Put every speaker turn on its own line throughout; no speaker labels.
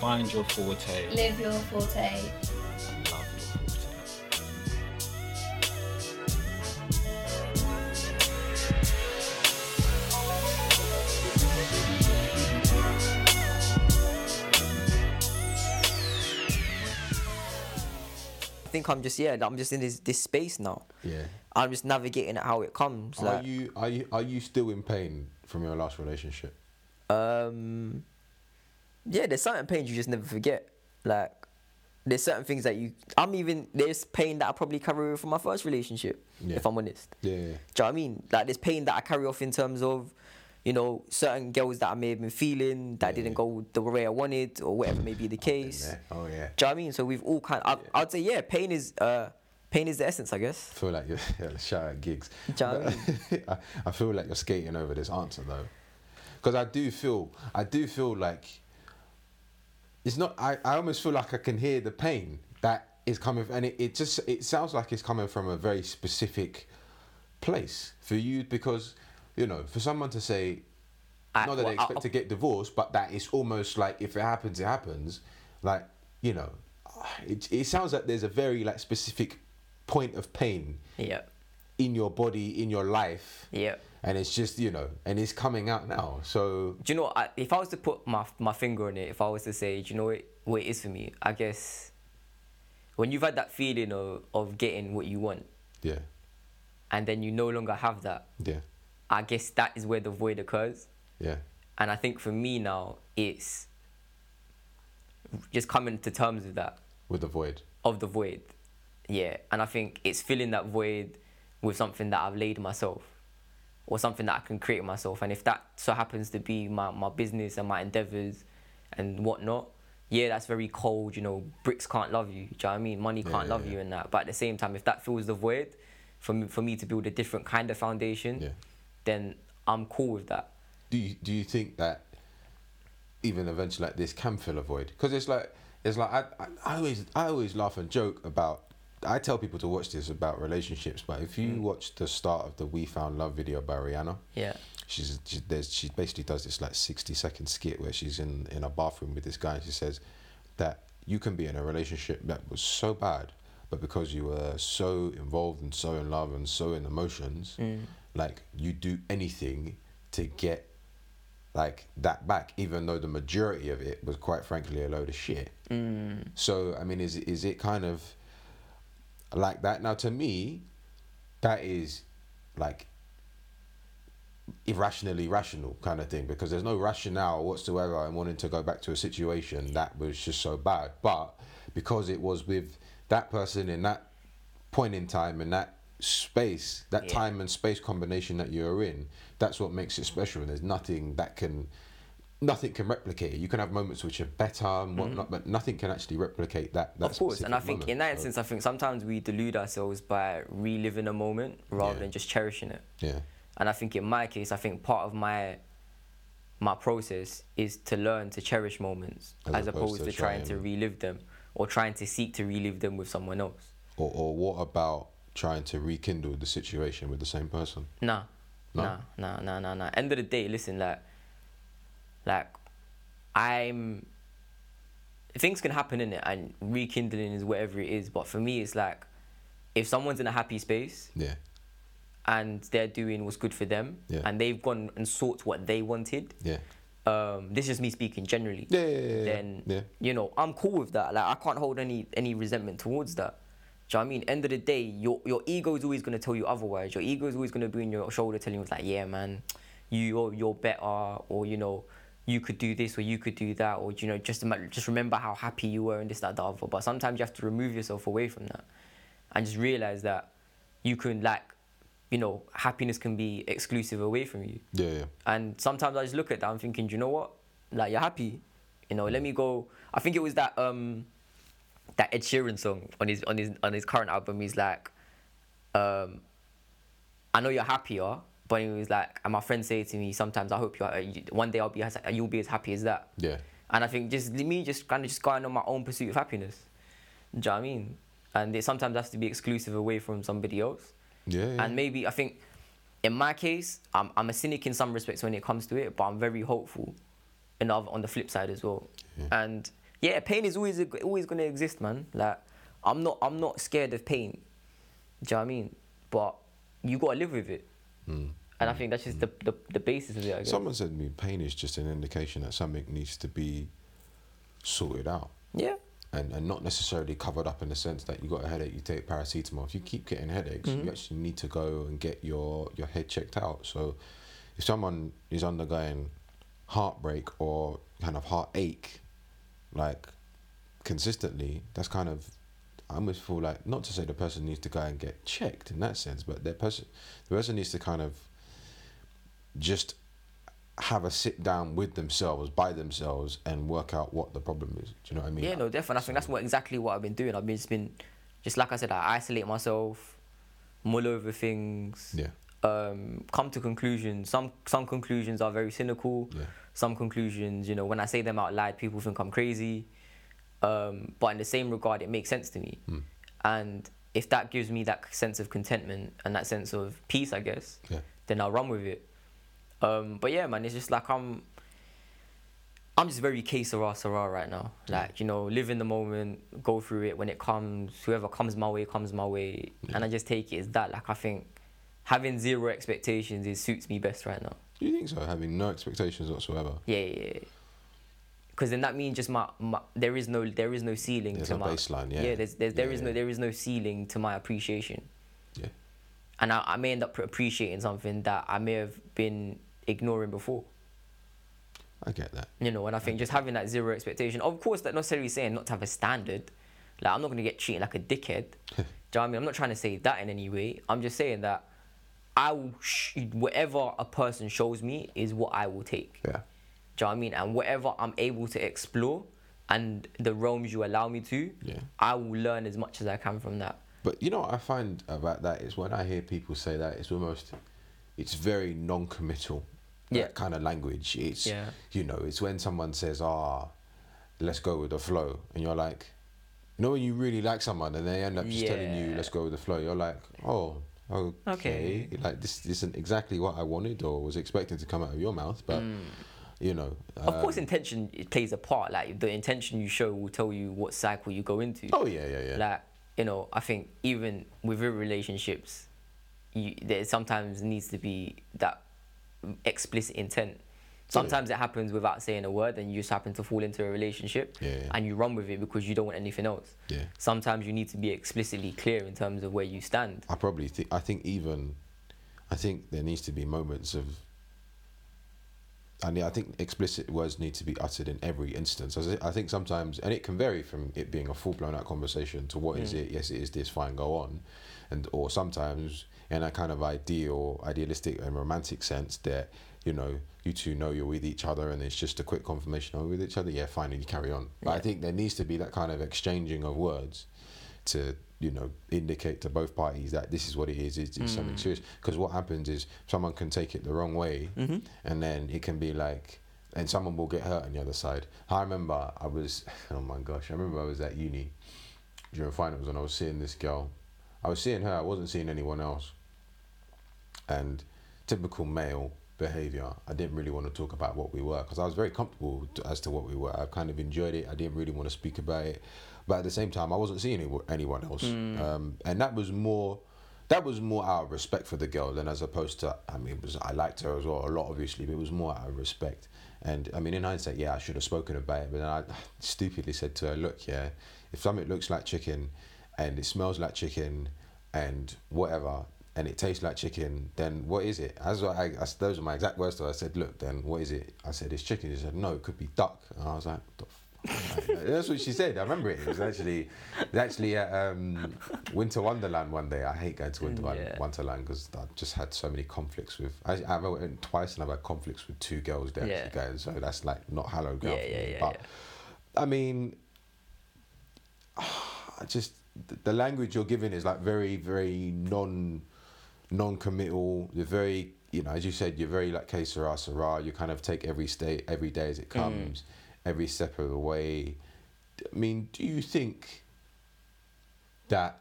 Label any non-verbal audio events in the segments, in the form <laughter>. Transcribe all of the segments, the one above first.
find your forte.
Live your forte.
and Love your forte.
I think I'm just yeah, I'm just in this, this space now.
Yeah.
I'm just navigating it how it comes.
Are
like,
you are you are you still in pain from your last relationship?
um, yeah, there's certain pains you just never forget. Like, there's certain things that you. I'm even there's pain that I probably carry over from my first relationship.
Yeah.
If I'm honest.
Yeah.
Do you know what I mean? Like there's pain that I carry off in terms of, you know, certain girls that I may have been feeling that didn't go the way I wanted or whatever may be the case.
yeah. Oh yeah.
Do you know what I mean? So we've all kind. Of, I, I'd say yeah, pain is uh, pain is the essence, I guess.
feel like you're <laughs> yeah, shout out gigs.
Do you know what
<laughs> I, I feel like you're skating over this answer though, because I do feel I do feel like it's not. I, I almost feel like I can hear the pain that is coming, and it, it just it sounds like it's coming from a very specific place for you because you know for someone to say
I-
not that
well,
they
I-
expect to get divorced, but that it's almost like if it happens, it happens. Like you know, it it sounds like there's a very like specific point of pain
Yeah.
in your body, in your life.
Yeah.
And it's just you know, and it's coming out now. So
Do you know? what, I, if I was to put my my finger on it, if I was to say, do you know what, what it is for me? I guess when you've had that feeling of of getting what you want,
yeah,
and then you no longer have that,
yeah,
I guess that is where the void occurs.
yeah,
And I think for me now, it's just coming to terms with that,
with the void.
of the void. Yeah. And I think it's filling that void with something that I've laid myself or something that I can create myself. And if that so happens to be my, my business and my endeavors and whatnot, yeah, that's very cold. You know, bricks can't love you. Do you know what I mean? Money can't
yeah,
love
yeah.
you and that. But at the same time, if that fills the void for me, for me to build a different kind of foundation,
Yeah.
then I'm cool with that.
Do you do you think that even events like this can fill a void? Because it's like it's like I, I I always I always laugh and joke about. I tell people to watch this about relationships, but if you watch the start of the "We Found Love" video by Rihanna,
Yeah.
she's she, there's, she basically does this like 60 second skit where she's in in a bathroom with this guy and she says that you can be in a relationship that was so bad but because you were so involved and so in love and so in emotions like you do anything to get like that back even though the majority of it was quite frankly a load of shit so i mean is is it kind of like that now to me that is like irrationally rational kind of thing because there's no rationale whatsoever in wanting to go back to a situation that was just so bad. But because it was with that person in that point in time in that space, that time and space combination that you're in, that's what makes it special. And there's nothing that can nothing can replicate it. You can have moments which are better and whatnot, but nothing can actually replicate that. that
Mm-hmm. of course and i
specific
think in
moment.
that
So,
instance i think sometimes we delude ourselves by reliving a moment rather
Yeah.
than just cherishing it
Yeah.
and i think in my case i think part of my my process is to learn to cherish moments as, opposed, to, trying to
and-
relive them or trying to seek to relive them with someone else
Or or what about trying to rekindle the situation with the same person?
Nah.
No?
Nah, nah, nah, nah, nah. End of the day, listen, like, like, I'm. Things can happen in it, and rekindling is whatever it is. But for me, it's like, if someone's in a happy space
Yeah.
and they're doing what's good for them,
Yeah.
and they've gone and sought what they wanted,
Yeah.
um, this is me speaking generally.
Yeah, yeah, yeah, yeah.
Then
Yeah.
you know I'm cool with that. Like I can't hold any any resentment towards that. Do you know what I mean? End of the day, your your ego is always gonna tell you otherwise. Your ego is always gonna be on your shoulder telling you like, yeah, man, you or you're better, or you know, you could do this or you could do that, or you know, just ima- just remember how happy you were and this that the other. But sometimes you have to remove yourself away from that, and just realize that you can like, you know, happiness can be exclusive away from you.
Yeah, yeah.
And sometimes I just look at that, I'm thinking, "Do you know what? Like you're happy. You know, let me go. I think it was that um that Ed Sheeran song on his on his on his current album, he's like, um, I know you're happier, but he was like, and my friends say to me sometimes, I hope you're uh, you- one day I'll be as you'll be as happy as that.
Yeah.
And I think just me just kind of just going on my own pursuit of happiness. Do you know what I mean? And it sometimes has to be exclusive away from somebody else
Yeah, yeah.
and maybe I think in my case, I'm, I'm a cynic in some respects when it comes to it, but I'm very hopeful in other, on the flip side as well. And yeah, pain is always always gonna exist, man. Like I'm not I'm not scared of pain. Do you know what I mean? But you gotta live with it. And I think that's just the, the the basis of it. I guess.
Someone said to me, pain is just an indication that something needs to be sorted out.
yeah.
and, and not necessarily covered up in the sense that you got a headache, you take paracetamol. If you keep getting headaches, you actually need to go and get your, your head checked out. So if someone is undergoing heartbreak or kind of heartache, like consistently, that's kind of I almost feel like not to say the person needs to go and get checked in that sense, but their person the person needs to kind of just have a sit down with themselves by themselves and work out what the problem is. Do you know what I mean?
Yeah, no, definitely. I think that's what exactly what I've been doing. I've been just been, just like I said, I isolate myself, mull over things,
Yeah.
um, come to conclusions. Some some conclusions are very cynical.
Yeah.
Some conclusions, you know, when I say them out loud, people think I'm crazy. Um, but in the same regard, it makes sense to me. And if that gives me that sense of contentment and that sense of peace, I guess,
Yeah.
then I'll run with it. Um, but yeah, man, it's just like I'm. I'm just very K Sarah Sarah right now. Like, you know, live in the moment, go through it. When it comes, whoever comes my way, comes my way. And I just take it as that. Like, I think having zero expectations is suits me best right now.
Do you think so? Having no expectations whatsoever.
Yeah, yeah, yeah. Because then that means just my, my there is no there is no ceiling
There's
to
no
my
baseline, yeah.
yeah there's, there's, there
Yeah,
is
yeah.
no there is no ceiling to my appreciation
Yeah.
and I, I may end up appreciating something that I may have been ignoring before
I get that.
You know, and I think just having that zero expectation, of course, that necessarily saying not to have a standard. Like, I'm not going to get treated like a
<laughs>
dickhead. Do you know what I mean? I'm not trying to say that in any way. I'm just saying that I will, sh- whatever a person shows me is what I will take.
Yeah.
Do you know what I mean? And whatever I'm able to explore and the realms you allow me to,
Yeah.
I will learn as much as I can from that.
But you know what I find about that is when I hear people say that, it's almost, it's very non-committal. that
Yeah.
kind of language. It's,
Yeah.
you know, it's when someone says, ah, let's go with the flow. And you're like, you know when you really like someone and they end up just telling you,
Yeah.
let's go with the flow. You're like, oh, okay.
Okay.
Like this isn't exactly what I wanted or was expecting to come out of your mouth. But, you know.
Mm.
um,
of course, intention it plays a part. Like, the intention you show will tell you what cycle you go into.
Oh, yeah, yeah, yeah.
like you know i think even within relationships you, there sometimes needs to be that explicit intent sometimes it happens without saying a word and you just happen to fall into a relationship
Yeah, yeah.
and you run with it because you don't want anything else
Yeah.
sometimes you need to be explicitly clear in terms of where you stand
I probably think I think even I think there needs to be moments of I mean, I think explicit words need to be uttered in every instance. I, thi- I think sometimes, and it can vary from it being a full blown out conversation to what is it? Yes, it is this. Fine, go on, and or sometimes in a kind of ideal, idealistic and romantic sense that you know you two know you're with each other, and it's just a quick confirmation. Oh, we're with each other. Yeah, fine, and you carry on. But I think there needs to be that kind of exchanging of words to you know indicate to both parties that this is what it is it's, it's something serious because what happens is someone can take it the wrong way and then it can be like and someone will get hurt on the other side i remember i was <laughs> oh my gosh i remember i was at uni during finals and i was seeing this girl i was seeing her i wasn't seeing anyone else and typical male behavior i didn't really want to talk about what we were because i was very comfortable t- as to what we were i kind of enjoyed it i didn't really want to speak about it but at the same time i wasn't seeing any, anyone else um, and that was more that was more out of respect for the girl than as opposed to i mean it was i liked her as well a lot obviously but it was more out of respect and i mean in hindsight yeah i should have spoken about it but then i <laughs> stupidly said to her look yeah if something looks like chicken and it smells like chicken and whatever and it tastes like chicken, then what is it? As I, I, those are my exact words. To her. I said, look, then what is it? I said, it's chicken. She said, no, it could be duck. And I was like, "What the f-" <laughs> Like, that's what she said. I remember it. It was actually, it was actually at um, Winter Wonderland one day. I hate going to Winter
Yeah.
Wonderland because I've just had so many conflicts with. I, I went twice and I've had conflicts with two girls there.
Yeah.
Actually going, so that's like not hello girl.
Yeah,
for
yeah,
me.
yeah,
but I mean, <sighs> I just the- the language you're giving is like very very non non-committal you're very you know as you said you're very like que sera sera you kind of take every state every day as it comes every step of the way i mean do you think that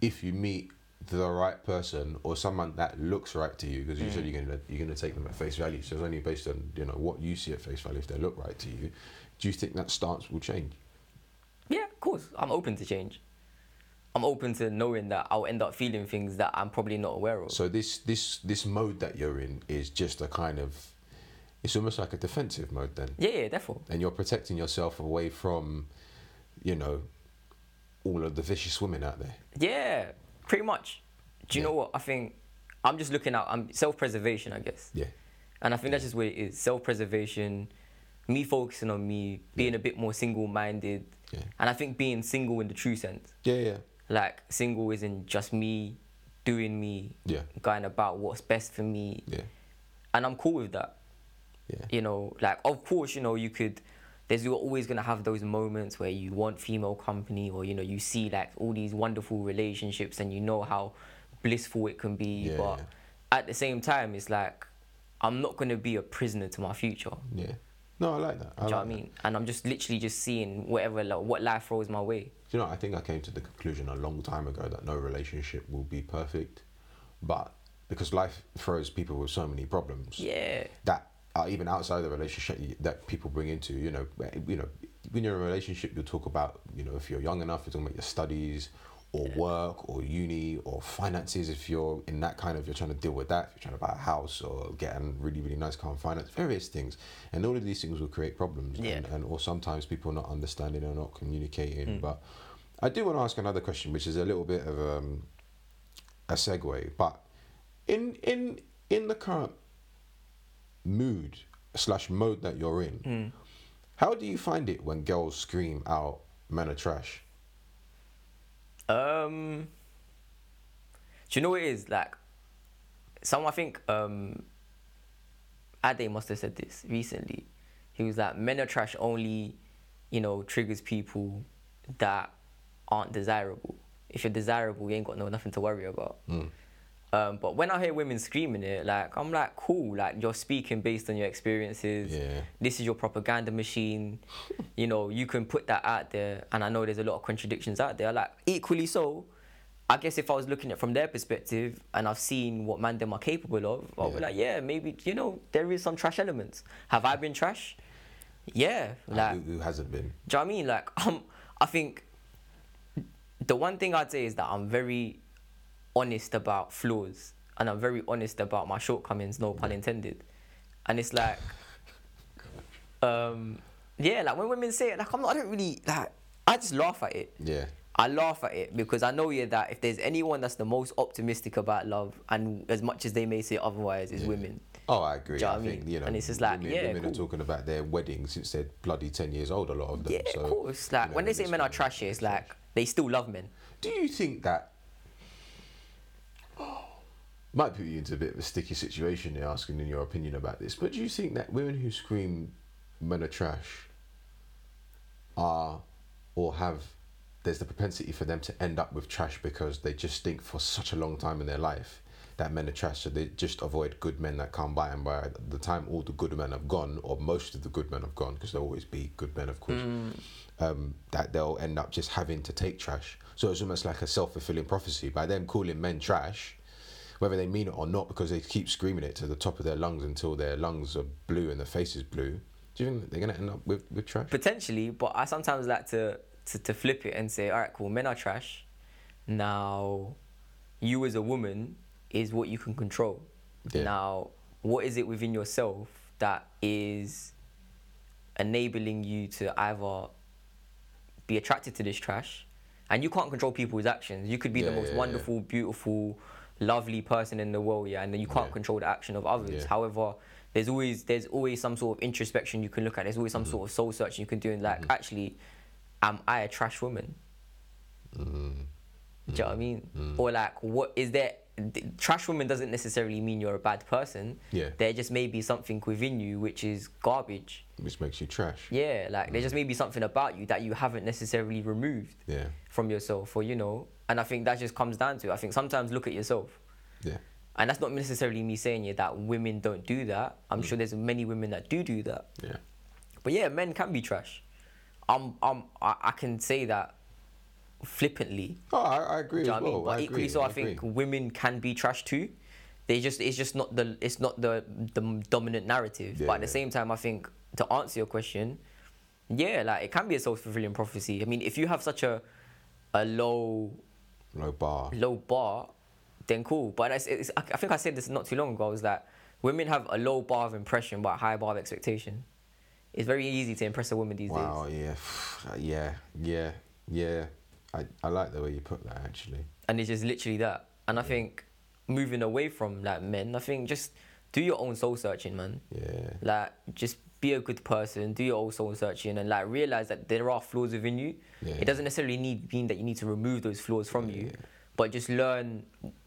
if you meet the right person or someone that looks right to you because you said you're gonna you're gonna take them at face value so it's only based on you know what you see at face value if they look right to you do you think that stance will change
Yeah, of course. I'm open to change. I'm open to knowing that I'll end up feeling things that I'm probably not aware of.
So this this this mode that you're in is just a kind of, it's almost like a defensive mode then,
Yeah, yeah, therefore.
and you're protecting yourself away from, you know, all of the vicious women out there.
Yeah, pretty much. Do you know what? I think I'm just looking out. I'm self-preservation, I guess.
Yeah.
And I think that's just what it is. Self-preservation, me focusing on me, being a bit more single-minded,
Yeah.
and I think being single in the true sense.
Yeah, yeah,
Like single isn't just me doing me,
yeah,
going about what's best for me,
yeah,
and I'm cool with that.
yeah.
You know, like of course, you know, you could. There's you're always gonna have those moments where you want female company, or you know, you see like all these wonderful relationships, and you know how blissful it can be.
Yeah,
but
yeah.
at the same time, it's like I'm not gonna be a prisoner to my future. Do
yeah. No, I like that.
you know
I
what I
like that.
mean? And I'm just literally just seeing whatever like, what life throws my way.
Do you know, I think I came to the conclusion a long time ago that no relationship will be perfect, but because life throws people with so many problems
Yeah.
that are even outside the relationship y- that people bring into, you know, where- you know, when you're in a relationship, you'll talk about, you know, if you're young enough, you're talking about your studies or work or uni or finances. If you're in that kind of, you're trying to deal with that. If you're trying to buy a house or get a really, really nice car and finance, various things. And all of these things will create problems.
Yeah.
And, and or sometimes people not understanding or not communicating. But I do want to ask another question, which is a little bit of um, a segue, but in in in the current mood slash mode that you're in,
Hmm.
how do you find it when girls scream out men are trash?
Um, do you know what it is? Like, some I think um, Ade must have said this recently. He was like, men are trash only, you know, triggers people that aren't desirable. If you're desirable, you ain't got no nothing to worry about. Um, but when I hear women screaming it, like I'm like, cool, like you're speaking based on your experiences.
Yeah.
This is your propaganda machine. you know, you can put that out there, and I know there's a lot of contradictions out there. Like equally so, I guess if I was looking at it from their perspective, and I've seen what man them are capable of, I'll be
Yeah.
like, yeah, maybe you know there is some trash elements. Have I been trash? Yeah, like
who, who hasn't been?
do you know what I mean? Like, <laughs> um, I think the one thing I'd say is that I'm very honest about flaws and I'm very honest about my shortcomings, no pun intended. And it's
<laughs>
like, um, yeah, like when women say it, like, I'm not, I don't really, like, I just laugh at it.
Yeah,
I laugh at it because I know yeah that if there's anyone that's the most optimistic about love and as much as they may say otherwise is women.
Oh, I agree.
Do you know
I
what I
think
mean?
you know,
And it's just like,
women,
yeah,
women are
cool.
talking about their wedding since they're bloody ten years old. A lot of them.
Yeah,
so,
of course. Like
you know,
when they say
it's
men are
really-
trashy, it's like they still love men.
Do you
<gasps>
think that might put you into a bit of a sticky situation in asking in your opinion about this? But do you think that women who scream men are trash are or have there's the propensity for them to end up with trash because they just think for such a long time in their life that men are trash, so they just avoid good men that come by. And by the time all the good men have gone, or most of the good men have gone, because there'll always be good men, of course, um, that they'll end up just having to take trash. So it's almost like a self fulfilling prophecy. By them calling men trash, whether they mean it or not, because they keep screaming it to the top of their lungs until their lungs are blue and their face is blue. Do you think they're going to end up with, with trash?
potentially, but I sometimes like to, to to flip it and say, all right, cool, men are trash. Now, you as a woman is what you can control.
Yeah.
Now, what is it within yourself that is enabling you to either be attracted to this trash? And you can't control people's actions. You could be the
Yeah,
most
yeah, yeah.
wonderful, beautiful, lovely person in the world, yeah, and then you can't
Yeah.
control the action of others.
Yeah.
However, there's always there's always some sort of introspection you can look at. There's always some
Mm-hmm.
sort of soul searching you can do. And like, actually, am I a trash woman?
Mm-hmm.
Do you know what I mean? Or like, what is there? th- Trash woman doesn't necessarily mean you're a bad person.
Yeah.
There just may be something within you which is garbage.
Which makes you trash.
Yeah, like
Mm.
there just may be something about you that you haven't necessarily removed
Yeah.
from yourself, or you know. And I think that just comes down to it. I think sometimes look at yourself.
Yeah.
And that's not necessarily me saying yeah, that women don't do that.
Mm.
I'm sure there's many women that do do that.
Yeah.
But yeah, men can be trash. I'm, I'm, I, I can say that flippantly.
Oh, I, I agree
Do you know
as
what I
well.
mean? But
I
equally,
agree,
so I,
agree.
think women can be trash too. They just it's just not the it's not the the dominant narrative.
Yeah,
but at the
yeah.
same time, I think to answer your question, Yeah, like it can be a self fulfilling prophecy. I mean, if you have such a a low
Low bar.
low bar, then cool. But it's, it's, I I think I said this not too long ago. I was like, women have a low bar of impression but a high bar of expectation. It's very easy to impress a woman these
Wow.
days.
Yeah. <sighs> Yeah. Yeah. Yeah. I, I like the way you put that actually.
and it's just literally that. And I think moving away from like men, I think just do your own soul searching, man.
Yeah.
Like just be a good person, do your own soul searching, and like realize that there are flaws within you.
Yeah.
It doesn't necessarily need mean that you need to remove those flaws from you, but just learn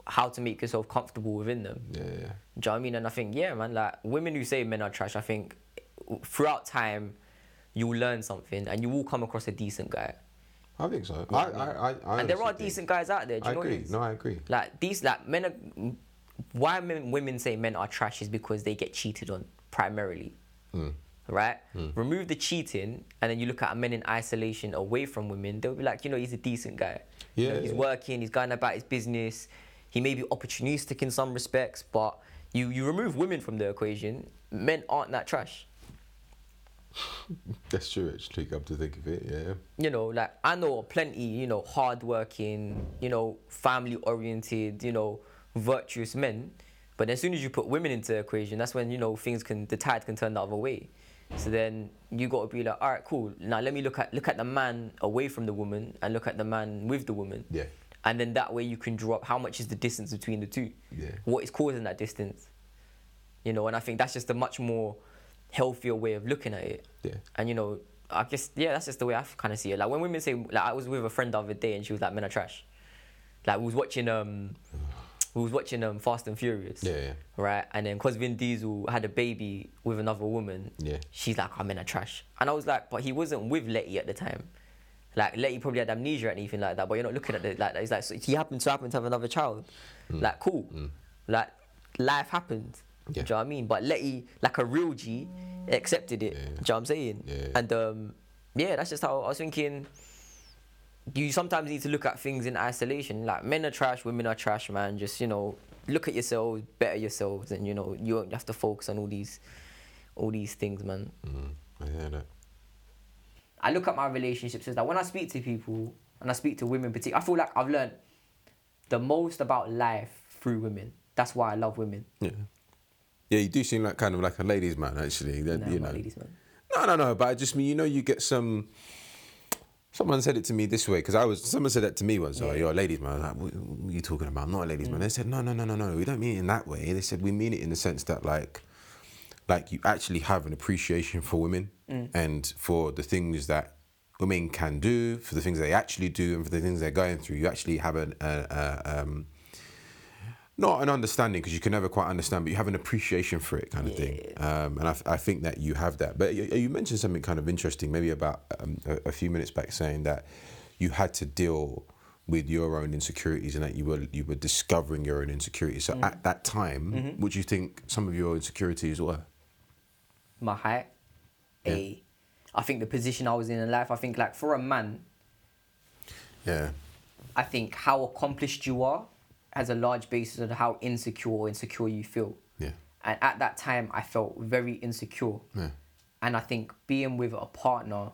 how to make yourself comfortable within them.
Yeah. Yeah.
Do you know what I mean? And I think, yeah, man, like women who say men are trash, I think throughout time you'll learn something and you will come across a decent guy.
I think so. I, I, I, I
and there
honestly
are
think-
decent guys out there. Do you
I
know what it
agree.
is?
No, I agree.
Like these, like men are. Why men, women say men are trash is because they get cheated on primarily,
Hmm.
right? Remove the cheating, and then you look at men in isolation, away from women. They'll be like, you know, he's a decent guy. You know,
Yeah,
he's
yeah.
working. He's going about his business. He may be opportunistic in some respects, but you you remove women from the equation, men aren't that trash.
That's true. Actually, come to think of it, yeah.
you know, like I know plenty, you know, hardworking, you know, family oriented, you know, virtuous men. But as soon as you put women into the equation, that's when, you know, things can the tide can turn the other way. So then you gotta be like, all right, cool. Now let me look at look at the man away from the woman and look at the man with the woman.
Yeah.
And then that way you can draw up how much is the distance between the two.
Yeah.
What is causing that distance? You know, and I think that's just a much more healthier way of looking at it.
Yeah.
And you know, I guess yeah, that's just the way I kind of see it. Like when women say, like I was with a friend the other day and she was like, "Men are trash." Like we was watching um, we was watching um Fast and Furious.
Yeah, yeah.
Right, and then cause Vin Diesel had a baby with another woman.
Yeah.
She's like, "I'm in a trash," and I was like, "But he wasn't with Letty at the time." Like Letty probably had amnesia or anything like that, but you're not looking at it like that. It's like so he happened to happen to have another child. Like cool, like life happened. Do
Yeah.
you know what I mean? But Letty, like a real G, accepted it. Do you know what I'm saying?
Yeah.
And um, yeah, that's just how I was thinking. You sometimes need to look at things in isolation. Like men are trash, women are trash, man. Just you know, look at yourselves, better yourselves, and you know you won't have to focus on all these, all these things, man.
Mm, I hear that.
I look at my relationships is that when I speak to people and I speak to women, particularly, I feel like I've learned the most about life through women. That's why I love women.
Yeah. Yeah, you do seem like kind of like a ladies' man, actually. That,
Nah,
you
my
know.
ladies, man.
No, no, no. But I just mean, you know, you get some. Someone said it to me this way because I was. Someone said that to me once. Oh,
Yeah.
you're a ladies' man. I was like, what, what are you talking about? I'm not a ladies' man. They said, no, no, no, no, no. We don't mean it in that way. They said we mean it in the sense that like, like you actually have an appreciation for women and for the things that women can do, for the things they actually do, and for the things they're going through. You actually have an. A, a, um, not an understanding because you can never quite understand, but you have an appreciation for it kind of thing. Um, and I, th- I think that you have that. But you, you mentioned something kind of interesting, maybe about um, a, a few minutes back, saying that you had to deal with your own insecurities and that you were you were discovering your own insecurities. So at that time, what do you think some of your insecurities were?
my height.
Yeah.
A, I think the position I was in in life. I think like for a man,
Yeah,
I think how accomplished you are has a large basis on how insecure or insecure you feel.
yeah,
And at that time, I felt very insecure.
yeah,
And I think being with a partner,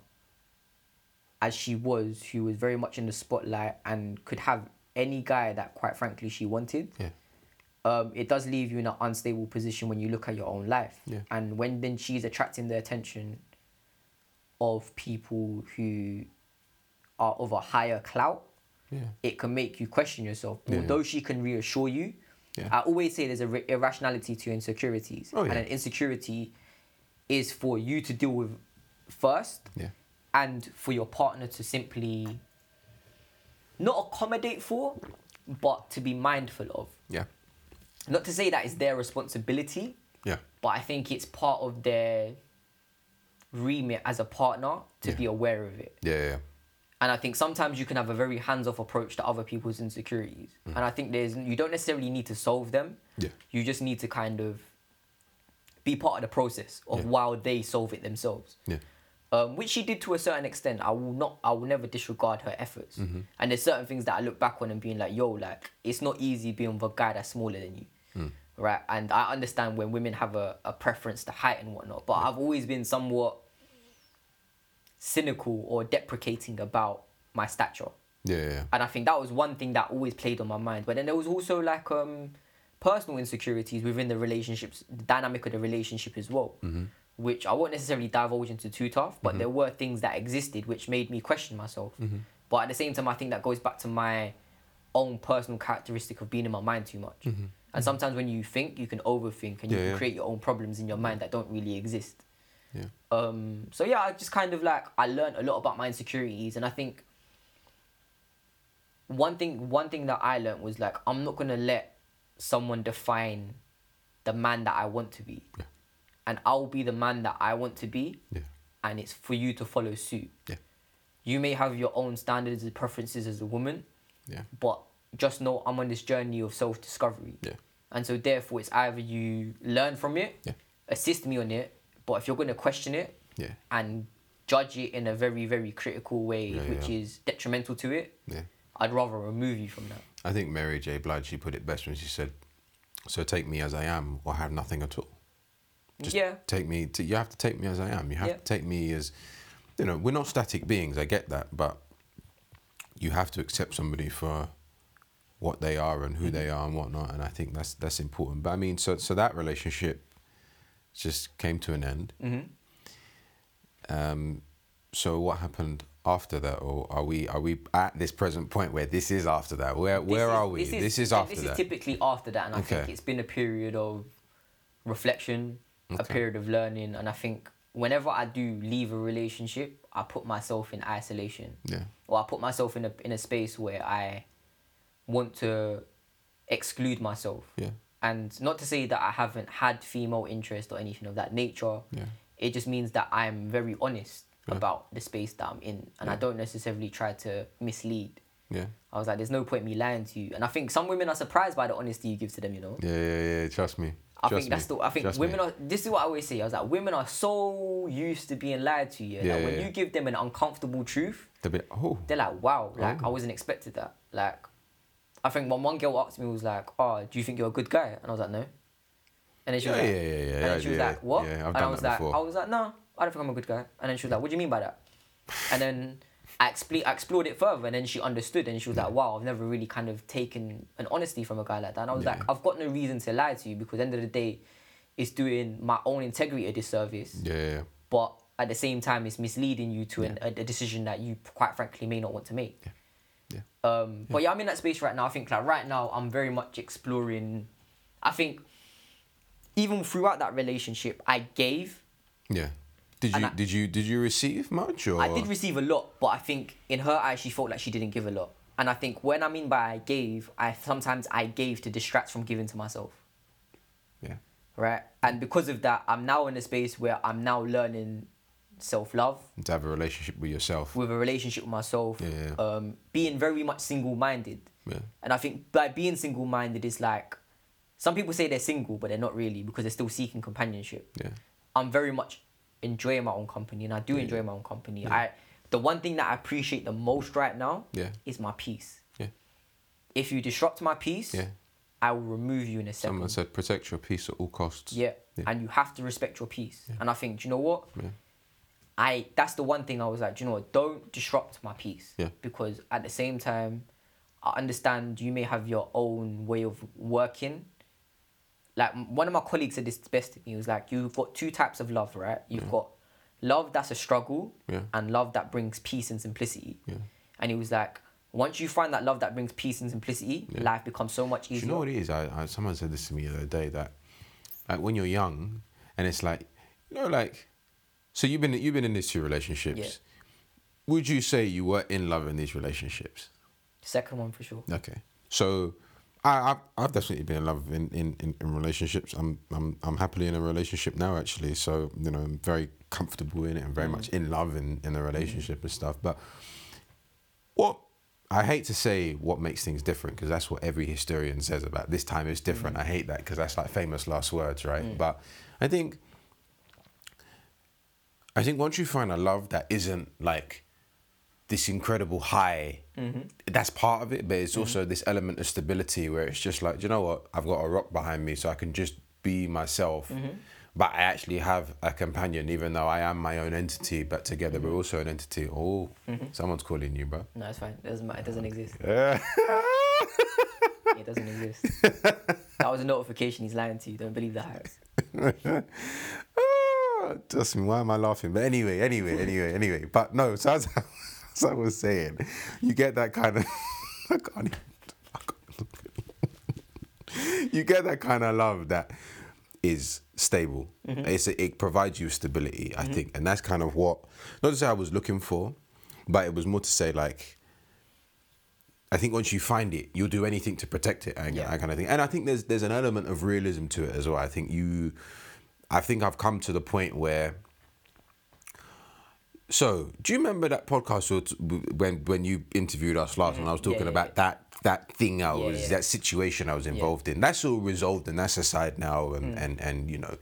as she was, who was very much in the spotlight and could have any guy that, quite frankly, she wanted
yeah,
um, it does leave you in an unstable position when you look at your own life.
Yeah.
And when then she's attracting the attention of people who are of a higher clout,
yeah,
it can make you question yourself. Although she can reassure you,
Yeah.
I always say there's a r- irrationality to insecurities.
Oh, yeah.
And an insecurity is for you to deal with first
yeah,
and for your partner to simply not accommodate for, but to be mindful of
yeah,
not to say that it's their responsibility,
yeah,
but I think it's part of their remit as a partner to
Yeah.
be aware of it.
yeah, yeah.
And I think sometimes you can have a very hands-off approach to other people's insecurities. And I think there's you don't necessarily need to solve them.
Mm. Yeah.
You just need to kind of be part of the process of
Yeah.
while they solve it themselves.
yeah.
Um, which she did to a certain extent. I will not. I will never disregard her efforts. And there's certain things that I look back on and being like, "Yo, like it's not easy being with a guy that's smaller than you, right?" And I understand when women have a, a preference to height and whatnot, but I've always been somewhat cynical or deprecating about my stature.
Yeah, yeah.
And I think that was one thing that always played on my mind. But then there was also like um personal insecurities within the relationships, the dynamic of the relationship as well.
Mm-hmm.
Which I won't necessarily divulge into too tough, but there were things that existed which made me question myself.
Mm-hmm.
But at the same time, I think that goes back to my own personal characteristic of being in my mind too much. And sometimes when you think, you can overthink and you
Mm-hmm. Yeah,
can
yeah.
create your own problems in your mind that don't really exist.
yeah.
Um, so yeah, I just kind of like I learned a lot about my insecurities, and I think one thing one thing that I learned was like I'm not gonna let someone define the man that I want to be,
Yeah.
and I'll be the man that I want to be,
Yeah.
and it's for you to follow suit.
Yeah.
You may have your own standards and preferences as a woman,
Yeah.
but just know I'm on this journey of self discovery.
Yeah.
And so therefore, it's either you learn from it,
Yeah.
assist me on it, but if you're going to question it,
Yeah.
and judge it in a very very critical way,
Yeah,
which
yeah.
is detrimental to it,
Yeah.
I'd rather remove you from that.
I think Mary J. Blige, she put it best when she said, So take me as I am or have nothing at all. Just
Yeah.
Take me, to, you have to take me as I am. You have
Yeah.
to take me as, you know, we're not static beings, I get that, but you have to accept somebody for what they are and who
Mm-hmm.
they are and whatnot. And I think that's that's important. But I mean, so, so that relationship just came to an end.
Mm-hmm.
Um, so what happened after that, or are we are we at this present point where this is after that? Where
This
where
is-
are we? This is, after
this
that.
is typically after that, and I think
Okay.
it's been a period of reflection, a
Okay.
period of learning, and I think whenever I do leave a relationship, I put myself in isolation.
yeah,
or I put myself in a in a space where I want to exclude myself.
Yeah.
And not to say that I haven't had female interest or anything of that nature.
Yeah.
It just means that I'm very honest
Yeah.
about the space that I'm in and I don't necessarily try to mislead.
yeah,
I was like, there's no point in me lying to you. And I think some women are surprised by the honesty you give to them, you know?
yeah, yeah, yeah. Trust me.
I
Trust
think that's
me.
the. I think
Trust me.
women are. This is what I always say. I was like, women are so used to being lied to. Yeah.
Yeah,
that when
yeah, yeah.
you give them an uncomfortable truth,
The bit. Oh,
they're like, wow, like I wasn't expected that. Like, I think when one girl asked me, was like, oh, do you think you're a good guy? And I was like, no. And then she was
Yeah,
like,
yeah, yeah, yeah,
and
yeah,
then she was
yeah,
like, what?
yeah, I've
and I
done
was
that
like,
before.
I was like, no, I don't think I'm a good guy. And then she was like, what do you mean by that? And then I, expl- I explored it further, and then she understood, and she was like, wow, I've never really kind of taken an honesty from a guy like that. And I was
Yeah.
like, I've got no reason to lie to you because at the end of the day, it's doing my own integrity a disservice
yeah, yeah, yeah.
but at the same time it's misleading you to an, a, a decision that you quite frankly may not want to make
Yeah.
Um, but yeah i'm in that space right now i think like right now i'm very much exploring i think even throughout that relationship i gave
yeah. Did
And
you
I-
did you did you receive much or?
i did receive a lot but i think in her eyes she felt like she didn't give a lot and i think when i mean by i gave i sometimes i gave to distract from giving to myself
yeah,
right and because of that i'm now in a space where i'm now learning self-love
and to have a relationship with yourself.
with a relationship with myself,
Yeah.
um, being very much single minded.
Yeah.
And I think by being single minded is like some people say they're single, but they're not really because they're still seeking companionship.
Yeah.
I'm very much enjoying my own company and I do enjoy my own company. I the one thing that I appreciate the most right now
Yeah.
is my peace.
Yeah.
If you disrupt my peace,
Yeah.
I will remove you in a second.
Someone said protect your peace at all costs.
Yeah.
Yeah.
And you have to respect your peace. And I think, do you know what? I that's the one thing I was like, do you know what? Don't disrupt my peace.
Yeah.
Because at the same time, I understand you may have your own way of working. Like m- one of my colleagues said this best to me. He was like, you've got two types of love, right? You've got love that's a struggle,
Yeah.
and love that brings peace and simplicity. And he was like, once you find that love that brings peace and simplicity, life becomes so much
Do
easier.
you know what it is? I, I someone said this to me the other day that like when you're young and it's like you know like so you've been you've been in these two relationships. Would you say you were in love in these relationships?
Second one for sure.
Okay. So I, I've, I've definitely been in love in, in, in, in relationships. I'm, I'm I'm happily in a relationship now actually. So, you know, I'm very comfortable in it and very much in love in, in the relationship and stuff. But what I hate to say what makes things different because that's what every historian says about this time is different. I hate that because that's like famous last words, right? But I think I think once you find a love that isn't like this incredible high, that's part of it, but it's also this element of stability where it's just like, "Do you know what? I've got a rock behind me, so I can just be myself. but I actually have a companion, even though I am my own entity, but together we're also an entity. Oh, someone's calling you, bro. <laughs>
No, it's fine. It doesn't matter. It doesn't exist.
Yeah.
It doesn't
<laughs>
exist. that was a notification. He's lying to you. Don't believe that. Harris.
Ah, Justin, why am I laughing? But anyway, anyway, anyway, anyway. But no, so as, <laughs> as I was saying, you get that kind of. <laughs> I can't even. I can't look at- <laughs> you get that kind of love that is stable.
Mm-hmm.
It's, it provides you stability, I think. And that's kind of what, not to say I was looking for, but it was more to say, like, I think once you find it, you'll do anything to protect it, and that kind of thing. And I think there's there's an element of realism to it as well. I think you, I think I've come to the point where. So, do you remember that podcast we were t- when when you interviewed us last, and I was talking
Mm-hmm. yeah,
about that that thing I was
yeah.
that situation I was involved in? That's all resolved, and that's aside now, and
Mm.
and and you know.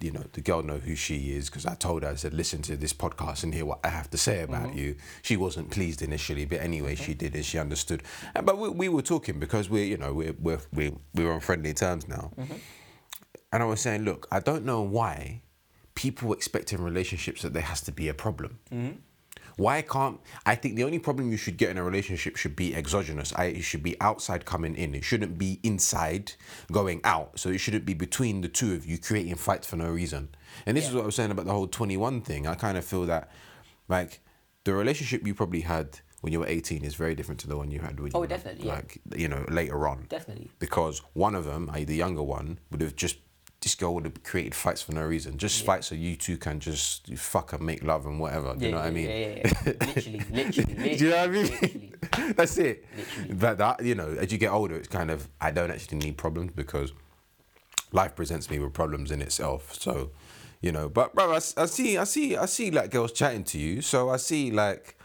You know, the girl know who she is because I told her, I said, listen to this podcast and hear what I have to say about
Mm-hmm.
you. She wasn't pleased initially, but anyway, she did it. She understood. And, but we, we were talking because we're, you know, we're, we're, we're, we're on friendly terms now.
Mm-hmm.
And I was saying, look, I don't know why people expect in relationships that there has to be a problem.
Mm.
Why can't I think the only problem you should get in a relationship should be exogenous. I, it should be outside coming in. It shouldn't be inside going out. So it shouldn't be between the two of you creating fights for no reason. And this is what I was saying about the whole 21 thing. I kind of feel that like the relationship you probably had when you were 18 is very different to the one you had when
Oh,
you were,
definitely, yeah.
like you know later on
Definitely.
because one of them, i.e., the younger one, would have just this girl would have created fights for no reason, just fights so you two can just fuck and make love and whatever. Do you know what I mean?
Yeah, yeah, yeah.
<laughs>
literally, literally, literally.
Do you know what I mean?
Literally.
<laughs> That's it. But that you know, as you get older, it's kind of I don't actually need problems because life presents me with problems in itself. So, you know, but bro, I, s- I see, I see, I see like girls chatting to you. So I see like.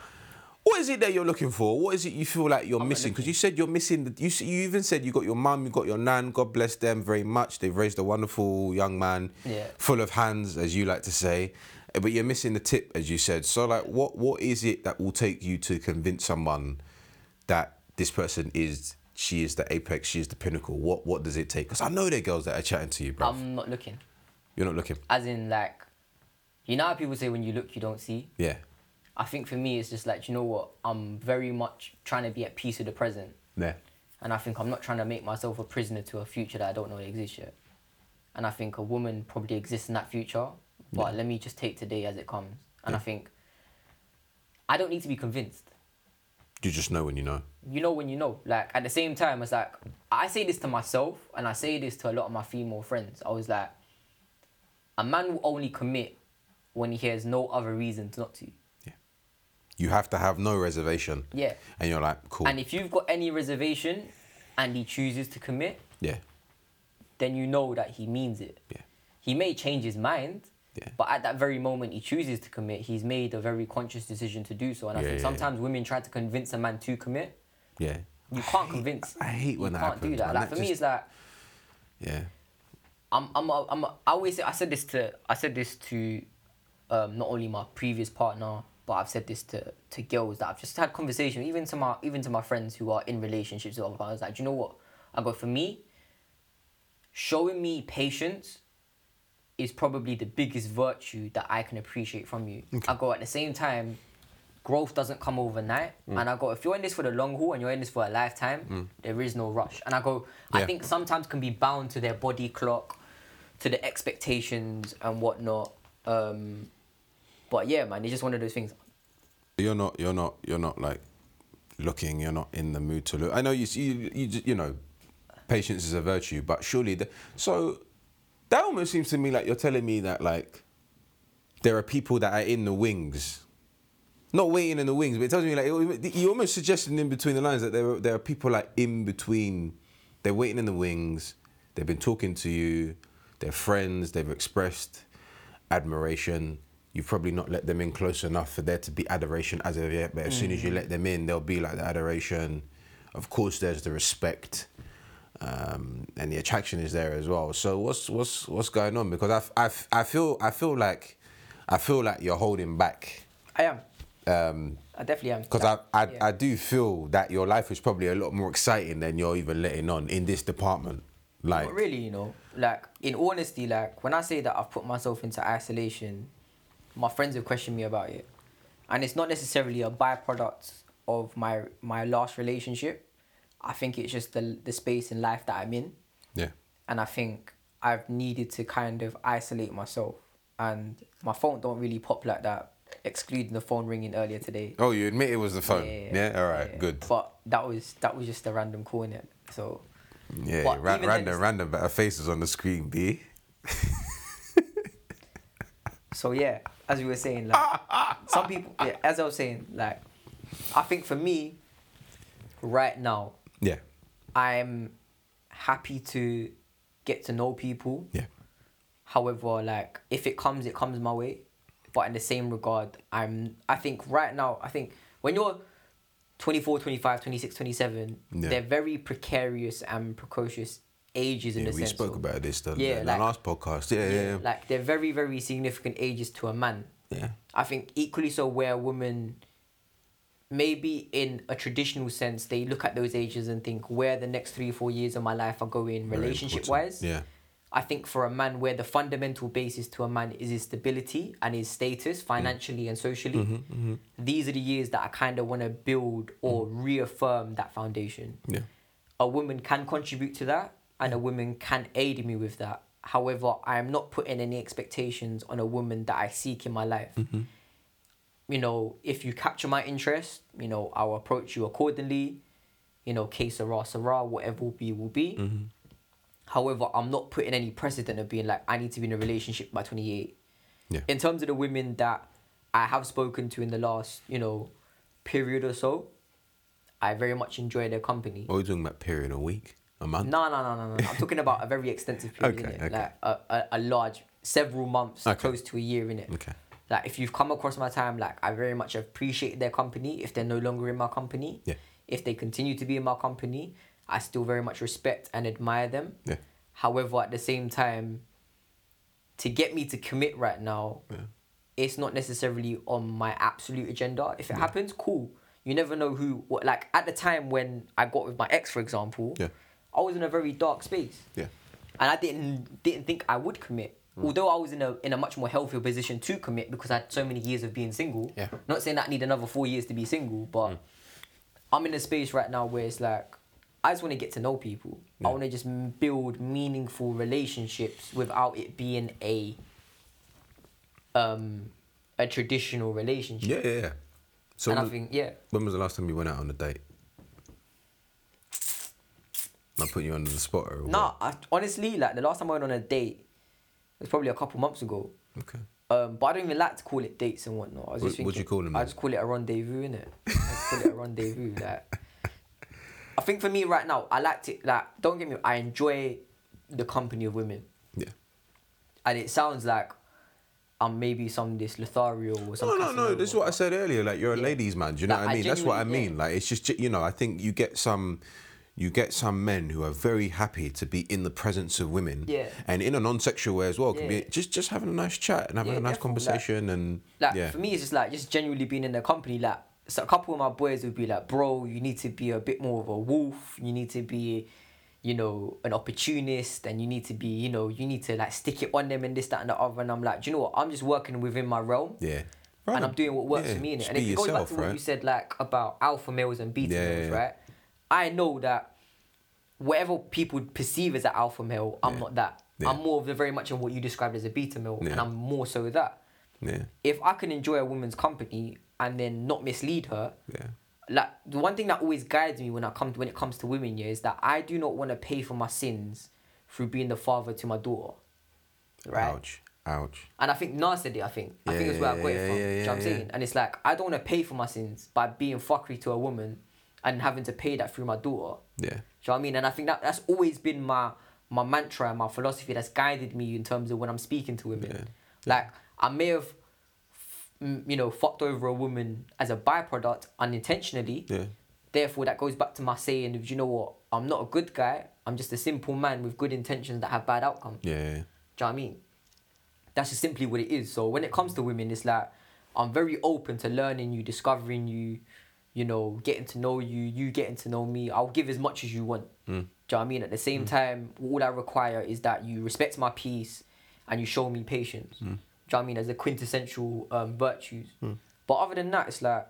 What is it that you're looking for? What is it you feel like you're missing? Because you said you're missing. The, you s- you even said you got your mum, you got your nan. God bless them very much. They've raised a wonderful young man,
Yeah.
full of hands, as you like to say. eh, But you're missing the tip, as you said. So like, what what is it that will take you to convince someone that this person is she is the apex, she is the pinnacle? What what does it take? Because I know there are girls that are chatting to you, bro.
I'm not looking.
you're not looking.
As in, like, you know how people say when you look, you don't see.
Yeah.
I think for me, it's just like you know what. I'm very much trying to be at peace with the present,
Yeah.
and I think I'm not trying to make myself a prisoner to a future that I don't know exists yet. And I think a woman probably exists in that future, but let me just take today as it comes. And I think I don't need to be convinced.
You just know when you know.
you know when you know. Like at the same time, it's like I say this to myself and I say this to a lot of my female friends. I was like, a man will only commit when he hears no other reason to not to.
You have to have no reservation.
Yeah.
And you're like, cool.
And if you've got any reservation and he chooses to commit,
yeah.
then you know that he means it.
Yeah.
He may change his mind,
Yeah.
but at that very moment he chooses to commit, he's made a very conscious decision to do so. And I
Yeah,
think
yeah, yeah.
sometimes women try to convince a man to commit.
Yeah.
You can't convince.
I hate when
you
that
can't do
happens,
that.
man.
Like
That
for me,
just-
it's like
Yeah.
I'm, I'm, a, I'm a, I always say, I said this to, I said this to, um, not only my previous partner, but I've said this to, to girls that I've just had conversation, even to my, even to my friends who are in relationships with other partners. Like, do you know what? I go for me. Showing me patience is probably the biggest virtue that I can appreciate from you. I go at the same time, growth doesn't come overnight.
Mm.
And I go, if you're in this for the long haul and you're in this for a lifetime, there is no rush. And I go, I
Yeah.
think sometimes can be bound to their body clock, to the expectations and whatnot. Um, but yeah, man, it's just one of those things.
You're not. You're not. You're not like looking. You're not in the mood to look. I know you. You. You. ju- you know, patience is a virtue, but surely the. So, that almost seems to me like you're telling me that like, there are people that are in the wings. Not waiting in the wings, but it tells me like it- you almost suggesting in between the lines that there are, there are people like in between. They're waiting in the wings. They've been talking to you. They're friends. They've expressed admiration. You've probably not let them in close enough for there to be adoration as of yet. But as soon as you let them in, there'll be like the adoration. Of course, there's the respect, um, and the attraction is there as well. So what's what's what's going on? Because I f- I, f- I feel I feel like I feel like you're holding back.
I am. Um, I definitely am.
Because I, I,
yeah.
I do feel that your life is probably a lot more exciting than you're even letting on in this department.
Like,
Not really, you know. Like in honesty, like when I say that I've put myself into isolation, my friends have questioned me about it, and it's not necessarily a byproduct of my my last relationship. I think it's just the the space in life that I'm in,
yeah,
and I think I've needed to kind of isolate myself, and my phone don't really pop like that, excluding the phone ringing earlier today.
Oh, you admit it was the phone.
Yeah,
Yeah, all right,
yeah.
good.
But that was that was just a random call in it. So
Yeah,
But
ra-
even then
random,
it's-
random better faces on the screen, B.
So yeah, as we were saying, like some people, yeah, as I was saying, like I think for me, right now,
Yeah,
I'm happy to get to know people.
yeah,
However, like if it comes, it comes my way. But in the same regard, I'm. I think right now, I think when you're 24, 25, 26, 27,
Yeah.
they're very precarious and precocious ages in
yeah.
the
We
sense.
spoke
of-
about this the,
Yeah,
the
like-
last podcast. Yeah, yeah, yeah.
like they're very, very significant ages to a man.
Yeah.
I think equally so where women maybe in a traditional sense they look at those ages and think where the next three, four years of my life are going
Very
relationship
important.
wise.
Yeah,
I think for a man where the fundamental basis to a man is his stability and his
Mm-hmm.
status financially and socially, these are the years that I kinda wanna build or
Mm-hmm.
reaffirm that foundation
yeah,
a woman can contribute to that and a woman can aid me with that. However, I am not putting any expectations on a woman that I seek in my life. You know, if you capture my interest, you know, I'll approach you accordingly. You know, que sera, sera, whatever will be, will be. However, I'm not putting any precedent of being like, I need to be in a relationship by 28
yeah.
in terms of the women that I have spoken to in the last, you know, period or so, I very much enjoy their company.
What are we talking about? Period, a week, a month?
No, no, no, no, no. I'm talking about a very extensive period,
Okay,
innit?
okay.
like a, a, a large, several months,
Okay.
close to a year in it.
Okay.
Like if you've come across my time, like I very much appreciate their company. If they're no longer in my company,
Yeah.
if they continue to be in my company, I still very much respect and admire them.
Yeah.
However, at the same time, to get me to commit right now, it's not necessarily on my absolute agenda. If it happens, cool. You never know who what like at the time when I got with my ex, for example,
Yeah.
I was in a very dark space.
Yeah. Mm.
And I didn't didn't think I would commit. Although I was in a in a much more healthier position to commit because I had so many years of being single.
Yeah. Mm.
Not saying that I need another four years to be single, but I'm in a space right now where it's like I just want to get to know people. I want to just m- build meaningful relationships without it being a um a traditional relationship.
Yeah, yeah, yeah. So
and I
when-
think yeah,
When was the last time you went out on a date? I put you under the spot or what?
nah. I, honestly, like the last time I went on a date was probably a couple months ago.
Okay.
Um, but I don't even like to call it dates and whatnot. I was just
What- what do you
thinking-
call them
I
then?
just call it a rendezvous, innit? I just call it a
<laughs>
rendezvous. Like, I think for me right now, I liked it. Like, don't get me. I enjoy the company of women,
Yeah.
and it sounds like I'm maybe some this Lothario or
No,
something.
no, no. This is what I said earlier. Like you're a
Yeah.
ladies' man. Do you know
Like,
what I
I
mean? That's what I
genuinely-
mean. Like it's just you know. I think you get some, you get some men who are very happy to be in the presence of women.
Yeah.
And in a non-sexual way as well. Can
Yeah.
be just just having a nice chat and having
Yeah,
a nice
definitely, like-
conversation and
Like
yeah.
for me, it's just like just genuinely being in their company. Like so a couple of my boys would be like, "Bro, you need to be a bit more of a wolf. You need to be, you know, an opportunist, and you need to be, you know, you need to like stick it on them and this, that, and the other." And I'm like, "Do you know what? I'm just working within my realm,
yeah.
and I'm doing what works
Yeah,
for me." Innit?
just
And if
be
it goes back
yourself,
to what
right?
you said, like about alpha males and beta
Yeah, yeah,
males,
yeah.
right? I know that whatever people perceive as an alpha male, I'm
Yeah.
not that.
Yeah.
I'm more of the very much of what you described as a beta male, and
Yeah.
I'm more so that
Yeah.
if I can enjoy a woman's company and then not mislead her,
Yeah.
like the one thing that always guides me when I come when it comes to women, yeah, is that I do not want to pay for my sins through being the father to my daughter, right?
Ouch. Ouch.
And I think Nas said it. I think I think
Yeah,
it's where I
yeah,
got
yeah,
it from. do you
yeah,
know what I'm
yeah,
saying? And it's like I don't want to pay for my sins by being fuckery to a woman and having to pay that through my daughter.
Yeah.
Do you know what I mean? And I think that that's always been my my mantra and my philosophy that's guided me in terms of when I'm speaking to women. Like I may have, f- m- you know, fucked over a woman as a byproduct unintentionally.
Yeah.
Therefore, that goes back to my saying of you know what, I'm not a good guy. I'm just a simple man with good intentions that have bad outcomes.
Yeah.
Do you know what I mean? That's just simply what it is. So when it comes to women, it's like I'm very open to learning you, discovering you, you you know, getting to know you, you getting to know me. I'll give as much as you want. Do you know what I mean? At the same time, all I require is that you respect my peace and you show me patience. Do you know what I mean? As the quintessential um, virtues. But other than that, it's like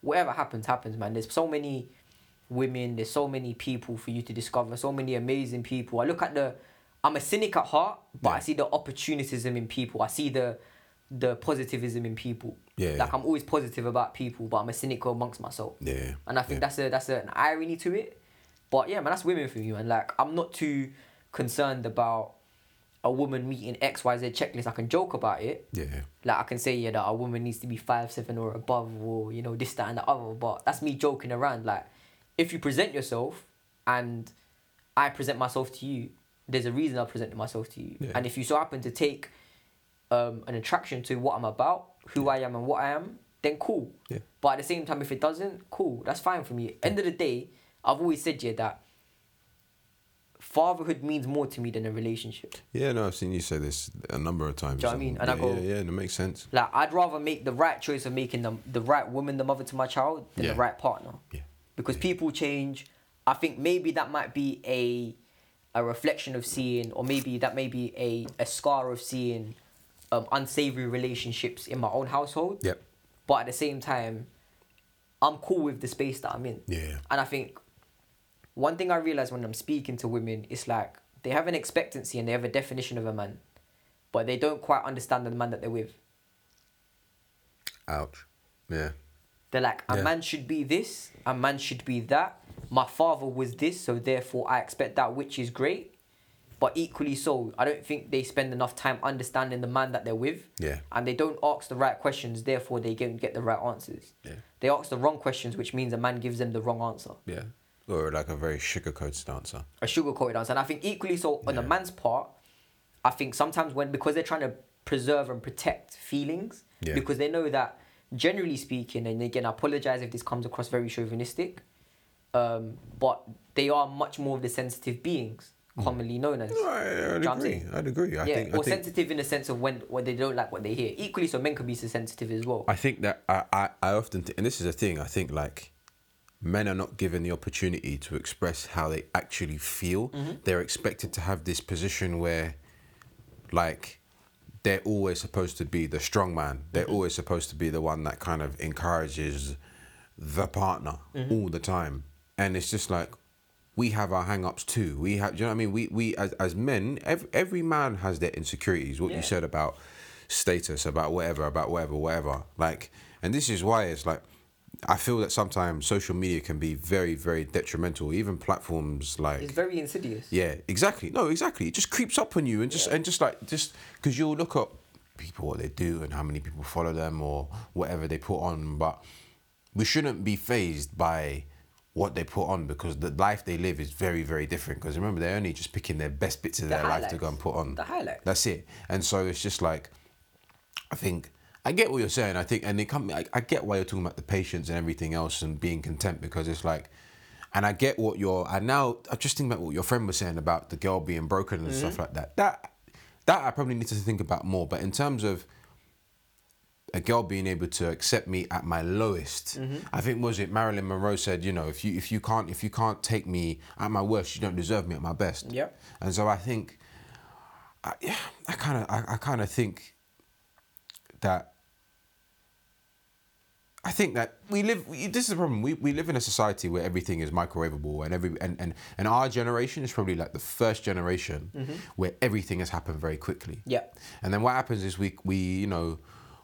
whatever happens, happens, man. There's so many women, there's so many people for you to discover, so many amazing people. I look at the I'm a cynic at heart, but I see the opportunism in people. I see the the positivism in people.
Yeah,
Like
yeah.
I'm always positive about people, but I'm a cynic amongst myself.
Yeah,
And I think
yeah.
that's a that's an irony to it. But yeah, man, that's women for you. And like I'm not too concerned about a woman meeting XYZ checklist. I can joke about it.
Yeah.
Like I can say yeah that a woman needs to be five seven or above or you know this that and the other, but that's me joking around. Like if you present yourself and I present myself to you, there's a reason I presented myself to you.
Yeah.
And if you so happen to take um, an attraction to what I'm about, who I am and what I am, then cool.
Yeah.
But at the same time, if it doesn't, cool, that's fine for me. End of the day, I've always said yeah that fatherhood means more to me than a relationship.
Yeah, no, I've seen you say this a number of times.
Do you know what I mean? And
yeah,
I go-
yeah, yeah, and it makes sense.
Like I'd rather make the right choice of making the the right woman the mother to my child than
Yeah.
the right partner.
Yeah.
Because people change. I think maybe that might be a a reflection of seeing, or maybe that may be a, a scar of seeing um, unsavory relationships in my own household.
Yep.
But at the same time, I'm cool with the space that I'm in.
Yeah.
And I think one thing I realize when I'm speaking to women is like they have an expectancy and they have a definition of a man, but they don't quite understand the man that they're with.
Ouch. Yeah.
They're like, a
Yeah.
man should be this, a man should be that. My father was this, so therefore I expect that, which is great. But equally so, I don't think they spend enough time understanding the man that they're with.
Yeah.
And they don't ask the right questions, therefore they don't get the right answers.
Yeah.
They ask the wrong questions, which means a man gives them the wrong answer.
Yeah. Or like a very sugarcoated answer.
a sugarcoated answer. And I think equally so on the
Yeah.
man's part, I think sometimes when because they're trying to preserve and protect feelings,
Yeah.
because they know that generally speaking, and again I apologize if this comes across very chauvinistic, um, but they are much more of the sensitive beings, commonly known as.
No, I, I'd
Do you know what I'm
agree.
saying?
I'd agree. Mm. I
yeah,
think.
or
I think,
sensitive in the sense of when when they don't like what they hear. Equally so men could be so sensitive as well.
I think that I, I, I often th- and this is a thing. I think like men are not given the opportunity to express how they actually feel.
Mm-hmm.
They're expected to have this position where, like, they're always supposed to be the strong man. They're always supposed to be the one that kind of encourages the partner all the time. And it's just like we have our hang-ups too. We have, do you know what I mean? We we as, as men, every, every man has their insecurities. What you said about status, about whatever, about whatever, whatever. Like, and this is why it's like I feel that sometimes social media can be very, very detrimental. Even platforms like
it's very insidious.
yeah, exactly. No, exactly. It just creeps up on you and just and just like just because you'll look up people what they do and how many people follow them or whatever they put on, but we shouldn't be phased by what they put on because the life they live is very very different. Because remember, they're only just picking their best bits of
The
their life to go and
highlights.
put on.
The highlights.
That's it. And so it's just like I think I get what you're saying. I think, and they come. I, I get why you're talking about the patience and everything else and being content because it's like, and I get what you're. And now I just think about what your friend was saying about the girl being broken and stuff like that. That that I probably need to think about more. But in terms of a girl being able to accept me at my lowest. I think was it Marilyn Monroe said, you know, if you if you can't if you can't take me at my worst, you don't deserve me at my best.
Yep.
And so I think, I, yeah, I kind of I, I kind of think that. I think that we live. We, this is the problem. We, we live in a society where everything is microwavable, and every and, and, and our generation is probably like the first generation where everything has happened very quickly.
Yep.
And then what happens is we we you know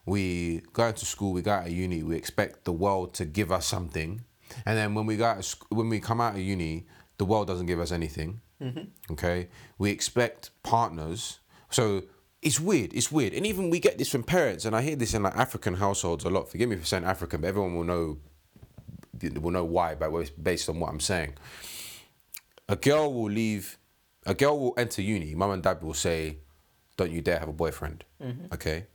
we go out to school, we go out of uni, we expect the world to give us something, and then when we go out of, sc- when we come out of uni, the world doesn't give us anything. Okay, we expect partners, so. It's weird. It's weird, and even we get this from parents, and I hear this in like African households a lot. Forgive me for saying African, but everyone will know will know why, but it's based on what I'm saying a girl will leave a girl will enter uni mum and dad will say don't you dare have a boyfriend okay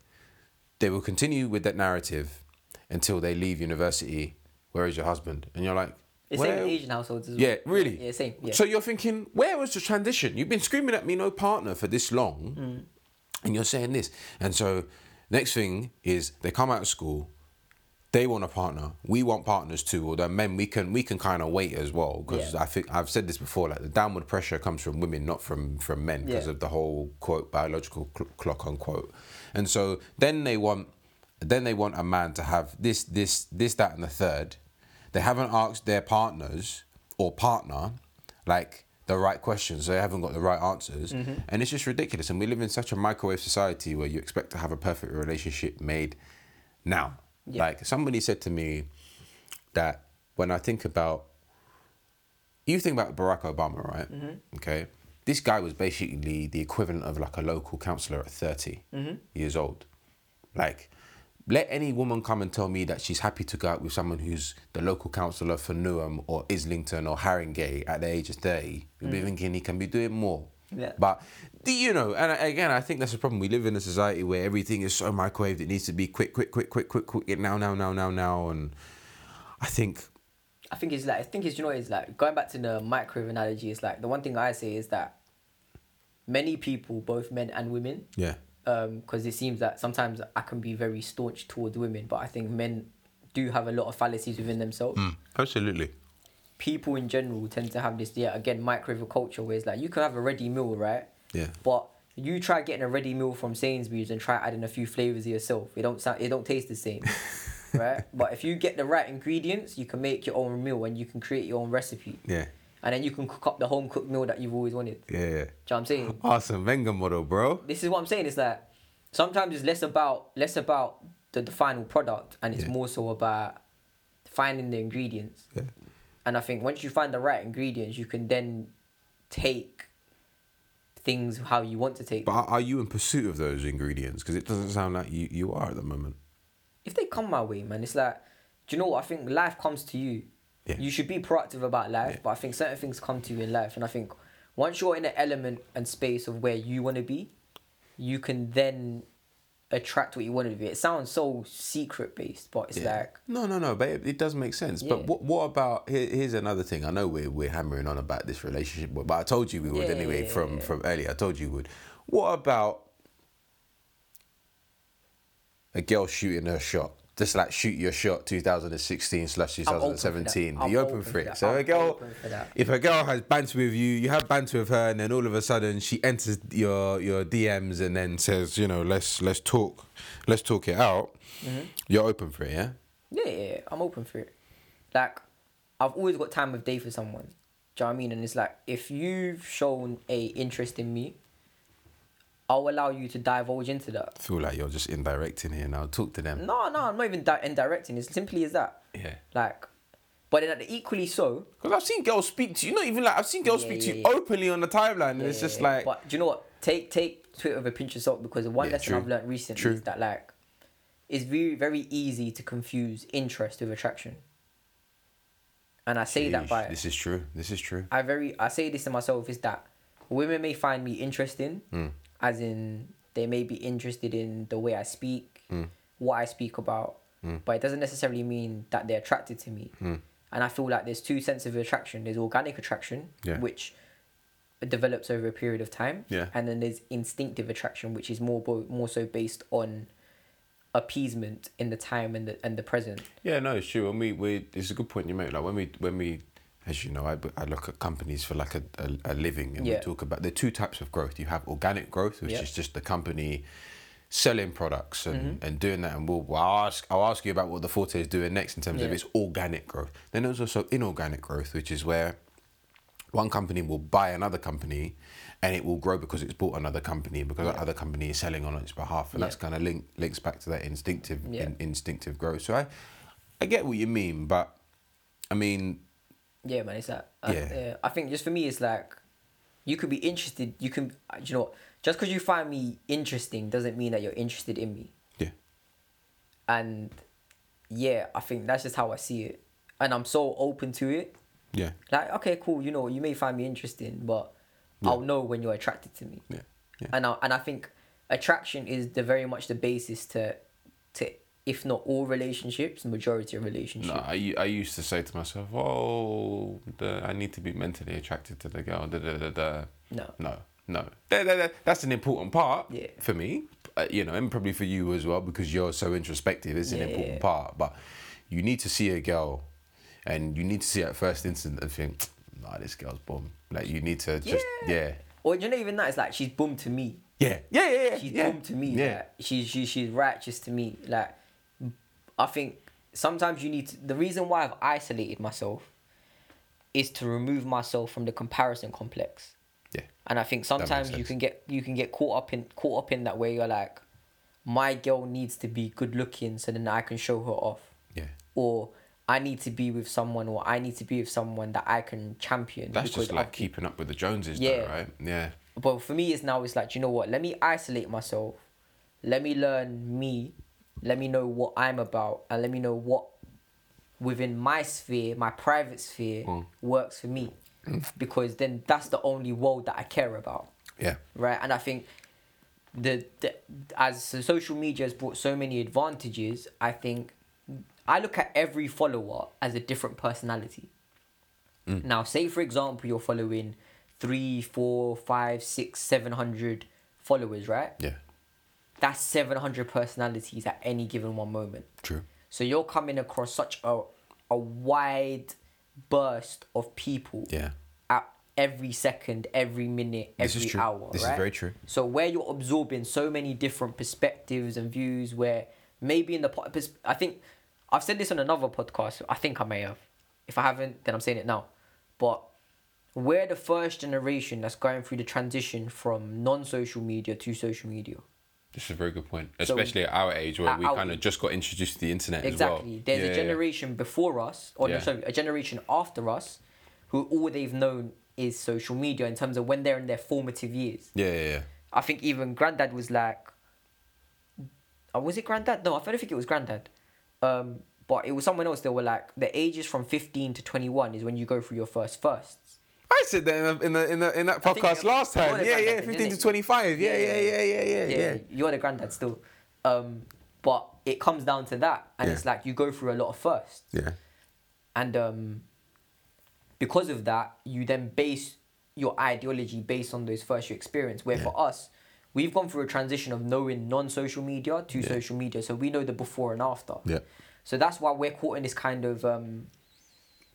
they will continue with that narrative until they leave university where is your husband and you're like
It's same
where-
in Asian households as well.
yeah really
Yeah, same. Yeah.
so you're thinking where was the transition you've been screaming at me no partner for this long
Mm.
and you're saying this and so next thing is they come out of school They want a partner. We want partners too. Although men, we can we can kind of wait as well because
Yeah.
I think I've said this before. Like the downward pressure comes from women, not from from men, because
Yeah.
of the whole quote biological cl- clock unquote. And so then they want then they want a man to have this this this that and the third. They haven't asked their partners or partner like the right questions. They haven't got the right answers, and it's just ridiculous. And we live in such a microwave society where you expect to have a perfect relationship made now.
Yeah.
Like somebody said to me that when I think about you think about Barack Obama, right? Okay. This guy was basically the equivalent of like a local councillor at 30 years old. Like, let any woman come and tell me that she's happy to go out with someone who's the local councillor for Newham or Islington or Haringey at the age of 30. You'll be thinking he can be doing more.
Yeah.
But, do you know, and I- again, I think that's the problem. We live in a society where everything is so microwaved, it needs to be quick, quick, quick, quick, quick, quick, now, now, now, now, now. And I think
I think it's like I think it's you know it's like going back to the microwave analogy. It's like the one thing I say is that many people, both men and women,
Yeah.
because it seems that sometimes I can be very staunch towards women, but I think men do have a lot of fallacies within themselves.
Absolutely.
People in general tend to have this yeah again microwave culture where it's like you can have a ready meal right,
Yeah.
but you try getting a ready meal from Sainsbury's and try adding a few flavors of yourself. It don't sound it don't taste the same. Right, but if you get the right ingredients, you can make your own meal and you can create your own recipe
Yeah.
and then you can cook up the home cooked meal that you've always wanted. Do you
Yeah. yeah.
know what I'm saying?
Awesome Wenger model, bro.
This is what I'm saying. It's like sometimes it's less about less about the, the final product and it's
Yeah.
more so about finding the ingredients.
Yeah.
And I think once you find the right ingredients, you can then take things how you want to take.
But
them.
are, are you in pursuit of those ingredients? Because it doesn't sound like you, you are at the moment.
if they come my way, man, it's like, do you know what? I think life comes to you.
Yeah.
You should be proactive about life, but I think certain things come to you in life. And I think once you're in an element and space of where you want to be, you can then attract what you want to be. It sounds so secret based, but it's like,
No, no, no, but it, it does make sense.
Yeah.
But what what about here, here's another thing. I know we're we're hammering on about this relationship, but, but I told you we would
Yeah,
anyway
yeah,
from
yeah.
from earlier. I told you we would. What about a girl shooting her shot? Just like shoot your shot 2016 slash
I'm open for that.
2017.
I'm
You open
open
for
for
it.
that.
So a
I'm
girl,
open for that.
if a girl has banter with you, you have banter with her, and then all of a sudden she enters your your DMs and then says, you know, let's let's talk, let's talk it out.
Mm-hmm.
You're open for it, yeah.
yeah, yeah, yeah, I'm open for it. Like, I've always got time of day for someone. Do you know what I mean? And it's like, if you've shown a interest in me, I'll allow you to divulge into that.
feel like you're just indirecting here now. Talk to them.
No, no, I'm not even di- indirecting. It's simply as that.
Yeah.
Like, but then equally so.
Because I've seen girls speak to you. Not even like I've seen girls
Yeah,
speak to
yeah,
you
yeah.
openly on the timeline, and it's just
Yeah,
like
But do you know what? Take take Twitter with a pinch of salt because the one
Yeah,
lesson
true.
I've learned recently
True.
is that like, it's very very easy to confuse interest with attraction. And I say that
Yeesh,
by
this is true. This is true.
I very I say this to myself is that women may find me interesting,
Hmm.
as in they may be interested in the way I speak,
Hmm.
what I speak about, but it doesn't necessarily mean that they're attracted to me.
Hmm.
And I feel like there's two senses of attraction. There's organic attraction,
Yeah.
which develops over a period of time,
Yeah.
and then there's instinctive attraction, which is more bo- more so based on appeasement in the time and the and the present.
Yeah, no, it's true. And we, we it's a good point you make. Like when we when we as you know, I, I look at companies for like a, a, a living and
Yeah.
we talk about the two types of growth. You have organic growth, which
Yeah.
is just the company selling products and,
Mm-hmm.
and doing that and we'll, we'll ask I'll ask you about what the forte is doing next in terms of
Yeah.
its organic growth. Then there's also inorganic growth, which is where one company will buy another company and it will grow because it's bought another company because that other company is selling on its behalf and
Yeah.
that's kind of link, links back to that instinctive
Yeah.
in, instinctive growth so I, I get what you mean but i mean
Yeah, man, it's like I,
Yeah.
yeah. I think just for me, it's like you could be interested. You can, uh, you know, what? just because you find me interesting doesn't mean that you're interested in me.
yeah
And yeah, I think that's just how I see it, and I'm so open to it.
yeah
Like, okay, cool. You know, you may find me interesting, but I'll know when you're attracted to me.
yeah yeah
And I and I think attraction is the very much the basis to to if not all relationships, majority of relationships.
No, I, u- I used to say to myself, oh, the, I need to be mentally attracted to the girl. Da, da, da, da.
No.
No.
no that, that, that- that's an important part
Yeah.
for me uh, you know, and probably for you as well because you're so introspective. It's an
Yeah,
important
yeah.
part, but you need to see a girl, and you need to see at first instant and think, nah, this girl's bomb. Like you need to just yeah,
Or you know, even that it's like she's bum to me.
yeah, yeah, yeah, yeah.
<laughs> She's
yeah.
bum to me.
Yeah.
Like, she's she, she's righteous to me. Like I think sometimes you need to, the reason why I've isolated myself is to remove myself from the comparison complex.
Yeah.
And I think sometimes you
sense.
can get you can get caught up in caught up in that where you're like, my girl needs to be good looking so then I can show her off.
Yeah.
Or I need to be with someone or I need to be with someone that I can champion.
That's
because
just like
I've-
keeping up with the Joneses,
Yeah.
though, right? Yeah.
but for me it's now it's like you know what let me isolate myself let me learn me let me know what i'm about and let me know what within my sphere my private sphere works for me because then that's the only world that i care about
Yeah.
right? And I think the, the as so- social media has brought so many advantages, I think I look at every follower as a different personality.
Mm.
Now, say for example, you're following three, four, five, six, seven hundred followers, right?
Yeah.
That's seven hundred personalities at any given one moment.
True.
So you're coming across such a a wide burst of people
Yeah.
at every second, every minute,
This is
every
true.
hour.
This is
right?
very true.
So where you're absorbing so many different perspectives and views, where maybe in the po- pers- I think I've said this on another podcast. I think I may have. If I haven't, then I'm saying it now. But we're the first generation that's going through the transition from non-social media to social media.
This is a very good point,
So-
especially at our age where
At
we
our-
kind of just got introduced to the internet as
Exactly.
well.
There's
Yeah,
a
yeah, yeah.
generation before us, or
Yeah.
no, sorry, a generation after us, who all they've known is social media in terms of when they're in their formative years.
Yeah, yeah, yeah.
I think even granddad was like, oh, was it granddad? No, I don't think it was granddad. Um, but it was someone else. They were like, the ages from 15 to 21 is when you go through your first firsts.
I said that in the, in the, in, the, in that
I think
podcast
it-
last
it was
time.
about
Yeah,
that
yeah,
then,
fifteen to
innit?
twenty-five. Yeah,
Yeah,
yeah, yeah, yeah, yeah, yeah.
You're the granddad still. Um, but it comes down to that. And
Yeah.
it's like, you go through a lot of firsts.
Yeah.
And um, because of that, you then base your ideology based on those first you experience. Where for us, we've gone through a transition of knowing non social media to social media. So we know the before and after.
Yeah.
So that's why we're caught in this kind of um,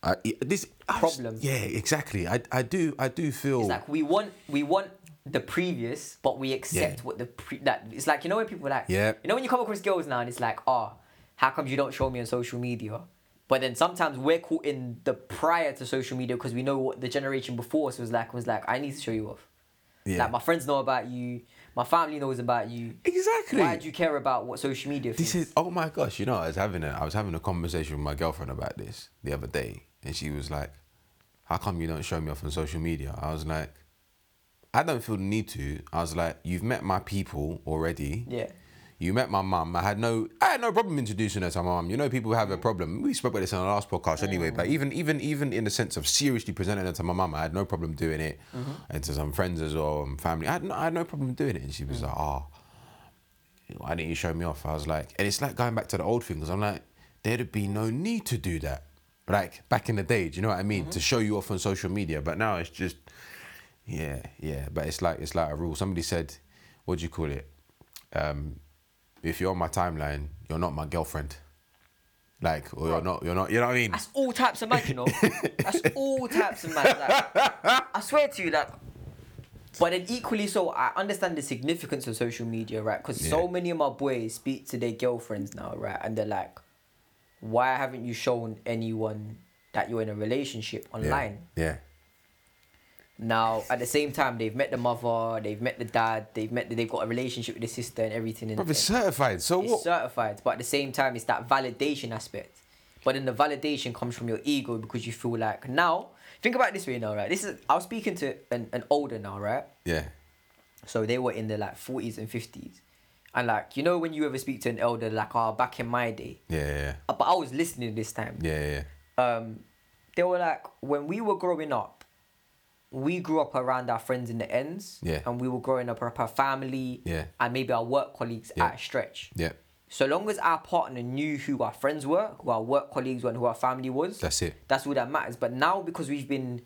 I- yeah, this I was-
Problem.
yeah, exactly. I, I do I do feel
it's like we want we want the previous, but we accept
Yeah.
what the pre that it's like you know when people are like
Yeah.
you know when you come across girls now and it's like ah how comes you don't show me on social media. But then sometimes we're caught in the prior to social media because we know what the generation before us was like. Was like, I need to show you off.
Yeah.
Like my friends know about you, my family knows about you.
Exactly.
Why do you care about what social media?
This
thinks?
is oh my gosh, you know, I was having a I was having a conversation with my girlfriend about this the other day and she was like, How come you don't show me off on social media? I was like, I don't feel the need to. I was like, You've met my people already.
Yeah.
You met my mum. I had no I had no problem introducing her to my mum. You know people have a problem. We spoke about this on the last podcast anyway, but even even even in the sense of seriously presenting her to my mum, I had no problem doing it. And to some friends as well and family. I had no, I had no problem doing it. And she was like, Oh, why didn't you show me off? I was like, and it's like going back to the old things. I'm like, there'd be no need to do that. Like back in the day, do you know what I mean? To show you off on social media. But now it's just, yeah, yeah. But it's like, it's like a rule. Somebody said, what do you call it? Um, if you're on my timeline, you're not my girlfriend. Like, or you're not, you're not, you know what I mean?
That's all types of man, you know.
<laughs>
That's all types of man. Like, I swear to you, like. But then equally so, I understand the significance of social media, right? Because so
Yeah.
many of my boys speak to their girlfriends now, right? And they're like, "Why haven't you shown anyone that you're in a relationship
Yeah,
online?"
Yeah.
Now, at the same time, they've met the mother, they've met the dad, they've met, they've got a relationship with the sister and everything. And,
Bro, it's
and-
certified. So
it's
what?
certified, but at the same time, it's that validation aspect. But then the validation comes from your ego because you feel like now. Think about it this way now, right? This is I was speaking to an, an older now, right?
yeah.
So they were in their like forties and fifties, and like you know when you ever speak to an elder, like oh back in my day,
Yeah. Yeah.
Uh, but I was listening this time.
Yeah. Yeah.
Um, they were like when we were growing up, we grew up around our friends in the ends,
Yeah.
and we were growing up around our family,
Yeah.
and maybe our work colleagues
Yeah.
at a stretch.
Yeah.
So long as our partner knew who our friends were, who our work colleagues were, and who our family was,
That's it.
That's all that matters. But now because we've been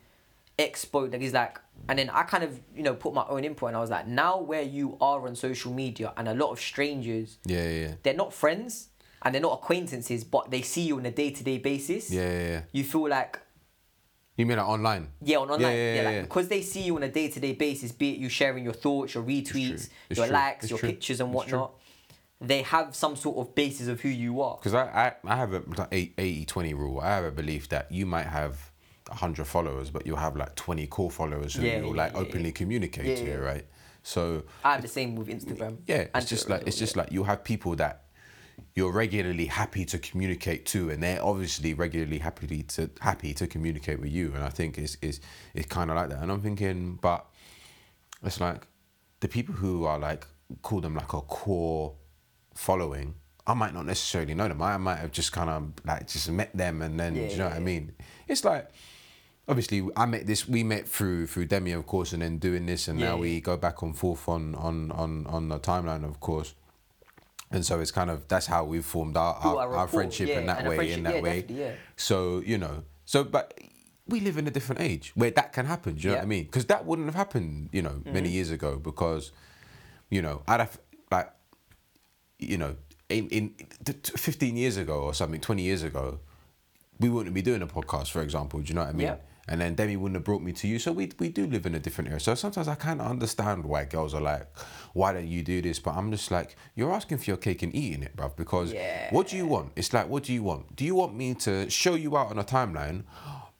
expo that he's like and then I kind of, you know, put my own input and I was like, now where you are on social media and a lot of strangers
Yeah, yeah, yeah.
they're not friends and they're not acquaintances, but they see you on a day to day basis.
Yeah, yeah, yeah.
You feel like
You mean like online?
yeah, on online, yeah,
yeah, yeah,
like,
yeah.
because they see you on a day to day basis, be it you sharing your thoughts, your retweets,
It's
your
true.
likes,
It's
your
true.
pictures, and
It's true.
whatnot, they have some sort of basis of who you are.
Because I, I, I have a like, eight- 80 20 rule. I have a belief that you might have 100 followers, but you'll have like 20 core followers who
Yeah,
you'll
yeah,
like
yeah,
openly communicate
Yeah,
to,
yeah.
right? So,
I have the same with Instagram.
yeah,
and
it's just
Twitter as
like, it's
well,
just
yeah.
like you'll have people that you're regularly happy to communicate to, and they're obviously regularly happy to, happy to communicate with you. And I think it's, it's, it's kind of like that. And I'm thinking, but it's like the people who are like call them like a core following i might not necessarily know them i might have just kind of like just met them and then do you know what i mean it's like obviously i met this we met through through demi of course and then doing this and now
Yeah.
we go back and forth on on on on the timeline of course and so it's kind of that's how we've formed our our,
our
our,
rapport,
friendship
yeah,
in that
and a
way
friendship,
in that
yeah,
way
definitely, yeah.
so you know, so but we live in a different age where that can happen. Do you know what I
Yeah. Mm-hmm.
mean? Because that wouldn't have happened, you know, many years ago. Because, you know, I'd have like, you know, in in t- t- fifteen years ago or something, twenty years ago, we wouldn't be doing a podcast, for example. Do you know what I mean?
Yeah.
And then Demi wouldn't have brought me to you. So we, we do live in a different era. So sometimes I kind of understand why girls are like, why don't you do this? But I'm just like, you're asking for your cake and eating it, bruv. Because what do you want? It's like, what do you want? Do you want me to show you out on a timeline,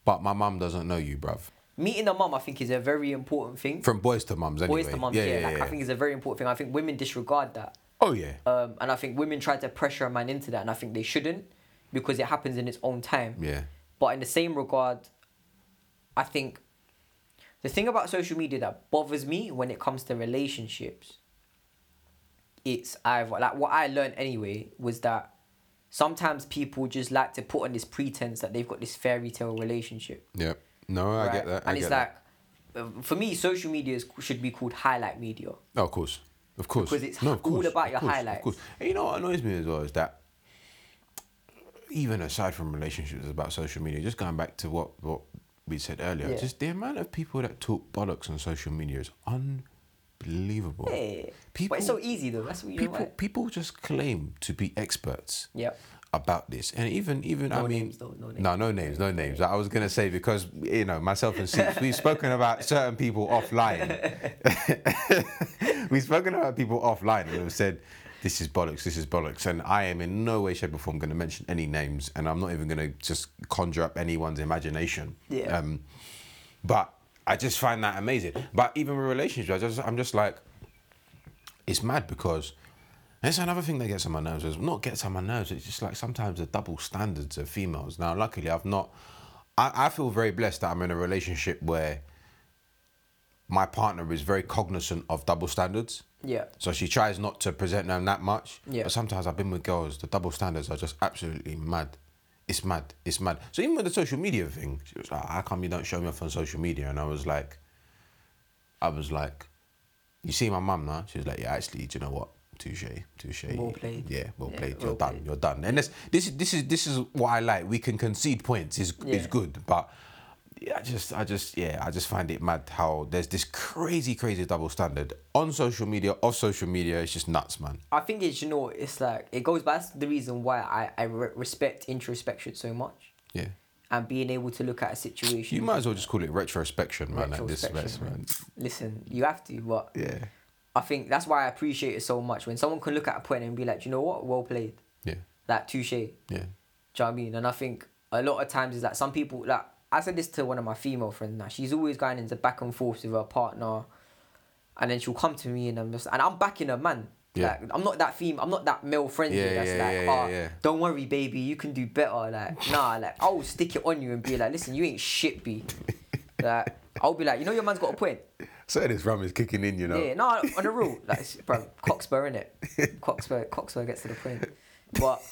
but my mum doesn't know you, bruv?
meeting a mum, I think, is a very important thing.
From boys to mums, anyway.
Boys to mums, yeah, like, I think it's a very important thing. I think women disregard that.
oh, yeah.
Um, and I think women try to pressure a man into that, and I think they shouldn't because it happens in its own time.
Yeah.
But in the same regard, I think the thing about social media that bothers me when it comes to relationships, it's either like what I learned anyway was that sometimes people just like to put on this pretense that they've got this fairy tale relationship.
yeah. No, I get
right?
that. I
And it's
get that.
like, uh, for me, social media is, should be called highlight media.
Oh, of course, of course.
Because it's
No,
all about your
course,
highlights.
Of course. And you know what annoys me as well is that even aside from relationships about social media, just going back to what what we said earlier,
Yeah.
just the amount of people that talk bollocks on social media is unbelievable.
Yeah.
People,
but it's so easy though. That's what you
people,
know. Right?
people just claim to be experts.
Yep.
About this, and even even I
No
mean,
names though, no names.
no, no names, no names. I was gonna say because you know myself and Seeps, we've spoken about certain people offline <laughs> we've spoken about people offline and have said this is bollocks this is bollocks and i am in no way shape or form going to mention any names and i'm not even going to just conjure up anyone's imagination
Yeah.
um, but i just find that amazing but even with relationships I just, i'm just like it's mad because that's another thing that gets on my nerves is not gets on my nerves it's just like sometimes the double standards of females now luckily i've not I, I feel very blessed that i'm in a relationship where my partner is very cognizant of double standards.
Yeah.
So she tries not to present them that much.
Yeah.
But sometimes I've been with girls, the double standards are just absolutely mad. It's mad. It's mad. So even with the social media thing, she was like, how come you don't show me off on social media? And I was like, I was like, you see my mum now? She was like, yeah, actually, do you know what? Touche, touche.
Well played.
Yeah, well
Yeah,
played.
well
You're done.
played.
You're done. And this, this is this is this is what I like. We can concede points. Is is
Yeah.
good, but yeah, I just I just yeah I just find it mad how there's this crazy crazy double standard on social media, off social media. It's just nuts, man.
I think it's you know it's like it goes back to the reason why I I re- respect introspection so much
Yeah.
and being able to look at a situation.
You might as well just call it retrospection, man. Like this,
Retrospection,
man.
Listen, you have to, but
Yeah,
I think that's why I appreciate it so much when someone can look at a point and be like, you know what, well played,
yeah,
that touche. Do you
yeah,
know what I mean? And I think a lot of times is that some people like I said this to one of my female friends now. She's always going into back and forth with her partner, and then she'll come to me and I'm just and I'm backing her man.
Yeah.
Like I'm not that fem I'm not that male friendly
Yeah,
that's
yeah,
like,
yeah,
"Ah,
yeah, yeah."
don't worry, baby, you can do better.
<laughs>
Like, nah, like I'll stick it on you and be like, listen, you ain't shit, B. Like, I'll be like, you know, your man's got a point.
So this rum is kicking in, you know.
Yeah, no, on the rule, like, it's- bro, Coxburg, innit? Coxburg, Coxburg gets to the point. But,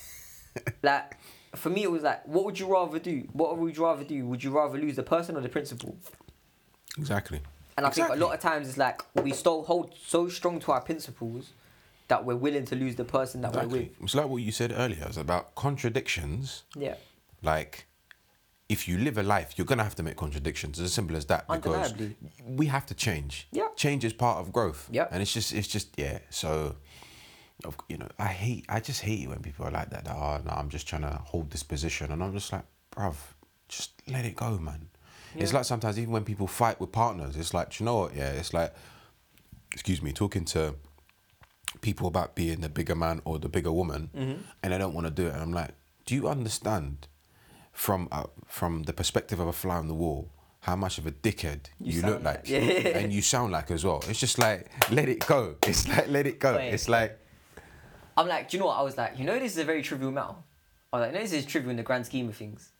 like, for me, it was like, what would you rather do? What would you rather do? Would you rather lose the person or the principle?
Exactly.
And I think
Exactly.
a lot of times it's like, we still hold so strong to our principles that we're willing to lose the person that we're with.
Exactly. It's like what you said earlier. It's about contradictions.
Yeah.
like if you live a life, you're gonna have to make contradictions. It's as simple as that. Because
Undeniably.
we have to change.
Yeah.
Change is part of growth.
Yep.
And it's just it's just yeah. So of- you know, I hate I just hate it when people are like that, that oh no, I'm just trying to hold this position and I'm just like, bruv, just let it go, man. It's like sometimes even when people fight with partners, it's like, "Do you know what, yeah, it's like excuse me, talking to people about being the bigger man or the bigger woman,
Mm-hmm.
and they don't want to do it. And I'm like, do you understand from uh, from the perspective of a fly on the wall how much of a dickhead you, look
sound
like
like- Yeah.
and you sound like as well? It's just like let it go. <laughs> It's like let it go.
Wait.
It's like
I'm like, do you know what? I was like, you know, this is a very trivial matter. I was like, no, this is trivial in the grand scheme of things.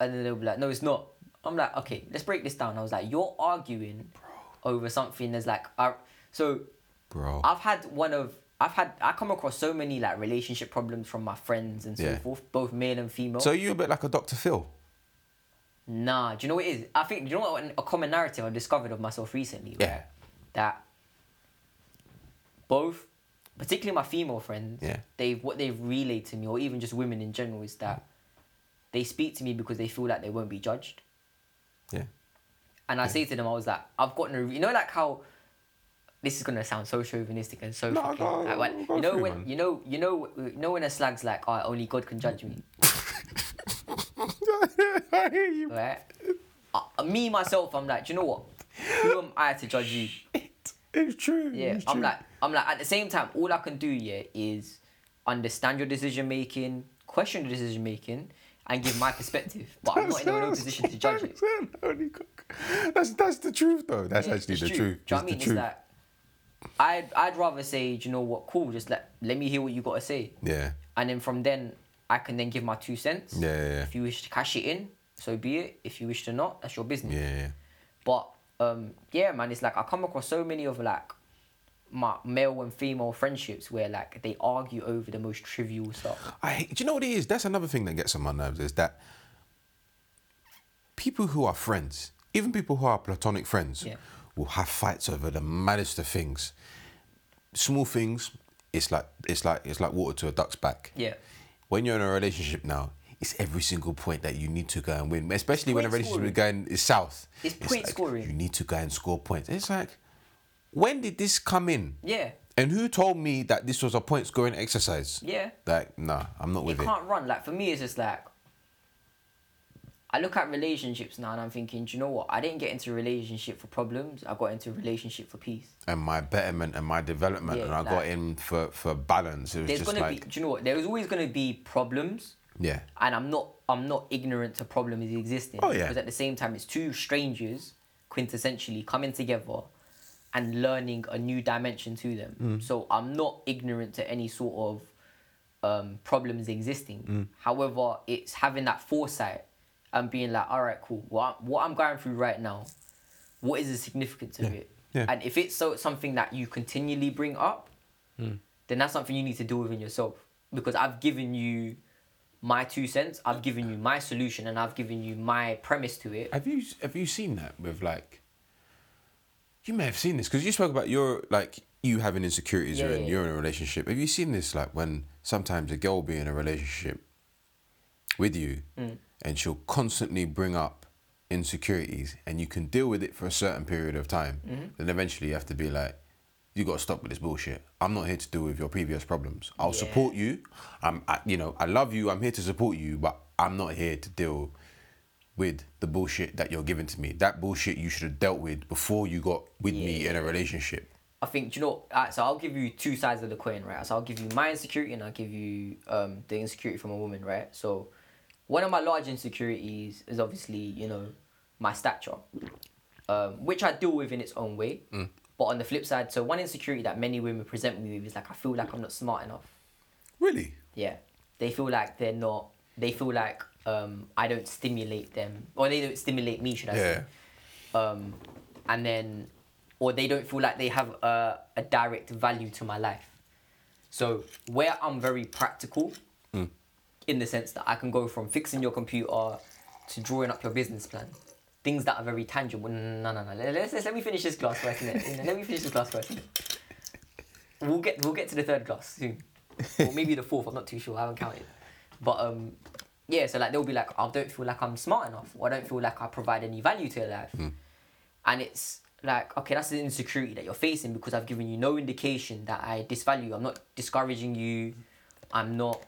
And then they'll be like, no, it's not. I'm like, okay, let's break this down. I was like, you're arguing over something that's like, I, so
bro.
I've had one of, I've had, I come across so many like relationship problems from my friends and so
Yeah.
forth, both male and female.
so you're a bit like a Dr. Phil.
Nah, do you know what it is? I think do you know what a common narrative I discovered of myself recently. right?
Yeah.
That both, particularly my female friends,
Yeah.
they've what they've relayed to me, or even just women in general, is that they speak to me because they feel like they won't be judged.
Yeah.
And I say to them, I was like, I've got no, re-" you know, like how this is gonna sound so chauvinistic and so
No,
fucking.
no,
like, when-
go
you know
through,
when
man.
you know you know you know when a slag's like, oh, only God can judge me,
<laughs> I hear you.
right? Uh, me myself, I'm like, do you know what? Who am I to judge you?
It's true.
Yeah,
it's
I'm
Mm, true.
like, I'm like, at the same time, all I can do, yeah, is understand your decision making, question the decision making, and give my
<laughs>
perspective. But I'm not in no position to judge it.
That's that's the truth though. That's
Yeah,
actually
it's
the
true.
truth.
Do you know
It's
what I
the
mean? It's
truth.
like, I'd, I'd rather say, do you know what, cool, just let, let me hear what you got to say.
Yeah.
And then from then, I can then give my two cents.
Yeah, yeah, yeah.
If you wish to cash it in, so be it. If you wish to not, that's your business.
Yeah, yeah.
But um, yeah, man, it's like I come across so many of like my male and female friendships where like they argue over the most trivial stuff.
I hate, do you know what it is? That's another thing that gets on my nerves is that people who are friends, even people who are platonic friends,
Yeah.
will have fights over the maddest of things. Small things, it's like it's like it's like water to a duck's back.
Yeah.
When you're in a relationship now, it's every single point that you need to go and win. Especially when a
point
relationship is
scoring.
going is south.
It's point
like,
scoring.
You need to go and score points. It's like, when did this come in?
Yeah.
And who told me that this was a point scoring exercise?
Yeah.
Like, nah, I'm not
You
with it.
can't run. Like for me, it's just like I look at relationships now and I'm thinking, do you know what? I didn't get into a relationship for problems. I got into a relationship for peace.
And my betterment and my development,
Yeah,
and I
like-
got in for, for balance. It was
There's
just
gonna
like,
be, do you know what? There's always gonna be problems.
yeah,
and I'm not I'm not ignorant to problems existing.
Oh, yeah.
Because at the same time, it's two strangers quintessentially coming together and learning a new dimension to them.
Mm.
So I'm not ignorant to any sort of um, problems existing.
Mm.
However, it's having that foresight and being like, all right, cool. What I'm, what I'm going through right now, what is the significance of it?
yeah.
And if it's so something that you continually bring up, then that's something you need to deal with in yourself. Because I've given you my two cents, I've given you my solution, and I've given you my premise to it.
Have you have you seen that with like? You may have seen this because you spoke about your like you having insecurities
Yeah,
when
yeah,
you're in a relationship. Have you seen this like when sometimes a girl will be in a relationship with you,
Mm.
and she'll constantly bring up insecurities, and you can deal with it for a certain period of time.
Mm-hmm.
Then eventually you have to be like, you got to stop with this bullshit. I'm not here to deal with your previous problems. I'll
Yeah.
support you. I'm, I, you know, I love you. I'm here to support you, but I'm not here to deal with the bullshit that you're giving to me. That bullshit you should have dealt with before you got with me in a relationship.
I think, do you know, uh, so I'll give you two sides of the coin, right? So I'll give you my insecurity and I'll give you um, the insecurity from a woman, right? So one of my large insecurities is obviously, you know, my stature, um, which I deal with in its own way. But on the flip side, so one insecurity that many women present me with is like, I feel like I'm not smart enough.
Really?
Yeah. They feel like they're not, they feel like um, I don't stimulate them, or they don't stimulate me, should I say
Yeah.
um, and then or they don't feel like they have a, a direct value to my life so where i'm very practical in the sense that i can go from fixing your computer to drawing up your business plan things that are very tangible no no no let- let's, let's let me finish this glass first innit? You know, let me finish this glass first we'll get we'll get to the third glass soon or maybe the fourth i'm not too sure i haven't counted but um yeah, so like they'll be like, I don't feel like I'm smart enough, or I don't feel like I provide any value to your life.
Hmm.
And it's like, okay, that's an insecurity that you're facing because I've given you no indication that I disvalue you. I'm not discouraging you. I'm not,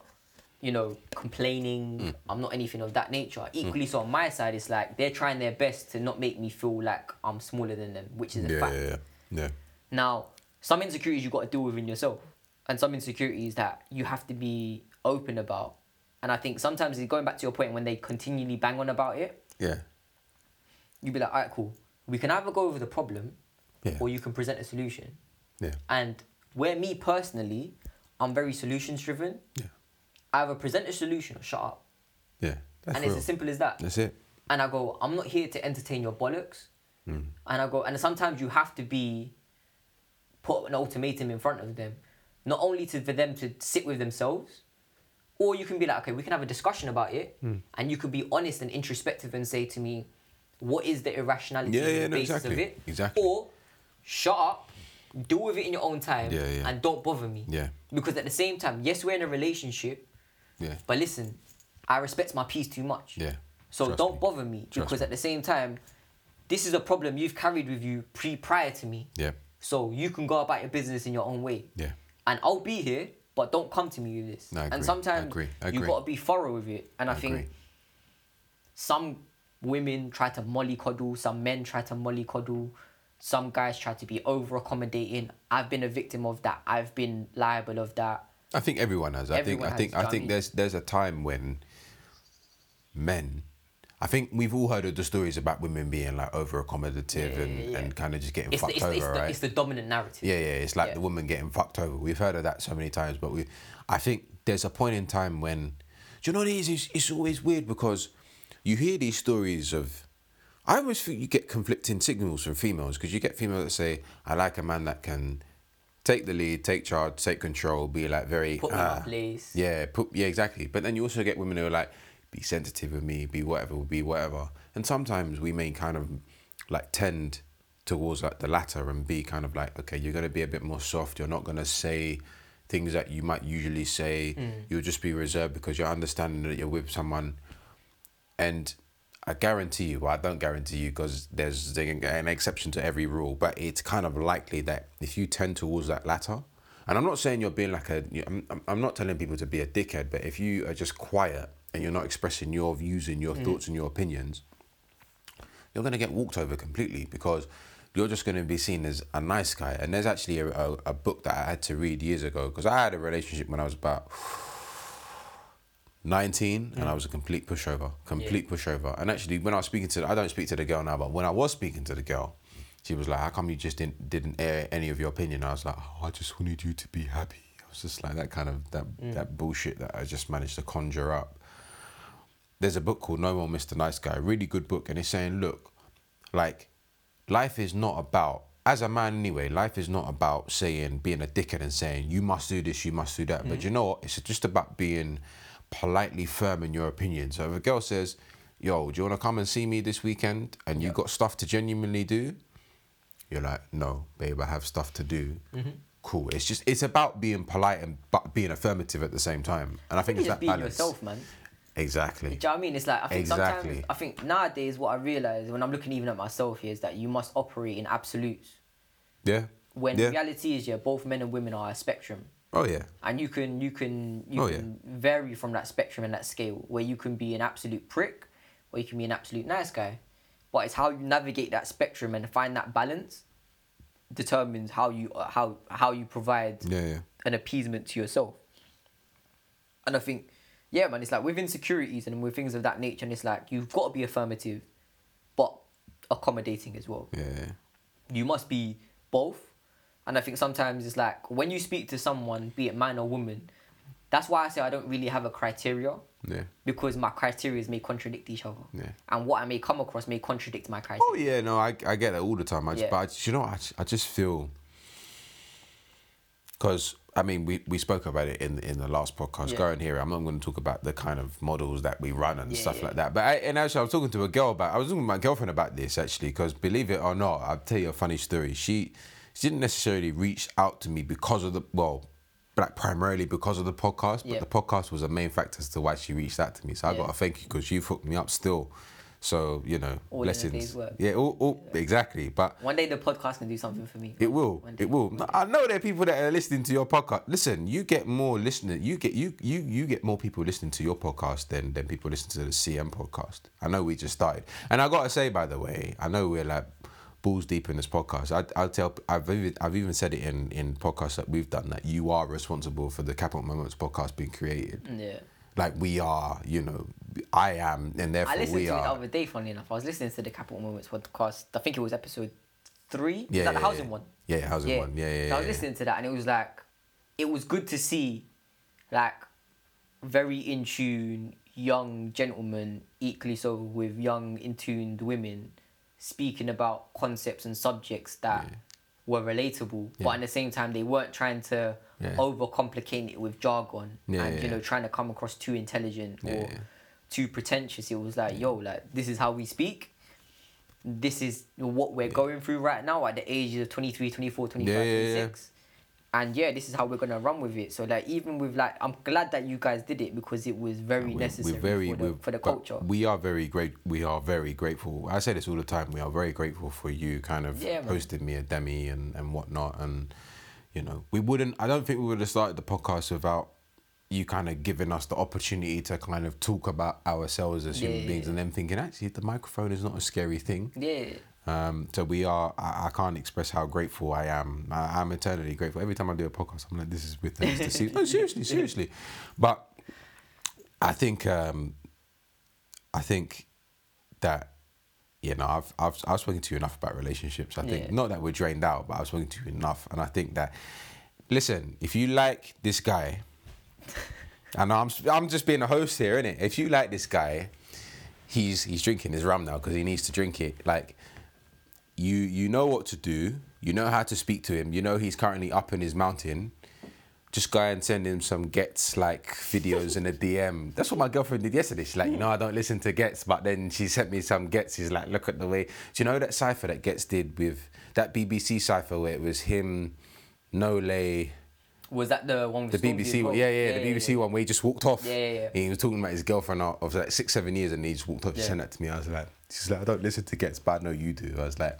you know, complaining.
Hmm.
I'm not anything of that nature. Equally, so on my side, it's like they're trying their best to not make me feel like I'm smaller than them, which is a
Yeah,
fact.
yeah, yeah. yeah.
Now, some insecurities you got to deal with in yourself, and some insecurities that you have to be open about. And I think sometimes it's going back to your point when they continually bang on about it,
Yeah.
you'd be like, all right, cool. We can either go over the problem
Yeah.
or you can present a solution.
Yeah.
And where me personally, I'm very solutions driven.
Yeah.
Either present a solution or shut up.
Yeah. That's
and
real.
it's as simple as that.
That's it.
and I go, I'm not here to entertain your bollocks.
Hmm.
And I go, and sometimes you have to be put an ultimatum in front of them, not only to for them to sit with themselves, or you can be like, okay, we can have a discussion about it,
Hmm.
and you could be honest and introspective and say to me, what is the irrationality
Yeah,
and
yeah,
the
no,
basis of
exactly,
it,
exactly.
or shut up, deal with it in your own time,
Yeah, yeah.
and don't bother me,
Yeah.
because at the same time, yes, we're in a relationship,
Yeah.
but listen, I respect my peace too much.
Yeah.
So
Trust
don't
me.
bother me
Trust
because
me.
at the same time, this is a problem you've carried with you pre prior to me.
Yeah.
So you can go about your business in your own way.
Yeah.
And I'll be here, but don't come to me with this.
No, I agree. I
and sometimes
agree. I
you've
agree.
got to be thorough with it. And I,
I
think
agree.
some women try to mollycoddle, some men try to mollycoddle, some guys try to be over accommodating. I've been a victim of that. I've been liable of that.
I think everyone has. I
Everyone
think
has, do you know what
I think I
I
think
mean?
there's there's a time when men I think we've all heard of the stories about women being like over accommodative and, and kind of just getting
It's the,
fucked
it's,
over,
the, it's,
right?
the, it's the dominant narrative.
Yeah, yeah. It's like
Yeah.
the woman getting fucked over. We've heard of that so many times, but we, I think there's a point in time when, do you know what it is? It's, it's always weird because you hear these stories of. I always think you get conflicting signals from females because you get females that say, "I like a man that can take the lead, take charge, take control, be like very
Put me in my
ah."
place.
Yeah, put, yeah, exactly. But then you also get women who are like, be sensitive with me, be whatever, be whatever. And sometimes we may kind of like tend towards like the latter and be kind of like, okay, you're gonna be a bit more soft. You're not gonna say things that you might usually say. You'll just be reserved because you're understanding that you're with someone. And I guarantee you, well, I don't guarantee you because there's an exception to every rule, but it's kind of likely that if you tend towards that latter, and I'm not saying you're being like a, you- I'm, I'm- I'm not telling people to be a dickhead, but if you are just quiet and you're not expressing your views and your thoughts and your opinions, you're going to get walked over completely because you're just going to be seen as a nice guy. And there's actually a, a, a book that I had to read years ago because I had a relationship when I was about 19 and I was a complete pushover, complete pushover. And actually, when I was speaking to, I don't speak to the girl now, but when I was speaking to the girl, she was like, "How come you just didn't didn't air any of your opinion?" I was like, "Oh, I just wanted you to be happy." I was just like that kind of that that bullshit that I just managed to conjure up. There's a book called No More Mr. Nice Guy, really good book, and it's saying, look, like, life is not about as a man anyway. Life is not about saying being a dickhead and saying you must do this, you must do that.
Mm.
But you know what? It's just about being politely firm in your opinion. So if a girl says, "Yo, do you want to come and see me this weekend?" and you got stuff to genuinely do, you're like, no, babe, I have stuff to do.
Mm-hmm.
Cool. It's just it's about being polite and but being affirmative at the same time. And I think
It's
it's
just
that
being
balance.
yourself, man. Do
Exactly.
you know what I mean? It's like I think
Exactly.
sometimes I think nowadays what I realize when I'm looking even at myself here is that you must operate in absolutes.
Yeah.
When
yeah.
reality is yeah, both men and women are a spectrum.
Oh yeah.
And you can you can you
Oh, yeah.
can vary from that spectrum and that scale where you can be an absolute prick or you can be an absolute nice guy. But it's how you navigate that spectrum and find that balance determines how you uh, how how you provide
Yeah, yeah.
an appeasement to yourself. And I think, yeah, man, it's like with insecurities and with things of that nature, and it's like you've got to be affirmative, but accommodating as well.
Yeah. yeah.
You must be both. And I think sometimes it's like when you speak to someone, be it man or woman, that's why I say I don't really have a criteria.
Yeah.
Because my criterias may contradict each other.
Yeah.
And what I may come across may contradict my criteria.
Oh yeah, no, I, I get that all the time. I just,
Yeah.
but I just- you know, what? I, just- I just feel because I mean, we, we spoke about it in in the last podcast.
Yeah.
Go and hear it. I'm not going to talk about the kind of models that we run and
Yeah,
stuff
yeah.
like that. But I, and actually, I was talking to a girl about. I was talking to my girlfriend about this actually because believe it or not, I'll tell you a funny story. She she didn't necessarily reach out to me because of the well like primarily because of the podcast, but
Yeah.
the podcast was a main factor as to why she reached out to me. So I
Yeah.
got to thank you because you've hooked me up still. So you know,
All in a day's
blessings.
work.
Yeah, all, all, exactly. But
One day the podcast can do something for me.
it will.
One day.
It will. No, I know there are people that are listening to your podcast. Listen, you get more listeners. You get you you you get more people listening to your podcast than than people listen to the CM podcast. I know we just started, and I gotta say, by the way, I know we're like balls deep in this podcast. I I tell I've even, I've even said it in in podcasts that we've done that you are responsible for the Capital Moments podcast being created.
Mm, Yeah.
Like we are, you know, I am, and
I
therefore
listened
we
to it the
are.
other day, funnily enough. I was listening to the Capital Moments podcast. I think it was episode three. Is
Yeah,
that
yeah,
the housing
yeah.
one?
Yeah, yeah, housing one. Yeah,
So I
yeah, yeah,
was
yeah.
listening to that and it was like, it was good to see, like, very in tune young gentlemen, equally so with young in tuned women, speaking about concepts and subjects that were relatable, but
Yeah.
at the same time they weren't trying to
Yeah.
overcomplicate it with jargon
Yeah,
and
yeah,
you know
yeah.
trying to come across too intelligent or
yeah.
too pretentious. It was like, yo, like this is how we speak. This is what we're going through right now at the ages of 23, 24, 25,
Yeah, yeah, yeah.
26. And yeah, this is how we're gonna run with it. So like, even with like, I'm glad that you guys did it because it was very necessary for the,
we're-
for the
but
culture.
We are very great. We are very grateful. I say this all the time. We are very grateful for you, kind of
Yeah, man.
hosting me at Demi and and whatnot. And you know, we wouldn't. I don't think we would have started the podcast without you kind of giving us the opportunity to kind of talk about ourselves as human
Yeah.
beings, and then thinking actually the microphone is not a scary thing.
yeah,
Um, so we are. I, I can't express how grateful I am. I, I'm eternally grateful. Every time I do a podcast, I'm like, this is with them. no, seriously, seriously. But I think um, I think that you know I've I've I've spoken to you enough about relationships. I think
Yeah.
not that we're drained out, but I've spoken to you enough, and I think that listen, if you like this guy, and I'm I'm just being a host here, innit? If you like this guy, he's he's drinking his rum now because he needs to drink it. Like you you know what to do. You know how to speak to him. You know he's currently up in his mountain. Just go and send him some gets like videos in a DM. That's what my girlfriend did yesterday. She's like, you know, I don't listen to gets, but then she sent me some gets. She's like, look at the way. Do you know that cipher that gets did with that BBC cipher where it was him, No Lay,
was that the one? With
the
Stormzy as
BBC one,
well?
yeah, yeah, the BBC one where he just walked off.
Yeah, yeah, yeah.
And he was talking about his girlfriend of of, like six, seven years, and he just walked off. She
Yeah.
sent that to me. I was like, she's like, I don't listen to Gets, but I know you do. I was like,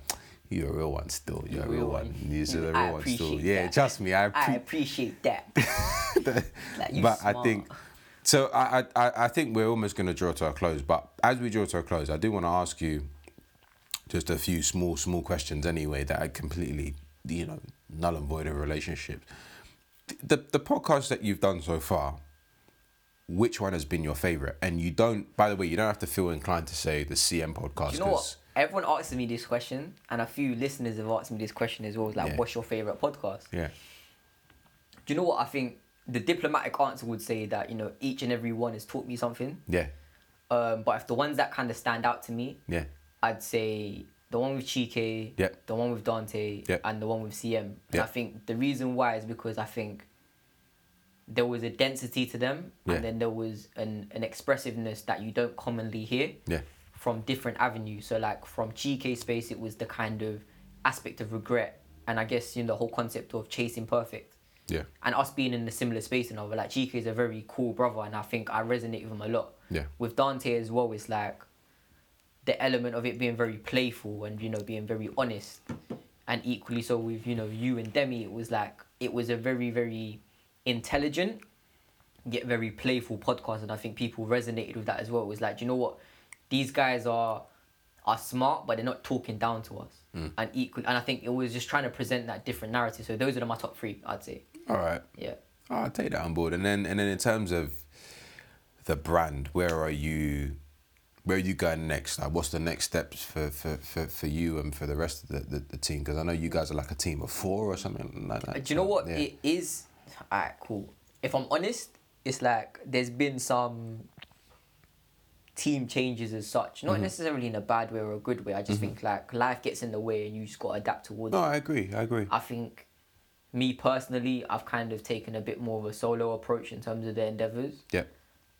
you're a real one still. You're a real one. You're a
Mm, I
real one still.
appreciate
Yeah,
that.
trust me. I,
I
appre-
appreciate that.
<laughs>
Like, you
but I
smart.
think so. I, I- I I think we're almost going to draw to a close. But as we draw to a close, I do want to ask you just a few small small questions anyway that are completely you know null and void of relationships. The the podcast that you've done so far, which one has been your favorite? And you don't. By the way, you don't have to feel inclined to say the CM podcast.
Do you know what?
'cause-
Everyone asks me this question, and a few listeners have asked me this question as well. Like,
Yeah.
what's your favorite podcast?
Yeah.
Do you know what I think? The diplomatic answer would say that you know each and every one has taught me something.
Yeah.
Um, but if the ones that kind of stand out to me,
Yeah.
I'd say the one with Chike,
Yep.
the one with Dante,
Yep.
and the one with CM. And I
Yep.
think the reason why is because I think there was a density to them,
Yeah.
and then there was an, an expressiveness that you don't commonly hear
Yeah.
from different avenues. So, like from Chike space, it was the kind of aspect of regret, and I guess you know the whole concept of chasing perfect
Yeah.
and us being in a similar space and all, but like GK is a very cool brother, and I think I resonate with him a lot.
Yeah.
With Dante as well, it's like the element of it being very playful and you know being very honest, and equally so with you know you and Demi, it was like it was a very very intelligent yet very playful podcast, and I think people resonated with that as well. It was like, you know what, these guys are are smart, but they're not talking down to us. And equal, and I think it was just trying to present that different narrative. So those are my top three, I'd say.
All right.
Yeah.
Oh, I'll take that on board. And then and then in terms of the brand, where are you where are you going next? Like what's the next steps for, for, for, for you and for the rest of the, the, the team? Because I know you guys are like a team of four or something like that.
Uh, Do you know
So,
what?
yeah.
It is. Alright, cool. If I'm honest, it's like there's been some team changes as such.
Mm-hmm.
Not necessarily in a bad way or a good way. I just think like life gets in the way and you just gotta adapt towards
No,
it.
I agree, I agree.
I think me personally, I've kind of taken a bit more of a solo approach in terms of the endeavours.
Yep.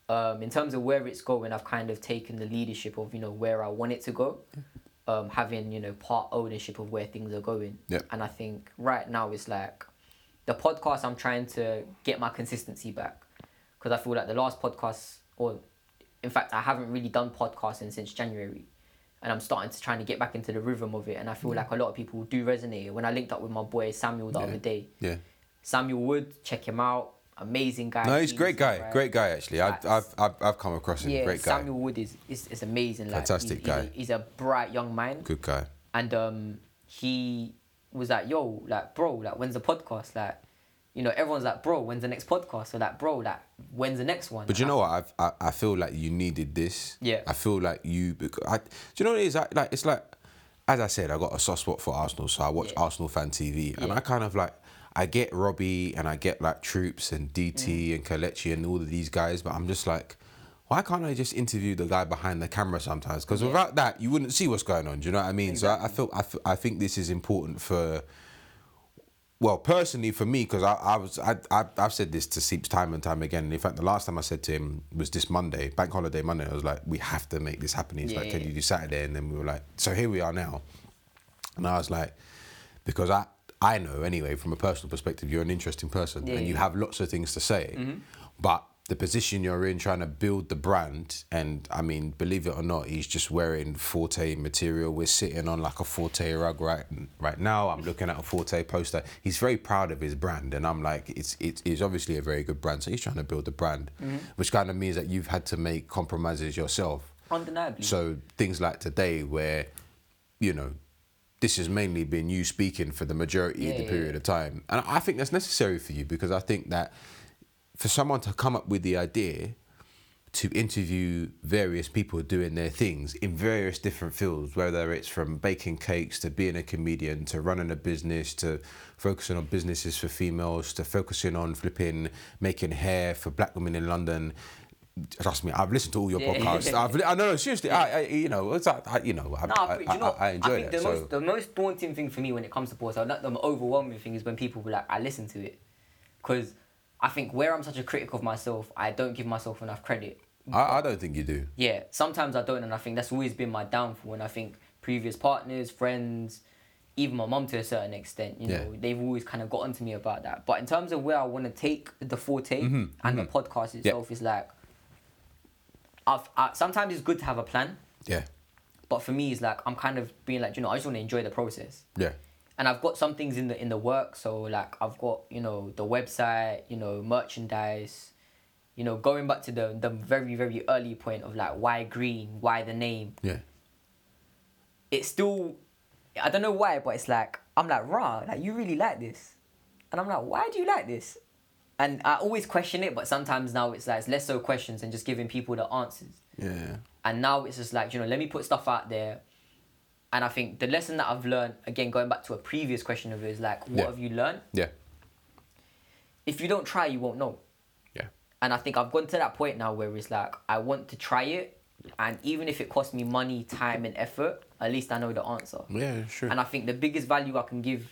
Um, in terms of where it's going, I've kind of taken the leadership of you know where I want it to go, um, having you know part ownership of where things are going.
Yep.
And I think right now it's like the podcast I'm trying to get my consistency back because I feel like the last podcast or in fact I haven't really done podcasting since January and I'm starting to trying to get back into the rhythm of it and I feel like a lot of people do resonate when I linked up with my boy Samuel the other day
Yeah.
Samuel Wood check him out amazing guy
No, he's a great guy.
right?
Great guy, actually. I've, I've,
Facts.
I've, I've come across him.
yeah
great guy.
Samuel Wood is is, is amazing like, he's-
Fantastic
he's
guy.
a- he's a bright young man
Good guy.
and um he was like yo like bro like when's the podcast like you know everyone's like bro when's the next podcast so like bro like when's the next one
But you
Like,
know what? I've, I I feel like you needed this.
Yeah.
I feel like you. Because I, do you know what it is? I, like it's like, as I said, I got a soft spot for Arsenal, so I watch
Yeah.
Arsenal fan TV, and
Yeah.
I kind of like. I get Robbie and I get like Troops and DT
Mm.
and Kalechi and all of these guys, but I'm just like, why can't I just interview the guy behind the camera sometimes? Because without that, you wouldn't see what's going on. Do you know what I mean? So I, I feel I, f- I think this is important for well, personally for me, because I, I was I, I I've said this to Seeps time and time again. And in fact, the last time I said to him was this Monday, Bank Holiday Monday. I was like, we have to make this happen. He's like,
Yeah.
can you do Saturday? And then we were like, so here we are now. And I was like, because I I know anyway from a personal perspective, you're an interesting person and you
yeah. Mm-hmm.
have lots of things to say, but the position you're in trying to build the brand and I mean believe it or not he's just wearing Forte material we're sitting on like a Forte rug right right now I'm looking at a Forte poster he's very proud of his brand and I'm like it's it is obviously a very good brand so he's trying to build the brand
Mm-hmm.
which kind of means that you've had to make compromises yourself
undeniably
so things like today, where you know, this has mainly been you speaking for the majority of
Yeah,
the
yeah,
period
yeah.
of time, and I think that's necessary for you because I think that for someone to come up with the idea to interview various people doing their things in various different fields, whether it's from baking cakes to being a comedian to running a business to focusing on businesses for females to focusing on flipping making hair for black women in London. Trust me, I've listened to all your
Yeah. <laughs>
podcasts. I've, li- I know, seriously, I, I, you know, it's, I, I, you know, I,
No,
I,
I, do you know,
I, I enjoy
think
that.
the
so.
most the most daunting thing for me when it comes to sports, or not the overwhelming thing, is when people be like, I listen to it, because I think where I'm such a critic of myself, I don't give myself enough credit.
I, I don't think you do.
Yeah, sometimes I don't, and I think that's always been my downfall. And I think previous partners, friends, even my mum to a certain extent, you
Yeah.
know, they've always kind of gotten to me about that. But in terms of where I want to take the forte and the podcast itself is like, I've, I, sometimes it's good to have a plan,
Yeah,
but for me, it's like I'm kind of being like, "Do you know, I just want to enjoy the process
yeah,
and I've got some things in the in the work. So like I've got you know the website, you know merchandise, you know going back to the the very very early point of like why green, why the name.
yeah.
It's still, I don't know why, but it's like I'm like rah, like you really like this, and I'm like why do you like this, and I always question it, but sometimes now it's like it's less so questions and just giving people the answers.
Yeah.
And now it's just like, you know, let me put stuff out there. And I think the lesson that I've learned, again, going back to a previous question of it, is like, what
Yeah.
have you learned?
Yeah.
If you don't try, you won't know.
Yeah.
And I think I've gone to that point now where it's like, I want to try it. And even if it costs me money, time, and effort, at least I know the answer.
Yeah, sure.
And I think the biggest value I can give,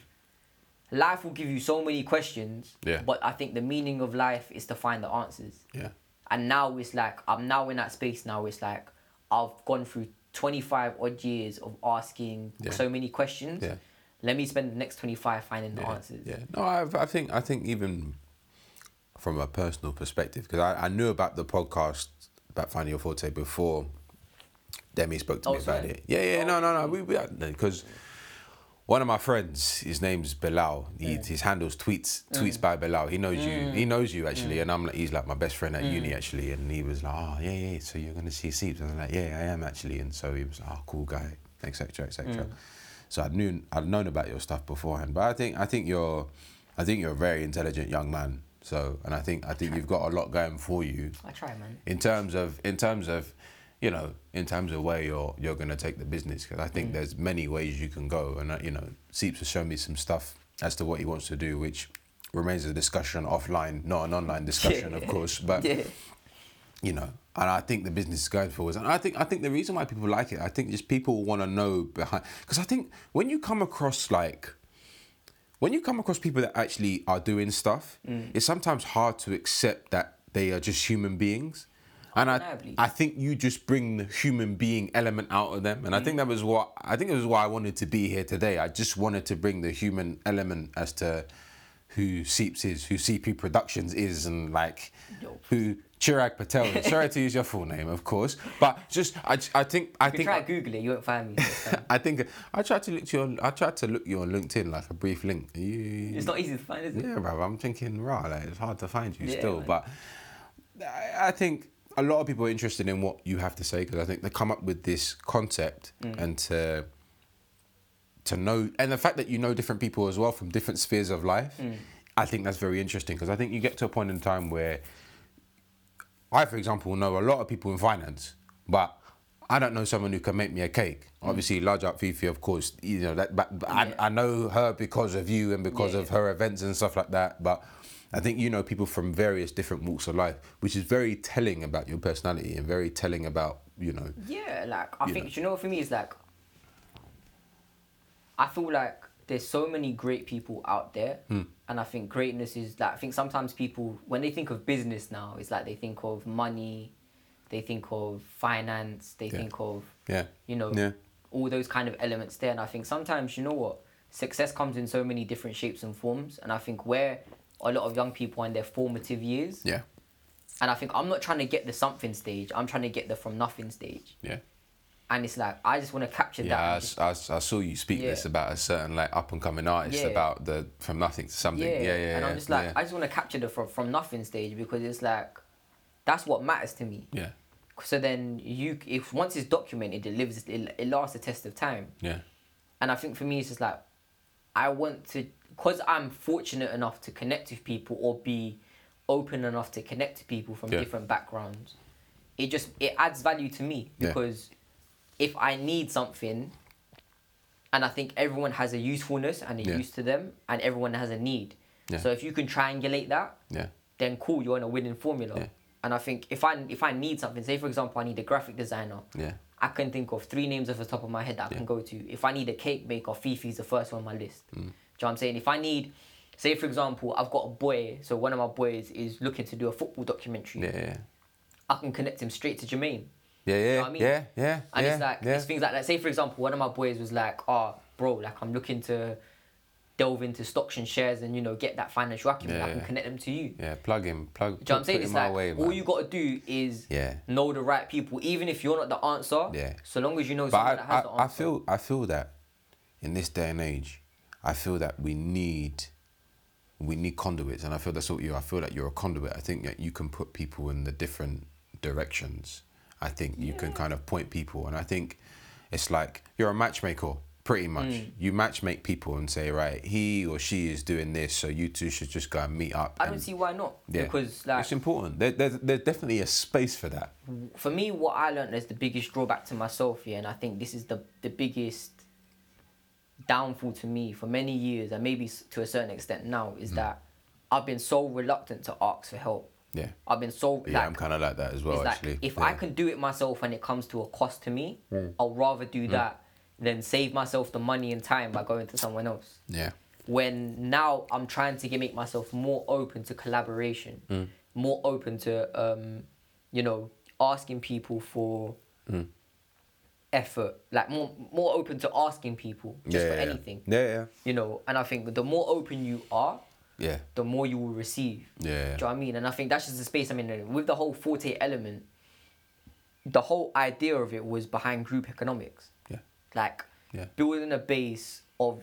life will give you so many questions.
Yeah.
But I think the meaning of life is to find the answers.
yeah.
And now it's like I'm now in that space now. It's like I've gone through twenty five odd years of asking
Yeah.
so many questions.
Yeah.
Let me spend the next twenty five finding the
yeah,
answers.
Yeah. No, I, I think I think even from a personal perspective, because I, I knew about the podcast about finding your forte before Demi spoke to
Oh,
me about
sorry. Oh.
it. Yeah, yeah, no, no, no. We because one of my friends, his name's Bilal. He,
Mm.
His handles tweets tweets by Bilal. He knows you. He knows you
Mm.
actually, and I'm like he's like my best friend at uni actually. And he was like, oh yeah, yeah. So you're gonna see Seeps? And I was like, yeah, I am actually. And so he was like, oh cool guy, etc. etc.
Mm.
So I knew I'd known about your stuff beforehand, but I think I think you're, I think you're a very intelligent young man. So and I think
<laughs>
I think you've got a lot going for you
I try, man.
in terms of in terms of you know in terms of where you're you're going to take the business because i
Mm.
think there's many ways you can go and uh, you know seeps has shown me some stuff as to what he wants to do which remains a discussion offline not an online discussion of course
<laughs>
but
Yeah.
you know and i think the business is going forwards and i think i think the reason why people like it i think just people want to know behind because i think when you come across like when you come across people that actually are doing stuff, it's sometimes hard to accept that they are just human beings. And I,
Undeniably.
I think you just bring the human being element out of them. And I
Mm.
think that was what I think it was why I wanted to be here today. I just wanted to bring the human element as to who Seeps is, who CP Productions is, and like
Yo.
who Chirag Patel is. Sorry to use your full name, of course, but just I, I think I
If you
think
try to Google it, you won't find
<laughs>
me.
I think I tried to look to your I tried to look you on LinkedIn like a brief link. You,
it's not easy to find, is it?
yeah, bro. I'm thinking, right, like, it's hard to find you
Yeah,
still.
man.
But I, I think a lot of people are interested in what you have to say because I think they come up with this concept
Mm.
and to to know and the fact that you know different people as well from different spheres of life.
Mm.
I think that's very interesting because I think you get to a point in time where I, for example, know a lot of people in finance, but I don't know someone who can make me a cake. Obviously, Large Up Fifi, of course, you know that, but, but
Mm. Yeah.
I, I know her because of you and because
Yeah.
of her events and stuff like that. But I think you know people from various different walks of life, which is very telling about your personality and very telling about you know.
Mm. Yeah, like I
You
think
know.
you know for me it's like I feel like there's so many great people out there and I think greatness is that I think sometimes people when they think of business now it's like they think of money, they think of finance, they
Yeah.
think of
Yeah.
you know
Yeah.
all those kind of elements there and I think sometimes you know what success comes in so many different shapes and forms and I think where a lot of young people are in their formative years
Yeah.
and I think I'm not trying to get the something stage I'm trying to get the from nothing stage
Yeah.
and it's like I just want to capture that.
Yeah, I
and
s-
just-
I, s- I saw you speak
Yeah.
this about a certain like up and coming artist
Yeah.
about the from nothing to something. Yeah, yeah, yeah.
and I'm just like,
yeah.
I just want to capture the from from nothing stage because it's like, that's what matters to me.
yeah,
So then you, if once it's documented, it lives, it, it lasts the test of time.
yeah,
And I think for me, it's just like, I want to, because I'm fortunate enough to connect with people or be open enough to connect to people from
Yeah.
different backgrounds. It just it adds value to me
Yeah.
because if I need something, and I think everyone has a usefulness and a
Yeah.
use to them, and everyone has a need.
Yeah.
So if you can triangulate that,
yeah,
then cool, you're on a winning formula.
Yeah.
And I think if I if I need something, say for example, I need a graphic designer.
yeah,
I can think of three names off the top of my head that I
Yeah. Mm.
can go to. If I need a cake maker, Fifi's the first one on my list. Do you know what I'm saying? If I need, say for example, I've got a boy, so one of my boys is looking to do a football documentary.
yeah, yeah.
I can connect him straight to Jermaine.
Yeah, yeah,
know what I mean?
yeah, yeah.
And
yeah,
it's like
yeah.
it's things like that. Say for example, one of my boys was like, "Oh, bro, like I'm looking to delve into stocks and shares and you know get that financial acumen. I
Yeah.
can connect them to you."
yeah, plug him, plug.
Do you know what I'm saying?
put
It's
him our
like
way,
all
man.
you gotta do is
Yeah.
know the right people, even if you're not the answer.
Yeah.
So long as you know
But
someone
I,
that has the answer.
I, I feel, I feel that in this day and age, I feel that we need, we need conduits, and I feel that's what you. I feel that you're a conduit. I think that you can put people in the different directions. I think you can kind of point people, and I think it's like you're a matchmaker. Pretty much,
Mm.
you matchmake people and say, right, he or she is doing this, so you two should just go and meet up.
I don't
and-
see why not.
<laughs> Yeah.
Because like Mm.
it's important. There, there's, there's definitely a space for that.
for me, what I learned is the biggest drawback to myself, yeah, and I think this is the the biggest downfall to me for many years, and maybe s- to a certain extent now,
Hmm.
is that I've been so reluctant to ask for help.
Yeah.
I've been so
yeah,
like,
I'm kind of like that as well,
it's like,
actually.
if
yeah. Hmm.
I can do it myself and it comes to a cost to me, I'll rather do that than save myself the money and time by going to someone else.
Yeah.
When now I'm trying to get, make myself more open to collaboration,
Mm.
more open to, um, you know, asking people for
Mm.
effort, like more more open to asking people just
yeah,
for
yeah, yeah.
anything,
Yeah, yeah.
you know. And I think the more open you are,
Yeah.
the more you will receive.
Yeah.
Do you know what I mean? And I think that's just the space I'm in. now. With the whole forte element, the whole idea of it was behind group economics.
Yeah.
Like
Yeah.
building a base of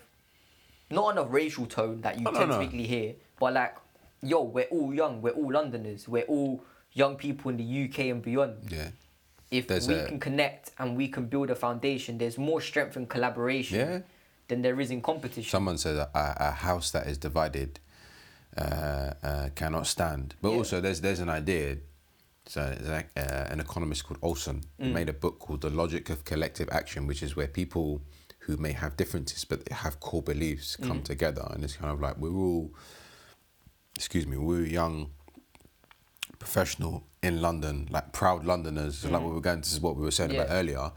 not on a racial tone that you
No, no,
tend
no.
to typically hear, but like, yo, we're all young, we're all Londoners, we're all young people in the UK and beyond.
Yeah.
If
There's
we
a-
can connect and we can build a foundation, there's more strength in collaboration
Yeah.
than there is in competition.
Someone said a, a house that is divided uh, uh, cannot stand. But
Yeah.
also, there's there's an idea. So it's like, uh, an economist called Olson he
Mm.
made a book called The Logic of Collective Action, which is where people who may have differences but they have core beliefs
Mm.
come together, and it's kind of like we're all, excuse me, we're young professional in London, like proud Londoners, like what we're going. This is what we were saying about
Mm. Yeah.
earlier.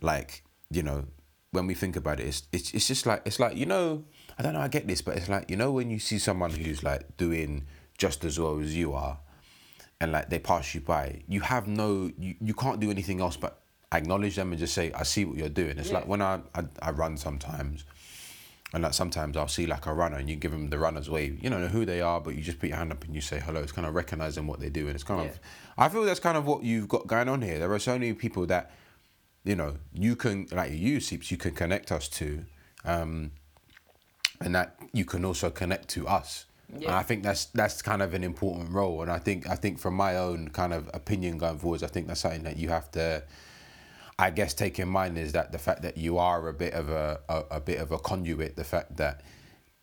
Like you know, when we think about it, it's, it's it's just like it's like you know, I don't know. I get this, but it's like you know when you see someone who's like doing just as well as you are, and like they pass you by, you have no, you, you can't do anything else but acknowledge them and just say, I see what you're doing. It's
Yeah.
like when I, I I run sometimes, And like sometimes I'll see like a runner and you give them the runner's wave. You don't know who they are, but you just put your hand up and you say hello. It's kind of recognizing what they do. And it's kind of, I feel that's kind of what you've got going on here. There are so many people that, you know, you can, like you, Seeps, you can connect us to. Um, and that you can also connect to us. And I think that's that's kind of an important role. And I think I think from my own kind of opinion going forwards, I think that's something that you have to I guess take in mind is that the fact that you are a bit of a, a, a bit of a conduit, the fact that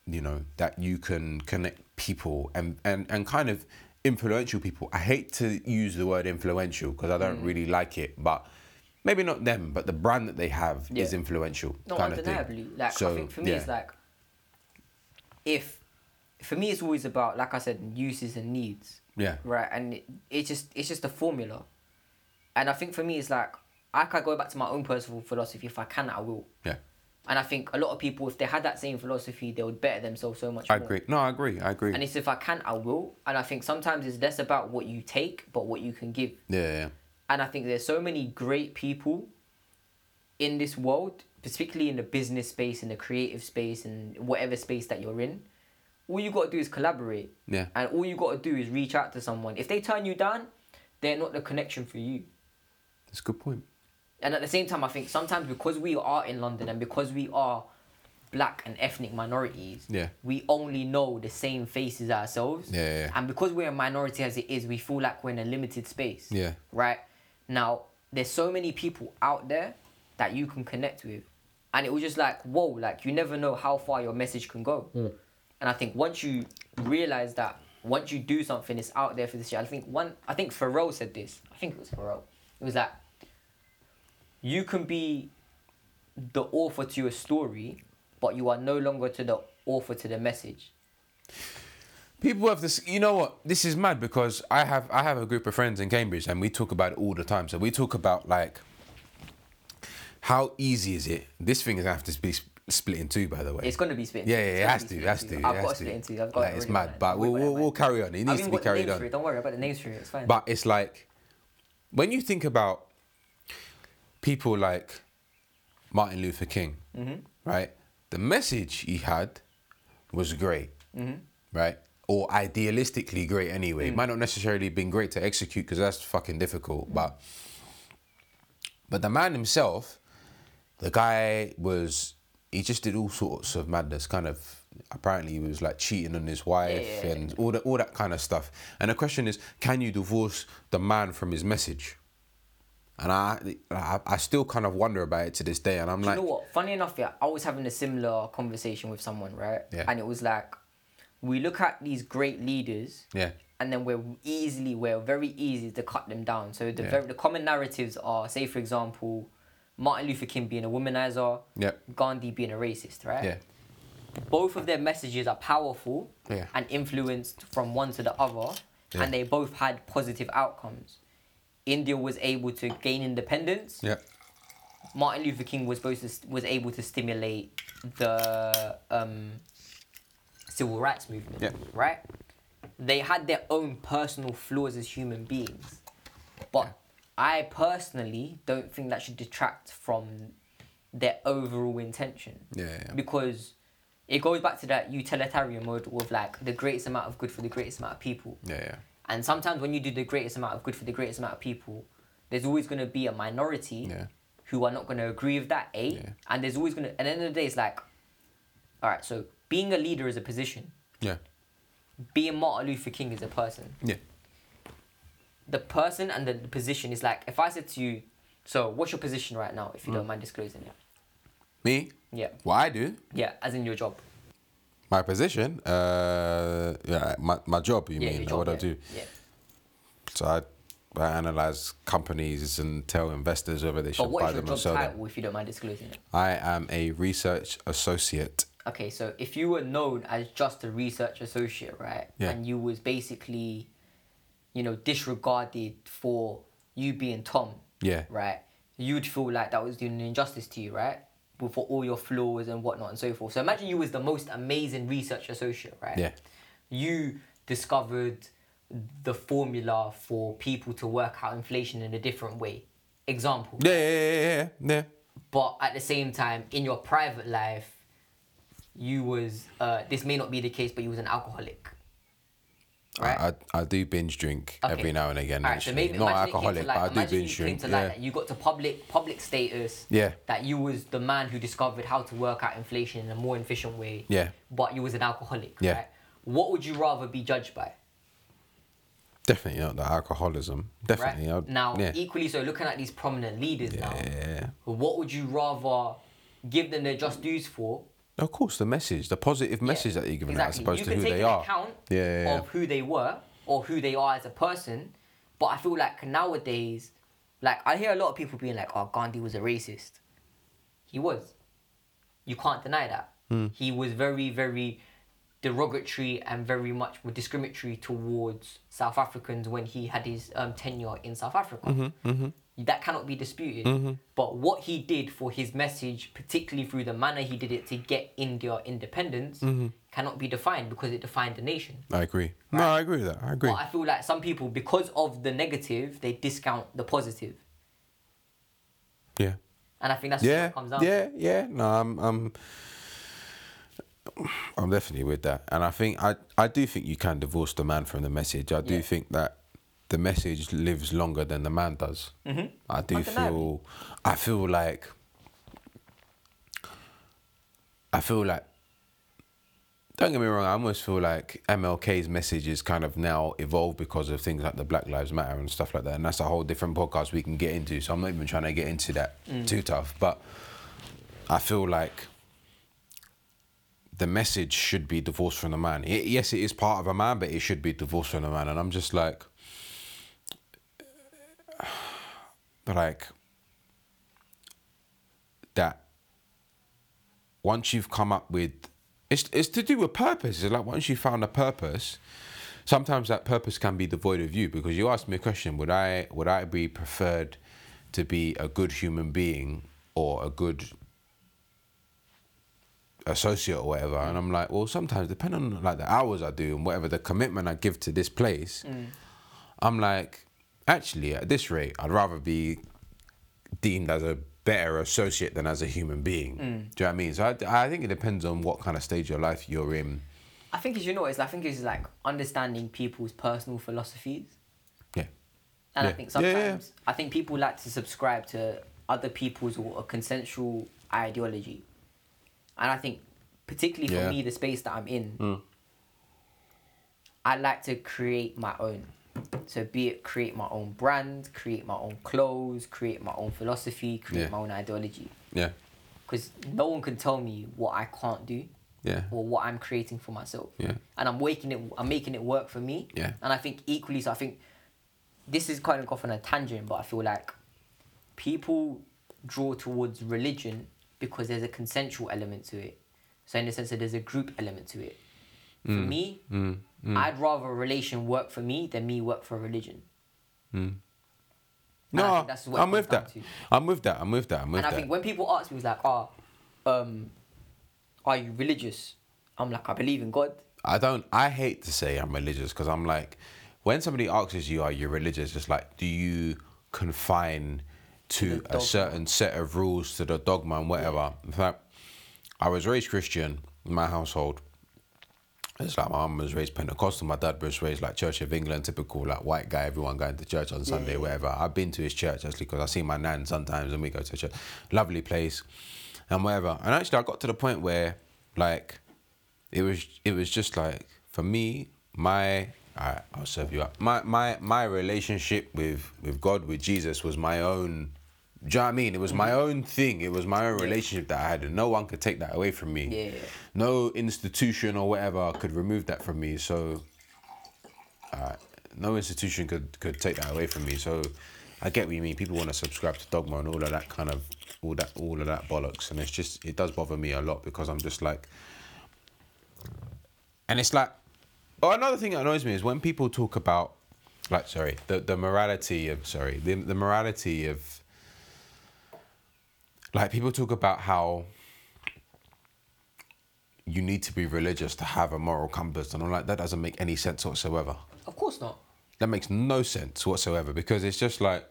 you know that you can connect people and, and, and kind of influential people. I hate to use the word influential because I
Mm.
don't really like it, but maybe not them, but the brand that they have is
Yeah.
influential.
No,
kind
undeniably.
Of thing.
Like
So,
I think for me it's
yeah.
like if for me it's always about like I said uses and needs.
Yeah.
Right, and it, it's just it's just a formula, and I think for me it's like I can go back to my own personal philosophy if I can I will,
yeah.
and I think a lot of people if they had that same philosophy they would better themselves so much.
I
more.
agree. No, I agree. I agree.
And it's if I can I will, and I think sometimes it's less about what you take but what you can give.
Yeah, yeah.
And I think there's so many great people in this world, particularly in the business space, in the creative space, and whatever space that you're in. All you gotta do is collaborate.
Yeah.
And all you gotta do is reach out to someone. If they turn you down, they're not the connection for you.
That's a good point.
And at the same time, I think sometimes because we are in London and because we are black and ethnic minorities,
Yeah.
we only know the same faces ourselves.
Yeah, yeah, yeah.
And because we're a minority as it is, we feel like we're in a limited space.
Yeah.
Right? Now, there's so many people out there that you can connect with. And it was just like, whoa, like you never know how far your message can go. And I think once you realize that, once you do something, it's out there for this year. I think one, I think Pharrell said this. I think it was Pharrell. It was like, you can be the author to your story, but you are no longer to the author to the message.
People have this. You know what? This is mad because I have I have a group of friends in Cambridge and we talk about it all the time. So we talk about like how easy is it? This thing is gonna have to be sp- split in two, by the way.
It's gonna be split.
yeah, yeah, it has
It's
to,
gonna
it
be
has
split
to.
in
it
two. I've got it
has
split
to.
into. I've got
Like,
it
It's
already
mad,
planned.
but we'll,
Wait, wait,
we'll,
wait.
we'll carry on. It
I
needs
mean,
to be
we've got the
carried
names
on.
for it. Don't worry about the names for it. It's fine.
But it's like when you think about people like Martin Luther King,
Mm-hmm.
right? The message he had was great,
Mm-hmm.
right? Or idealistically great anyway.
Mm.
It might not necessarily been great to execute because that's fucking difficult, but but the man himself, the guy was he just did all sorts of madness, kind of apparently he was like cheating on his wife
Yeah, yeah,
and all that all that kind of stuff. And the question is, can you divorce the man from his message? And I I, I still kind of wonder about it to this day and I'm like
you know what? Funny enough, yeah, I was having a similar conversation with someone, right?
Yeah.
And it was like, we look at these great leaders.
Yeah.
And then we're easily, we're very easy to cut them down. So the very, the common narratives are, say for example, Martin Luther King being a womanizer.
Yep.
Gandhi being a racist, right?
Yeah.
Both of their messages are powerful.
Yeah.
And influenced from one to the other,
Yeah.
and they both had positive outcomes. India was able to gain independence.
Yeah.
Martin Luther King was supposed to st- was able to stimulate the um, civil rights movement,
Yeah.
right? They had their own personal flaws as human beings, but I personally don't think that should detract from their overall intention.
Yeah, yeah, yeah.
Because it goes back to that utilitarian model of like the greatest amount of good for the greatest amount of people.
Yeah, yeah.
And sometimes when you do the greatest amount of good for the greatest amount of people, there's always going to be a minority
Yeah.
who are not going to agree with that, eh?
Yeah.
And there's always going to, at the end of the day, it's like, all right, so being a leader is a position,
Yeah.
being Martin Luther King is a person.
Yeah.
The person and the, the position is like, if I said to you, so what's your position right now, if you
Mm.
don't mind disclosing it?
Me?
Yeah.
What I do?
Yeah, as in your job.
My position? Uh yeah, my, my job you
Yeah,
mean,
your
like
job,
what I
yeah.
do.
Yeah.
So I, I analyze companies and tell investors whether they
But
should
what
buy
is your
them or
job
sell them.
title, if you don't mind disclosing it?
I am a research associate.
Okay, so if you were known as just a research associate, right?
Yeah.
And you was basically, you know, disregarded for you being Tom.
Yeah.
Right. You'd feel like that was doing an injustice to you, right? With for all your flaws and whatnot and so forth. So imagine you was the most amazing research associate, right?
Yeah.
You discovered the formula for people to work out inflation in a different way. Example.
Yeah, yeah, yeah, yeah, yeah.
But at the same time, in your private life, you was uh, this may not be the case, but you was an alcoholic. Right.
I, I, I do binge drink
Okay.
every now and again.
Alright,
actually.
so maybe
Not
imagine it came to
alcoholic,
light.
but I do
Imagine
binge
you came
drink.
to light
Yeah.
that you got to public public status.
Yeah.
That you was the man who discovered how to work out inflation in a more efficient way.
Yeah.
But you was an alcoholic.
Yeah.
Right? What would you rather be judged by?
Definitely not the alcoholism.
Right.
Definitely. I'd-
now, e-
yeah.
equally so, looking at these prominent leaders
Yeah.
now, what would you rather give them their just dues for?
Of course, the message, the positive message that you're giving out as
exactly.
opposed
you
to
can
who
take
they
an
are.
Account
Yeah, yeah, yeah.
Of who they were or who they are as a person, but I feel like nowadays, like I hear a lot of people being like, "Oh, Gandhi was a racist." He was. You can't deny that.
Hmm.
He was very, very derogatory and very much more discriminatory towards South Africans when he had his um, tenure in South Africa.
Mm-hmm.
That cannot be disputed. But what he did for his message, particularly through the manner he did it to get India independence,
Mm-hmm.
cannot be defined because it defined the nation.
I agree. No, I agree with that. I agree.
But I feel like some people, because of the negative, they discount the positive.
yeah.
And I think that's what
Yeah.
it comes down
Yeah.
to.
Yeah. No, I'm. I'm I'm definitely with that, and I think I, I do think you can divorce the man from the message. I do
Yeah.
think that the message lives longer than the man does. Mm-hmm. I do
Undeniably.
feel I feel like I feel like don't get me wrong, I almost feel like MLK's message is kind of now evolved because of things like the Black Lives Matter and stuff like that. And that's a whole different podcast we can get into. So I'm not even trying to get into that too tough. But I feel like the message should be divorced from the man. Y- yes, it is part of a man, but it should be divorced from the man. And I'm just like, <sighs> like that once you've come up with it's it's to do with purpose. It's like once you found a purpose, sometimes that purpose can be devoid of you because you asked me a question, would I would I be preferred to be a good human being or a good associate or whatever and I'm like, well sometimes depending on like the hours I do and whatever the commitment I give to this place, I'm like, actually at this rate I'd rather be deemed as a better associate than as a human
Mm.
being. Do you know what I mean? So I, I think it depends on what kind of stage of life you're in.
I think as you know, it's I think it's like understanding people's personal philosophies.
Yeah.
And I
Yeah.
think
Yeah, yeah, yeah.
sometimes I think people like to subscribe to other people's or a consensual ideology. And I think particularly for
Yeah. Hmm.
me, the space that I'm in, I like to create my own. So be it create my own brand, create my own clothes, create my own philosophy, create
Yeah.
my own ideology.
Yeah.
Because no one can tell me what I can't do
Yeah.
or what I'm creating for myself.
Yeah.
And I'm waking it I'm making it work for me.
Yeah.
And I think equally so I think this is kind of off on a tangent, but I feel like people draw towards religion because there's a consensual element to it. So in the sense that there's a group element to it. For
Mm.
me, I'd rather a relation work for me than me work for a religion. And I
No,
think that's what it
I'm with
comes
that.
down to.
I'm with that. I'm with that. I'm with
And I
that.
think when people ask me, it's like, oh, um, are you religious? I'm like, I believe in God.
I don't. I hate to say I'm religious because I'm like, when somebody asks you, "Are you religious?" It's like, do you confine to
the
a
dogma.
certain set of rules to the dogma and whatever? In fact, I was raised Christian in my household. It's like my mum was raised Pentecostal, my dad was raised like Church of England, typical like white guy, everyone going to church on Sunday, whatever. I've been to his church actually because I see my nan sometimes and we go to church. Lovely place and whatever. And actually, I got to the point where like it was it was just like for me my all right, I'll serve you up. My my my relationship with with God with Jesus was my own. Do you know what I mean? It was my own thing. It was my own relationship that I had, and no one could take that away from me.
Yeah.
No institution or whatever could remove that from me. So uh, no institution could could take that away from me. So I get what you mean. People want to subscribe to dogma and all of that kind of all that all of that bollocks, and it's just it does bother me a lot because I'm just like, and it's like, oh, another thing that annoys me is when people talk about like sorry the the morality of sorry the the morality of like people talk about how you need to be religious to have a moral compass and i'm like that doesn't make any sense whatsoever
Of course not.
that makes no sense whatsoever because it's just like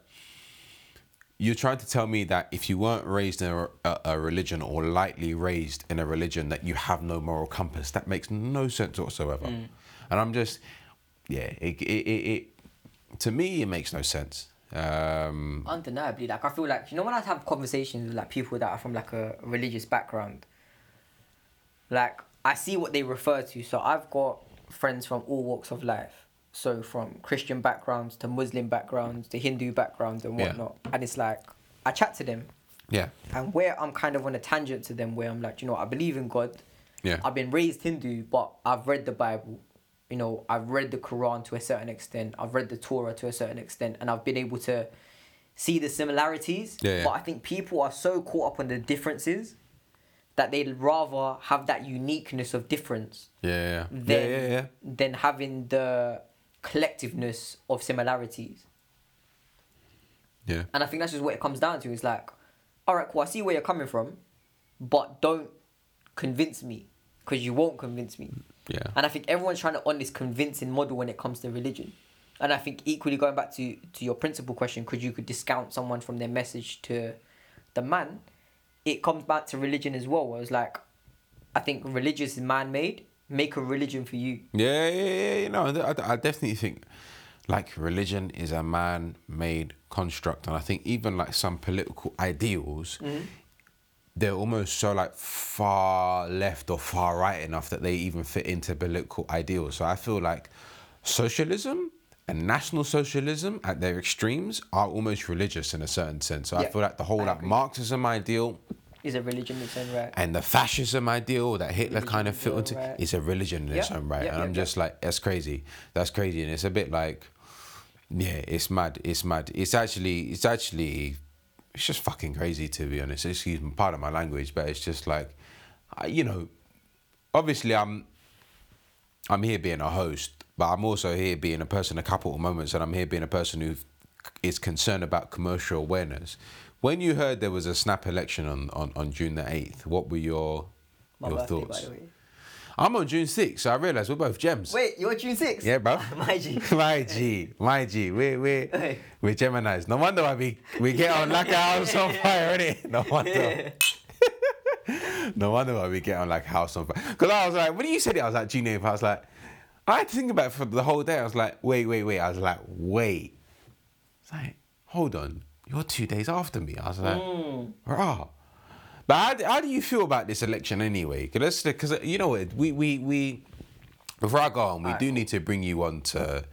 You're trying to tell me that if you weren't raised in a, a, a religion or lightly raised in a religion, that you have no moral compass. That makes no sense whatsoever. And I'm just, yeah, it, it, it, it, to me, it makes no sense. Um,
undeniably like i feel like you know when i have conversations with like people that are from like a religious background like i see what they refer to so i've got friends from all walks of life so from christian backgrounds to muslim backgrounds to hindu backgrounds and
Yeah.
whatnot and it's like i chat to them
yeah,
and where i'm kind of on a tangent to them where i'm like you know i believe in god
Yeah.
i've been raised hindu but i've read the bible you know i've read the quran to a certain extent i've read the torah to a certain extent and i've been able to see the similarities
Yeah, yeah.
but i think people are so caught up on the differences that they'd rather have that uniqueness of difference
yeah, yeah, yeah,
than
yeah, yeah, yeah.
than having the collectiveness of similarities
yeah.
and I think that's just what it comes down to. Is like, all right, cool. I see where you're coming from, but don't convince me because you won't convince me.
Yeah.
And I think everyone's trying to on this convincing model when it comes to religion. And I think equally going back to to your principal question, because you could discount someone from their message to the man, it comes back to religion as well. Where it's like, I think religious is man made. Make a religion for you.
Yeah, yeah, yeah. You know, I, I definitely think like religion is a man-made construct, and I think even like some political ideals,
Mm-hmm.
they're almost so like far left or far right enough that they even fit into political ideals. So I feel like socialism and national socialism at their extremes are almost religious in a certain sense. So I
Yeah,
feel like the whole
I
like
agree.
Marxism ideal
Is a religion in its own right.
and the fascism ideal that Hitler kind of fit
Religion,
into
right.
is a religion in its
Yeah,
own right.
yeah,
and I'm
yeah,
just like, that's crazy. That's crazy. And it's a bit like, yeah, it's mad. It's mad. It's actually, it's actually, it's just fucking crazy to be honest. Excuse me, part of my language, but it's just like, I- you know, obviously I'm, I'm here being a host, but I'm also here being a person of capital moments, and I'm here being a person who is concerned about commercial awareness. When you heard there was a snap election on, on, on June the eighth, what were your
My
your
birthday,
thoughts?
by the way.
I'm on June sixth, so I realised we're both gems.
Wait, you're June sixth.
Yeah, bro.
<laughs> My G.
my G, my G. We're we
Hey.
we're Gemini's. No wonder why we we get on like a house
<laughs>
on fire, innit? No wonder. no wonder why we get on like house on fire. Because I was like, when you said it, I was like, June eighth. I was like, I had to think about it for the whole day. I was like, wait, wait, wait. I was like, wait. It's like, hold on, you're two days after me. I was like,
Mm.
rah. But how, d- how do you feel about this election anyway? Because because you know what, we we we before I go on, we do need to bring you on to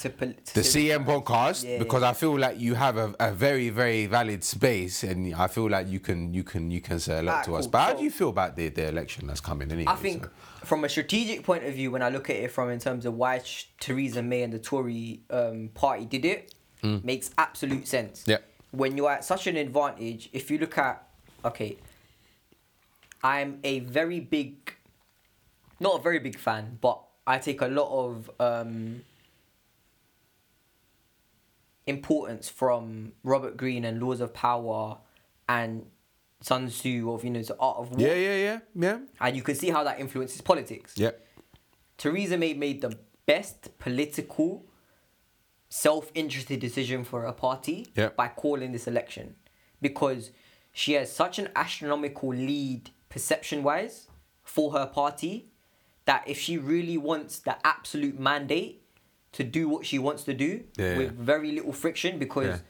To, pol- to
the
civic-
CM podcast
Yeah.
because I feel like you have a, a very very valid space, and I feel like you can you can you can say a lot
Ah,
to us.
cool.
But how
So-
do you feel about the, the election that's coming anyway?
I think
so-
from a strategic point of view, when I look at it from in terms of why Sh- Theresa May and the Tory um, party did it,
Hmm.
makes absolute sense.
Yep.
When you're at such an advantage, if you look at, okay, I'm a very big, not a very big fan, but I take a lot of um, importance from Robert Greene and Laws of Power and Sun Tzu of, you know, the art of war.
yeah yeah yeah yeah
And you can see how that influences politics.
yeah
Theresa May made the best political, self interested decision for a party
Yeah.
by calling this election because she has such an astronomical lead, perception wise, for her party that if she really wants the absolute mandate to do what she wants to do
Yeah,
with
yeah.
very little friction because.
Yeah.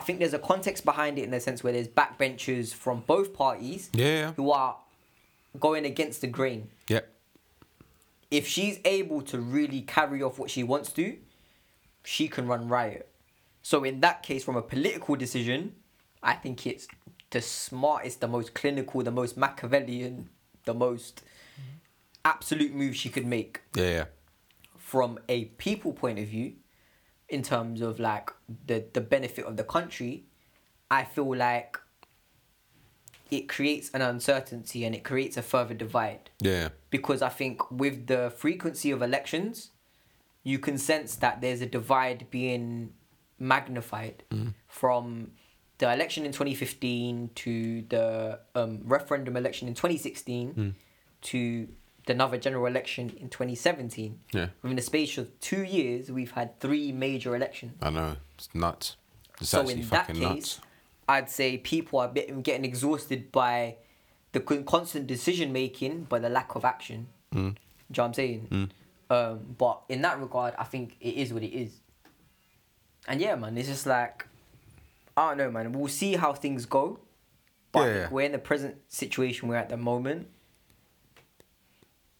I think there's a context behind it in the sense where there's backbenchers from both parties
Yeah, yeah.
who are going against the grain
yeah
if she's able to really carry off what she wants to, she can run riot. So in that case, from a political decision, I think it's the smartest, the most clinical, the most Machiavellian, the most absolute move she could make
yeah yeah
from a people point of view, in terms of like the the benefit of the country, I feel like it creates an uncertainty and it creates a further divide
yeah.
because I think with the frequency of elections, you can sense that there's a divide being magnified from the election in 2015 to the um, referendum election in 2016 to the another general election in 2017.
Yeah.
Within the space of two years, we've had three major elections.
I know it's nuts. It's
so
actually
in that
fucking
case,
nuts.
I'd say people are bit- getting exhausted by the con- constant decision making, but the lack of action.
Mm.
Do you know what I'm saying? Um, but in that regard, I think it is what it is. And yeah, man, it's just like I don't know, man. We'll see how things go. But I
Yeah,
think
yeah.
we're in the present situation we're at the moment.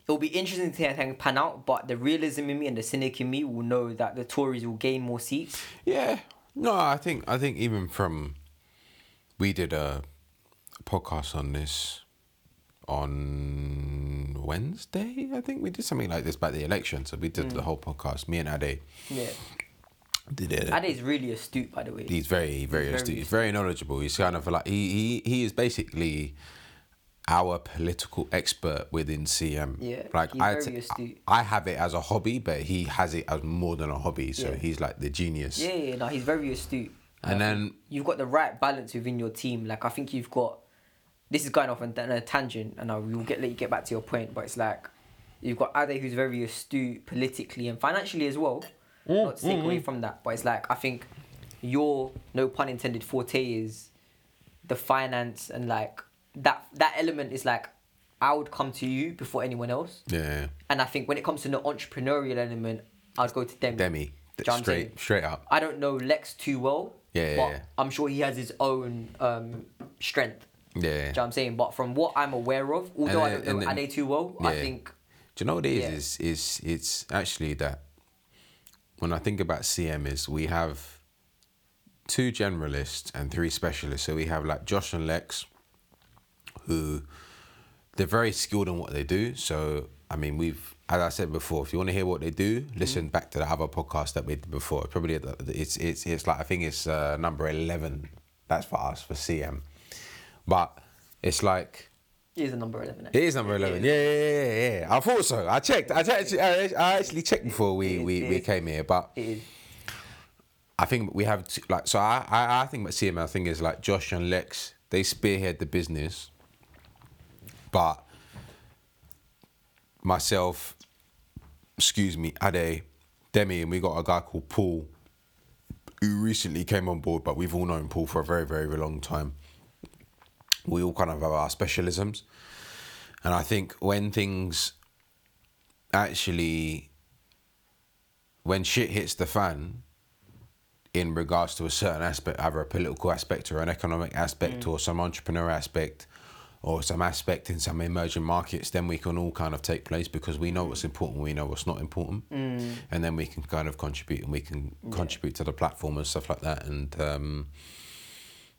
It'll be interesting to see how things pan out, but the realism in me and the cynic in me will know that the Tories will gain more
<sighs>
seats.
Yeah.
No, I think I think even from we did a podcast on this on Wednesday. I think we did something like this about the election. So we did
Mm.
the whole podcast. Me and Ade
Yeah.
did it.
Ade's really astute, by the way.
he's very, very,
very
astute. He's very knowledgeable. He's kind of like he he, he is basically our political expert within CM.
Yeah,
like
he's
I,
very
t-
astute.
I have it as a hobby, but he has it as more than a hobby. So
Yeah.
he's like the genius.
Yeah, yeah, no, he's very astute.
And then
You've got the right balance within your team. Like I think you've got. This is going off on a tangent, and I will get let you get back to your point. But it's like you've got Ade, who's very astute politically and financially as well. Not to take away from that, but it's like I think your no pun intended forte is the finance and like that that element is like I would come to you before anyone else.
yeah,
And I think when it comes to the entrepreneurial element, I'd go to Demi.
Demi,
Do you know what I'm saying?
straight straight up.
I don't know Lex too well.
Yeah,
But
yeah, yeah.
I'm sure he has his own um, strength. Do
Yeah.
you know what I'm saying? But from what I'm aware of, although I don't
then-
know
and then-
Ade too well, I
yeah.
think
Do you know what it is?
Yeah.
Is is it's actually that when I think about CM is we have two generalists and three specialists. So we have like Josh and Lex, who they're very skilled in what they do. So I mean, we've as I said before, if you want to hear what they do,
Mm-hmm.
listen back to the other podcast that we did before. Probably the- it's it's it's like I think it's uh, number eleven. That's for us for CM, but it's like.
he is a number 11.
It is number eleven. Yeah, yeah, yeah, yeah, yeah. I thought so. I checked. I actually, I actually checked before we,
is,
we,
it
we
is.
came here, but
It is.
I think we have t like so. I, I I think about CML. I think is like Josh and Lex. They spearhead the business, but myself, excuse me, Ade, Demi, and we got a guy called Paul, who recently came on board. But we've all known Paul for a very very long time. We all kind of have our specialisms, and I think when things actually when shit hits the fan in regards to a certain aspect, either a political aspect or an economic aspect or some entrepreneur aspect or some aspect in some emerging markets, then we can all kind of take place because we know what's important, we know what's not important, and then we can kind of contribute and we can contribute to the platform and stuff like that. And um,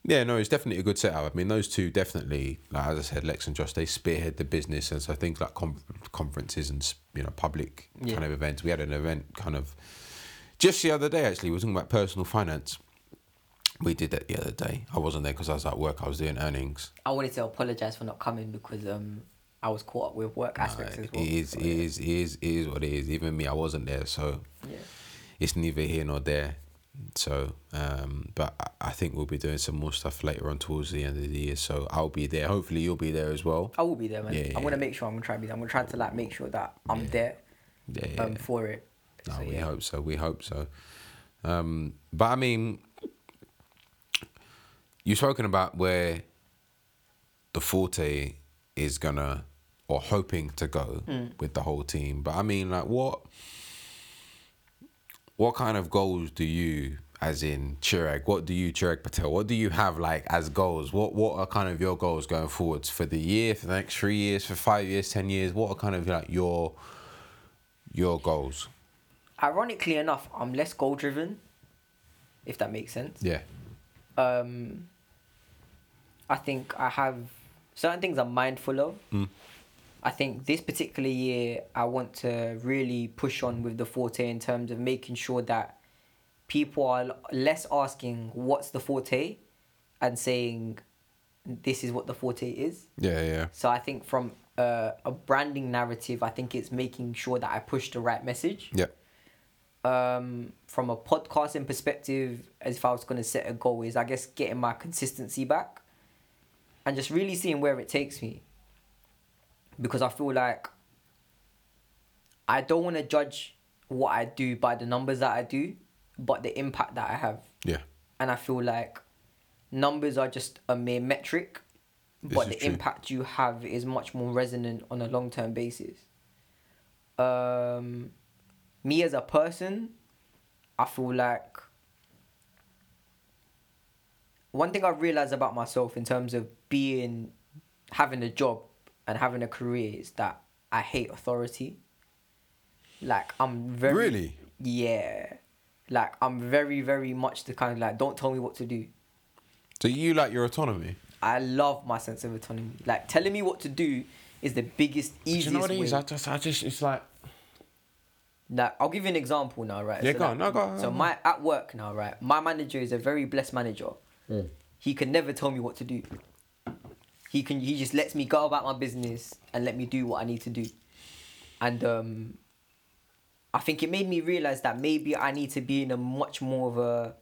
yeah, no, it's definitely a good setup. I mean, those two definitely, like, as I said, Lex and Josh, they spearhead the business, and so things like com- conferences and you know public
Yeah.
kind of events. We had an event kind of just the other day. Actually, we were talking about personal finance. We did that the other day. I wasn't there because I was at work. I was doing earnings.
I wanted to apologize for not coming because um, I was caught up with work aspects as
It
well.
is, it is, it is, it is what it is. Even me, I wasn't there, so
Yeah.
it's neither here nor there. So, um, but I- I think we'll be doing some more stuff later on towards the end of the year. So I'll be there. Hopefully, you'll be there as well.
I will be there, man.
Yeah, yeah,
I'm gonna
yeah.
make sure. I'm gonna try to be. there. I'm gonna try to like make sure that I'm there
Yeah, yeah.
um, for it.
No,
So,
we
yeah.
hope so. We hope so. Um, but I mean, you've spoken about where the forte is gonna or hoping to go
Hmm.
with the whole team. But I mean, like, what what kind of goals do you, as in Chirag, what do you, Chirag Patel, what do you have like as goals? What what are kind of your goals going forwards for the year, for the next three years, for five years, ten years? What are kind of like your your goals?
Ironically enough, I'm less goal driven, if that makes sense.
Yeah.
um, I think I have certain things I'm mindful of. I think this particular year, I want to really push on with the forte in terms of making sure that people are l- less asking what's the forte and saying this is what the forte is.
Yeah, yeah.
So I think from uh, a branding narrative, I think it's making sure that I push the right message
Yeah.
um, from a podcasting perspective, as if I was going to set a goal, is I guess getting my consistency back and just really seeing where it takes me. Because I feel like I don't want to judge what I do by the numbers that I do, but the impact that I have.
Yeah.
And I feel like numbers are just a mere metric, but
is
the
true.
impact you have is much more resonant on a long term basis. Um, me as a person, I feel like one thing I've realized about myself in terms of being having a job and having a career is that I hate authority. Like I'm very
Really?
yeah. Like I'm very very much the kind of like don't tell me what to do.
So you like your autonomy?
I love my sense of autonomy. Like telling me what to do is the biggest easiest
Do you know what it
way.
is? I just, I just, it's like
Like I'll give you an example now, right?
Yeah, go
like,
on. No, go on.
So my at work now, right? My manager is a very blessed manager. He can never tell me what to do. He can he just lets me go about my business and let me do what I need to do. And um I think it made me realize that maybe I need to be in a much more of a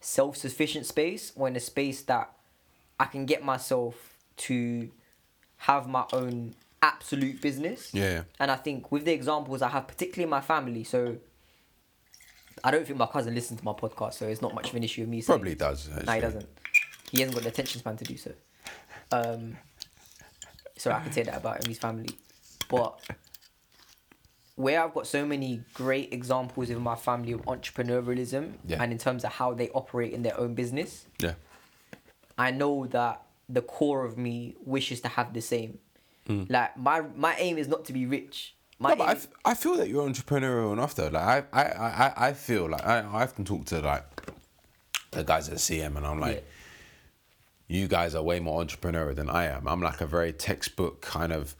self-sufficient space or in a space that I can get myself to have my own absolute business.
Yeah, yeah.
And I think with the examples I have, particularly in my family, so I don't think my cousin listens to my podcast, so it's not much of an issue with me. saying-
Probably does,
No, he
actually.
doesn't. He hasn't got the attention span to do so. Um, sorry, I can say that about him, his family. But where I've got so many great examples in my family of entrepreneurialism
Yeah.
and in terms of how they operate in their own business,
yeah.
I know that the core of me wishes to have the same. Like my my aim is not to be rich. My
Hmm. no, but I,
aim-
f- I feel that you're entrepreneurial enough though. Like I I, I, I- I feel like I, I often talk to like the guys at CM and I'm like, you guys are way more entrepreneurial than I am. I'm like a very textbook kind of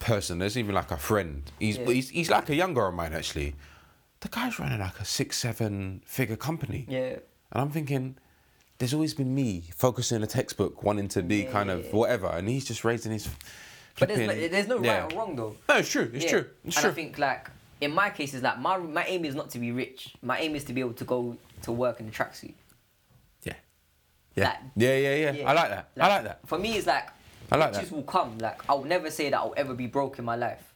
person. There's even like a friend. He's
Yeah.
he's, he's like a younger of mine actually. The guy's running like a six seven figure company.
yeah.
And I'm thinking, there's always been me focusing on a textbook, wanting to be kind of whatever, and he's just raising his.
But there's no,
flipping-
there's no right
Yeah.
or wrong though.
No, it's true. It's
Yeah.
true. It's
and
true.
I think like in my case is like my my aim is not to be rich. My aim is to be able to go to work in a tracksuit.
Yeah. Yeah.
Like-
yeah, yeah, yeah, I like that. I like that.
For me, it's like
I like
riches
that.
will come. Like I'll never say that I'll ever be broke in my life,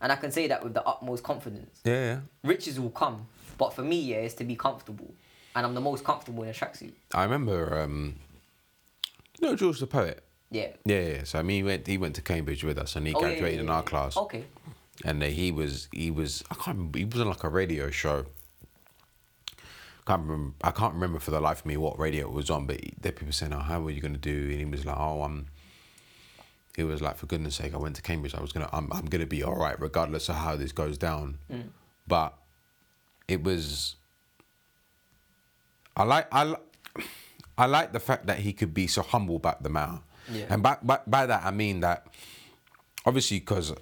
and I can say that with the utmost confidence.
Yeah, yeah.
Riches will come, but for me, yeah, it's to be comfortable, and I'm the most comfortable in a tracksuit.
I remember. Um, you know George the poet.
Yeah.
Yeah, yeah. So I mean, he went. He went to Cambridge with us, and he
Oh, yeah, yeah,
graduated in
yeah,
our
yeah.
class.
Okay.
And then he was. He was. I can't. remember, He was on like a radio show. Can't remember, I can't remember for the life of me what radio it was on, but he- there were people saying, "Oh, how are you going to do?" And he was like, "Oh, I'm." He was like, "For goodness' sake, I went to Cambridge. I was gonna. I'm. I'm gonna be all right, regardless of how this goes down." But it was I like I, li- I like the fact that he could be so humble about the matter,
Yeah.
and by, by by that I mean that obviously because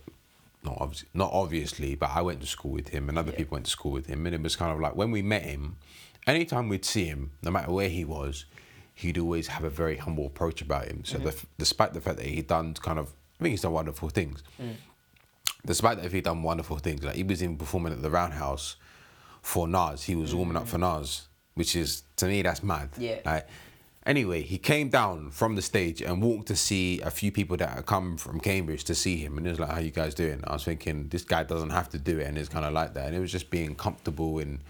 not obviously, not obviously, but I went to school with him and other people went to school with him, and it was kind of like when we met him, anytime we'd see him, no matter where he was, he'd always have a very humble approach about him. So the f despite the fact that he'd done kind of I think he's done wonderful things despite that, he'd done wonderful things. Like he was even performing at the Roundhouse for Nas. He was warming up for Nas, which is to me that's mad.
Yeah.
Like anyway, he came down from the stage and walked to see a few people that had come from Cambridge to see him, and it was like, "How you guys doing?" I was thinking this guy doesn't have to do it, and it's kind of like that, and it was just being comfortable in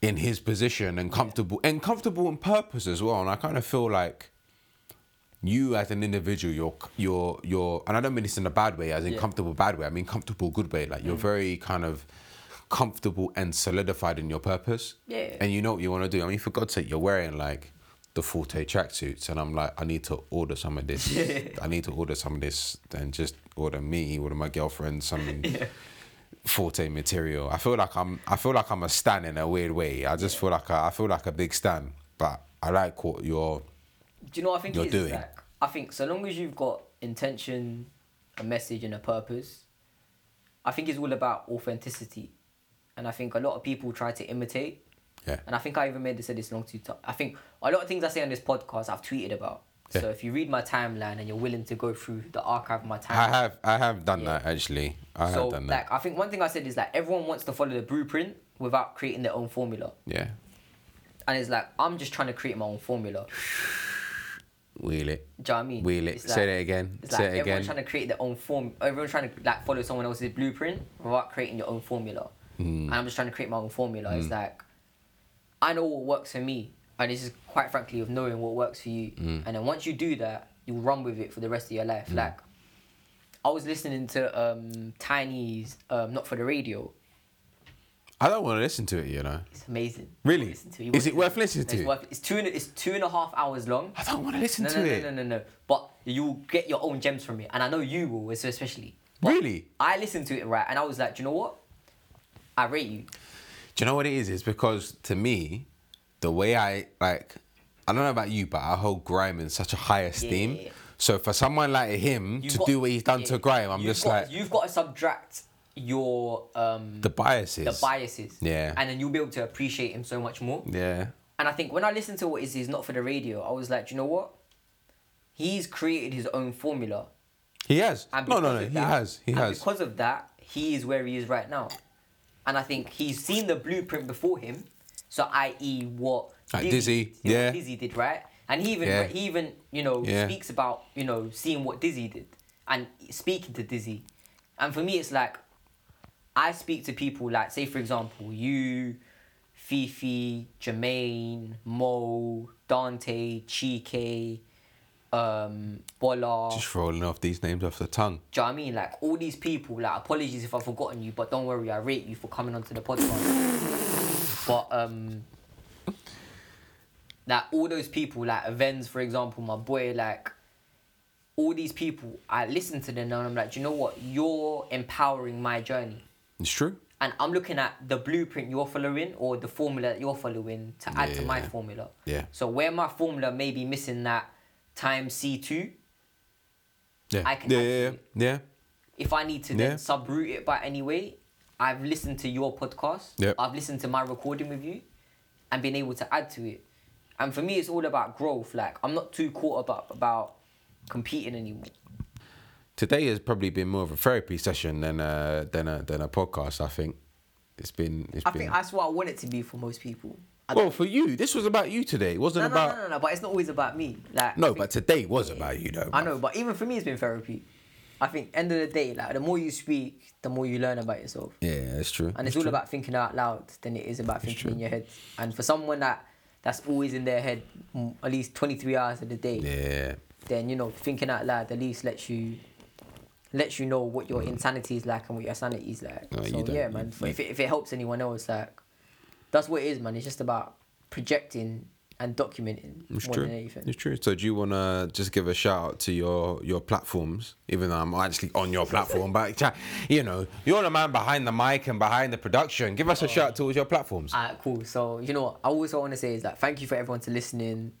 in his position and comfortable and comfortable in purpose as well. And I kind of feel like you as an individual, you're you're you're, and I don't mean this in a bad way, as in
Yeah.
comfortable bad way. I mean comfortable good way. Like you're very kind of comfortable and solidified in your purpose.
Yeah.
And you know what you want to do. I mean, for God's sake, you're wearing like the Forte tracksuits, and I'm like, I need to order some
<laughs>
of this. I need to order some of this, and just order me, order my
<laughs>
girlfriend some forte material. I feel like I'm I feel like I'm a stan in a weird way. I just feel like I, I feel like a big stan, but I like what you're.
Do you know what I think
You're
it is?
doing.
Like, I think so long as you've got intention, a message, and a purpose, I think it's all about authenticity. And I think a lot of people try to imitate.
Yeah.
And I think I even made this said this long too. I think a lot of things I say on this podcast I've tweeted about. So
Yeah.
if you read my timeline and you're willing to go through the archive of my timeline,
I have I have done
Yeah.
that actually. I
so
have done that.
like I think one thing I said is that everyone wants to follow the blueprint without creating their own formula.
yeah.
And it's like I'm just trying to create my own formula.
Wheel it.
Do you know what I mean?
Wheel it.
It's
Say
like-
that again.
It's
Say
like
it
everyone
again.
trying to create their own form. Everyone trying to like follow someone else's blueprint without creating your own
Hmm.
formula. And I'm just trying to create my own formula. It's like I know what works for me, and this is quite frankly of knowing what works for you.
Hmm.
And then once you do that, you'll run with it for the rest of your life. Like, I was listening to um, Tiny's um, Not for the Radio.
I don't want to listen to it, you know.
It's amazing.
Really?
Listen to
Is it worth listening to?
It's, worth, it's two. And, it's two and a half hours long.
I don't want to listen
No,
to
no,
it.
no, no, no, no. But you'll get your own gems from it, and I know you will, es- especially. But
Really?
I listened to it right, and I was like, do you know what? I rate you.
Do you know what it is? It's because to me, the way I like, I don't know about you, but I hold Grime in such a high esteem.
yeah, yeah.
So for someone like him
You've
to
got-
do what he's done
yeah,
to Grime, I'm
you've
just
got-
like
you've got to subtract your um
the biases.
the biases.
Yeah.
And then you'll be able to appreciate him so much more.
Yeah.
And I think when I listened to what is is not for the radio, I was like, do you know what? He's created his own formula.
He has.
And
no, no,
because
no.
of
He
that-
has. He
and
has.
Because of that, he is where he is right now. And I think he's seen the blueprint before him. So, i.e., what
Like Dizzy,
did, you know,
yeah.
Dizzy did right, and he even
Yeah.
he even you know
Yeah.
speaks about you know seeing what Dizzy did and speaking to Dizzy, and for me it's like I speak to people like say for example you, Fifi, Jermaine, Mo, Dante, Chike, um, Bola,
Just rolling off these names off the tongue.
do you know what I mean? Like all these people, like apologies if I've forgotten you, but don't worry, I rate you for coming onto the podcast.
<laughs>
but um like all those people, like Evans, for example, my boy, like all these people, I listen to them now and I'm like, do you know what? You're empowering my journey.
It's true.
And I'm looking at the blueprint you're following or the formula that you're following to add to my
Yeah.
formula.
Yeah.
So where my formula may be missing that time C two,
Yeah.
I can
yeah,
add to
yeah, yeah.
it.
yeah.
if I need to then
Yeah.
subroute it by any way, I've listened to your podcast.
Yep.
I've listened to my recording with you and been able to add to it. And for me, it's all about growth. Like, I'm not too caught up about competing anymore.
Today has probably been more of a therapy session than a than a than a podcast. I think it's been. It's
I
been.
think that's what I want it to be for most people. I
well, for you, this was about you today. It wasn't
no, no,
about.
no, no, no, but it's not always about me. Like, I
No,
think-
but today was about you, though.
I know, but even for me, it's been therapy. I think, end of the day, like, the more you speak, the more you learn about yourself.
Yeah, that's true.
and it's, all about thinking out loud than it is about thinking in your head. And for someone that that's always in their head mm, at least 23 hours of the day,
Yeah,
then you know thinking out loud at least lets you lets you know what your insanity is like and what your sanity is like.
No, you
so
don't-
yeah,
you-
man.
you-
if it, if it helps anyone else, like that's what it is, man. It's just about projecting and documenting
it's
more
true.
than anything.
It's true. So, do you want to just give a shout out to your your platforms, even though I'm actually on your platform? <laughs> but cha- you know, you're the man behind the mic and behind the production. Give
Oh.
us a shout out towards your platforms.
Alright, cool. So you know what I also want to say is like thank you for everyone to listening.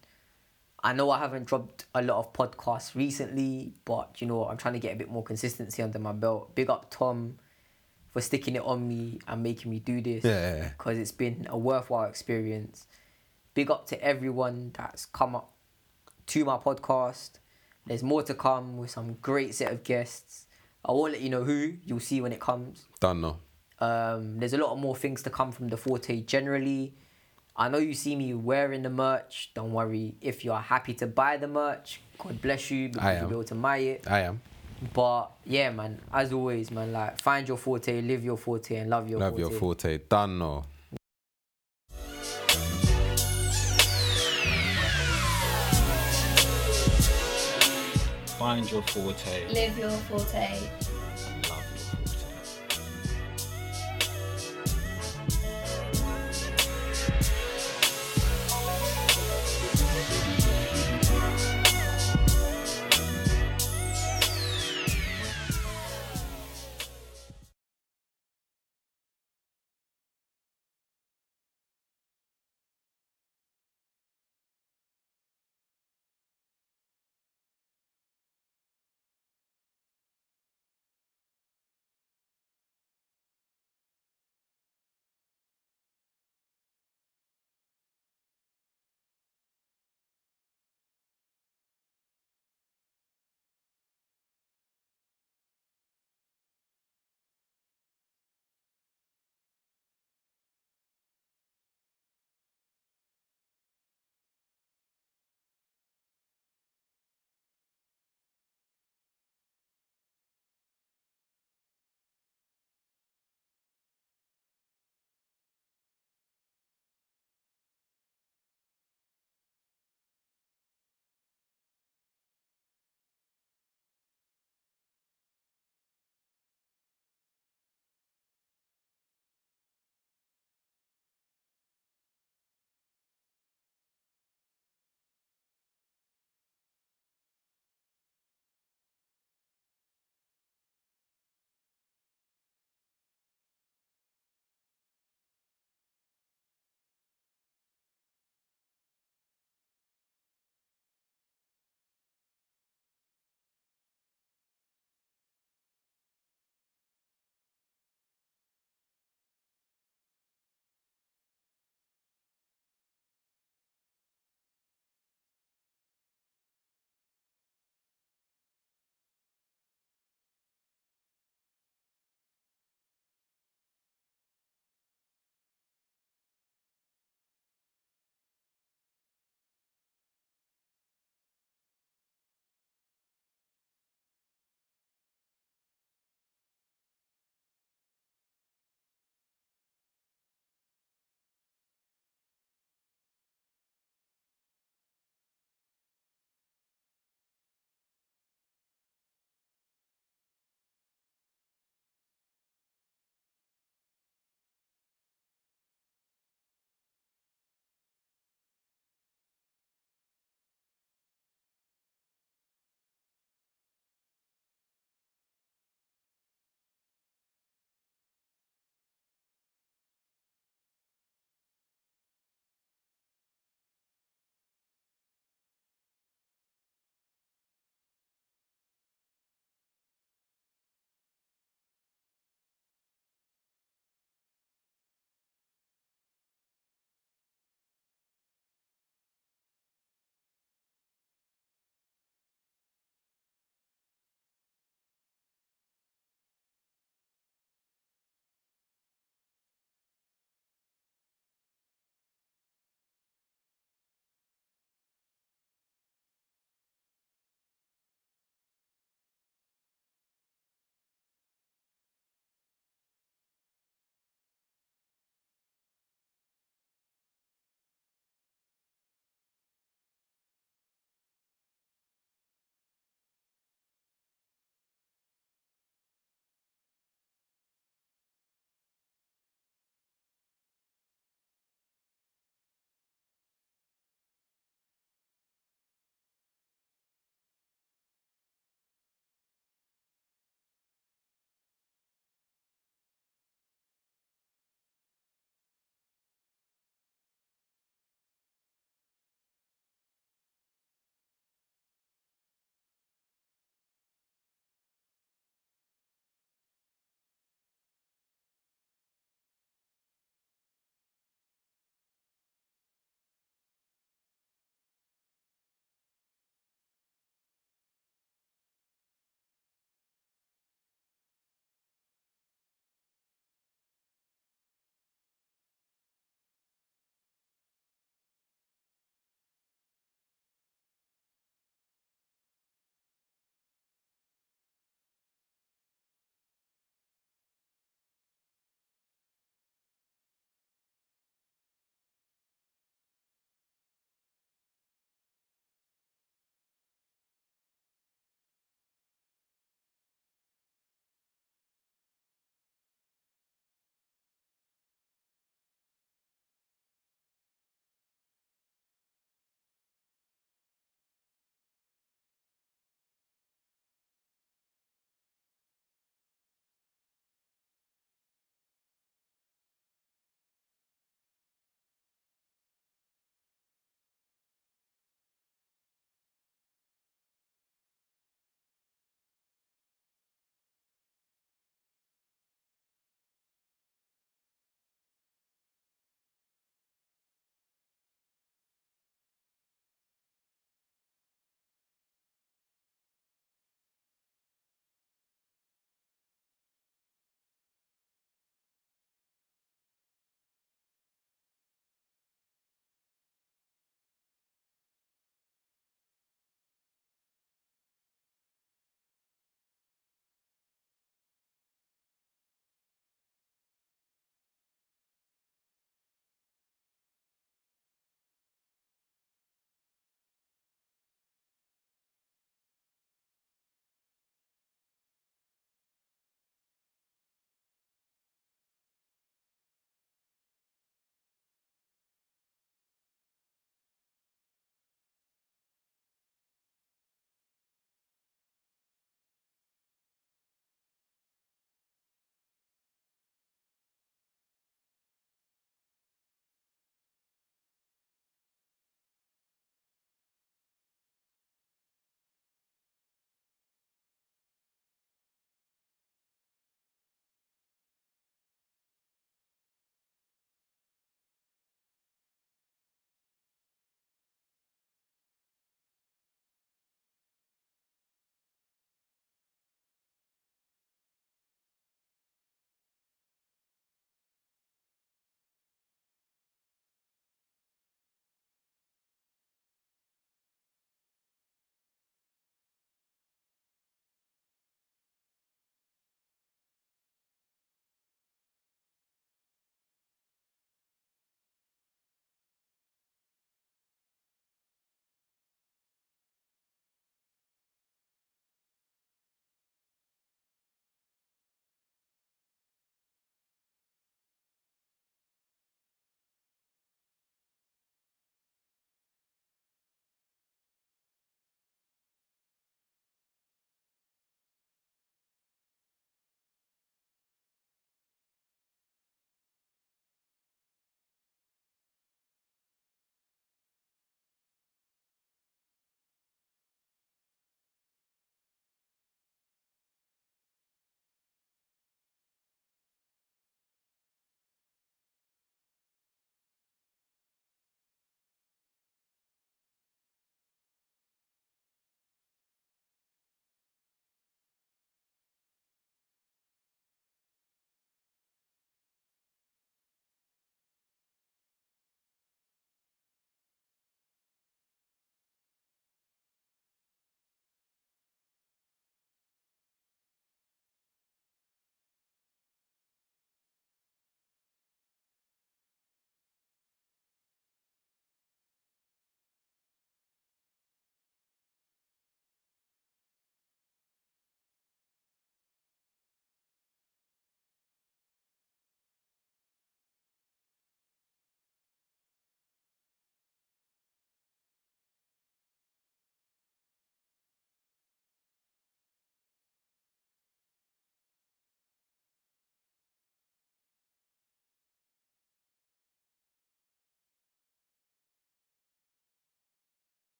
I know I haven't dropped a lot of podcasts recently, but you know I'm trying to get a bit more consistency under my belt. Big up Tom for sticking it on me and making me do this.
Yeah.
Because it's been a worthwhile experience. Big up to everyone that's come up to my podcast. There's more to come with some great set of guests. I won't let you know who. You'll see when it comes.
Done no.
Um, there's a lot of more things to come from the Forte generally. I know you see me wearing the merch. Don't worry. If you are happy to buy the merch, God bless you
I
because you'll
am.
be able to buy it.
I am.
But yeah, man, as always, man, like find your forte, live your forte, and love your
Love
forte.
your forte. Done no.
Find your forte.
Live your forte.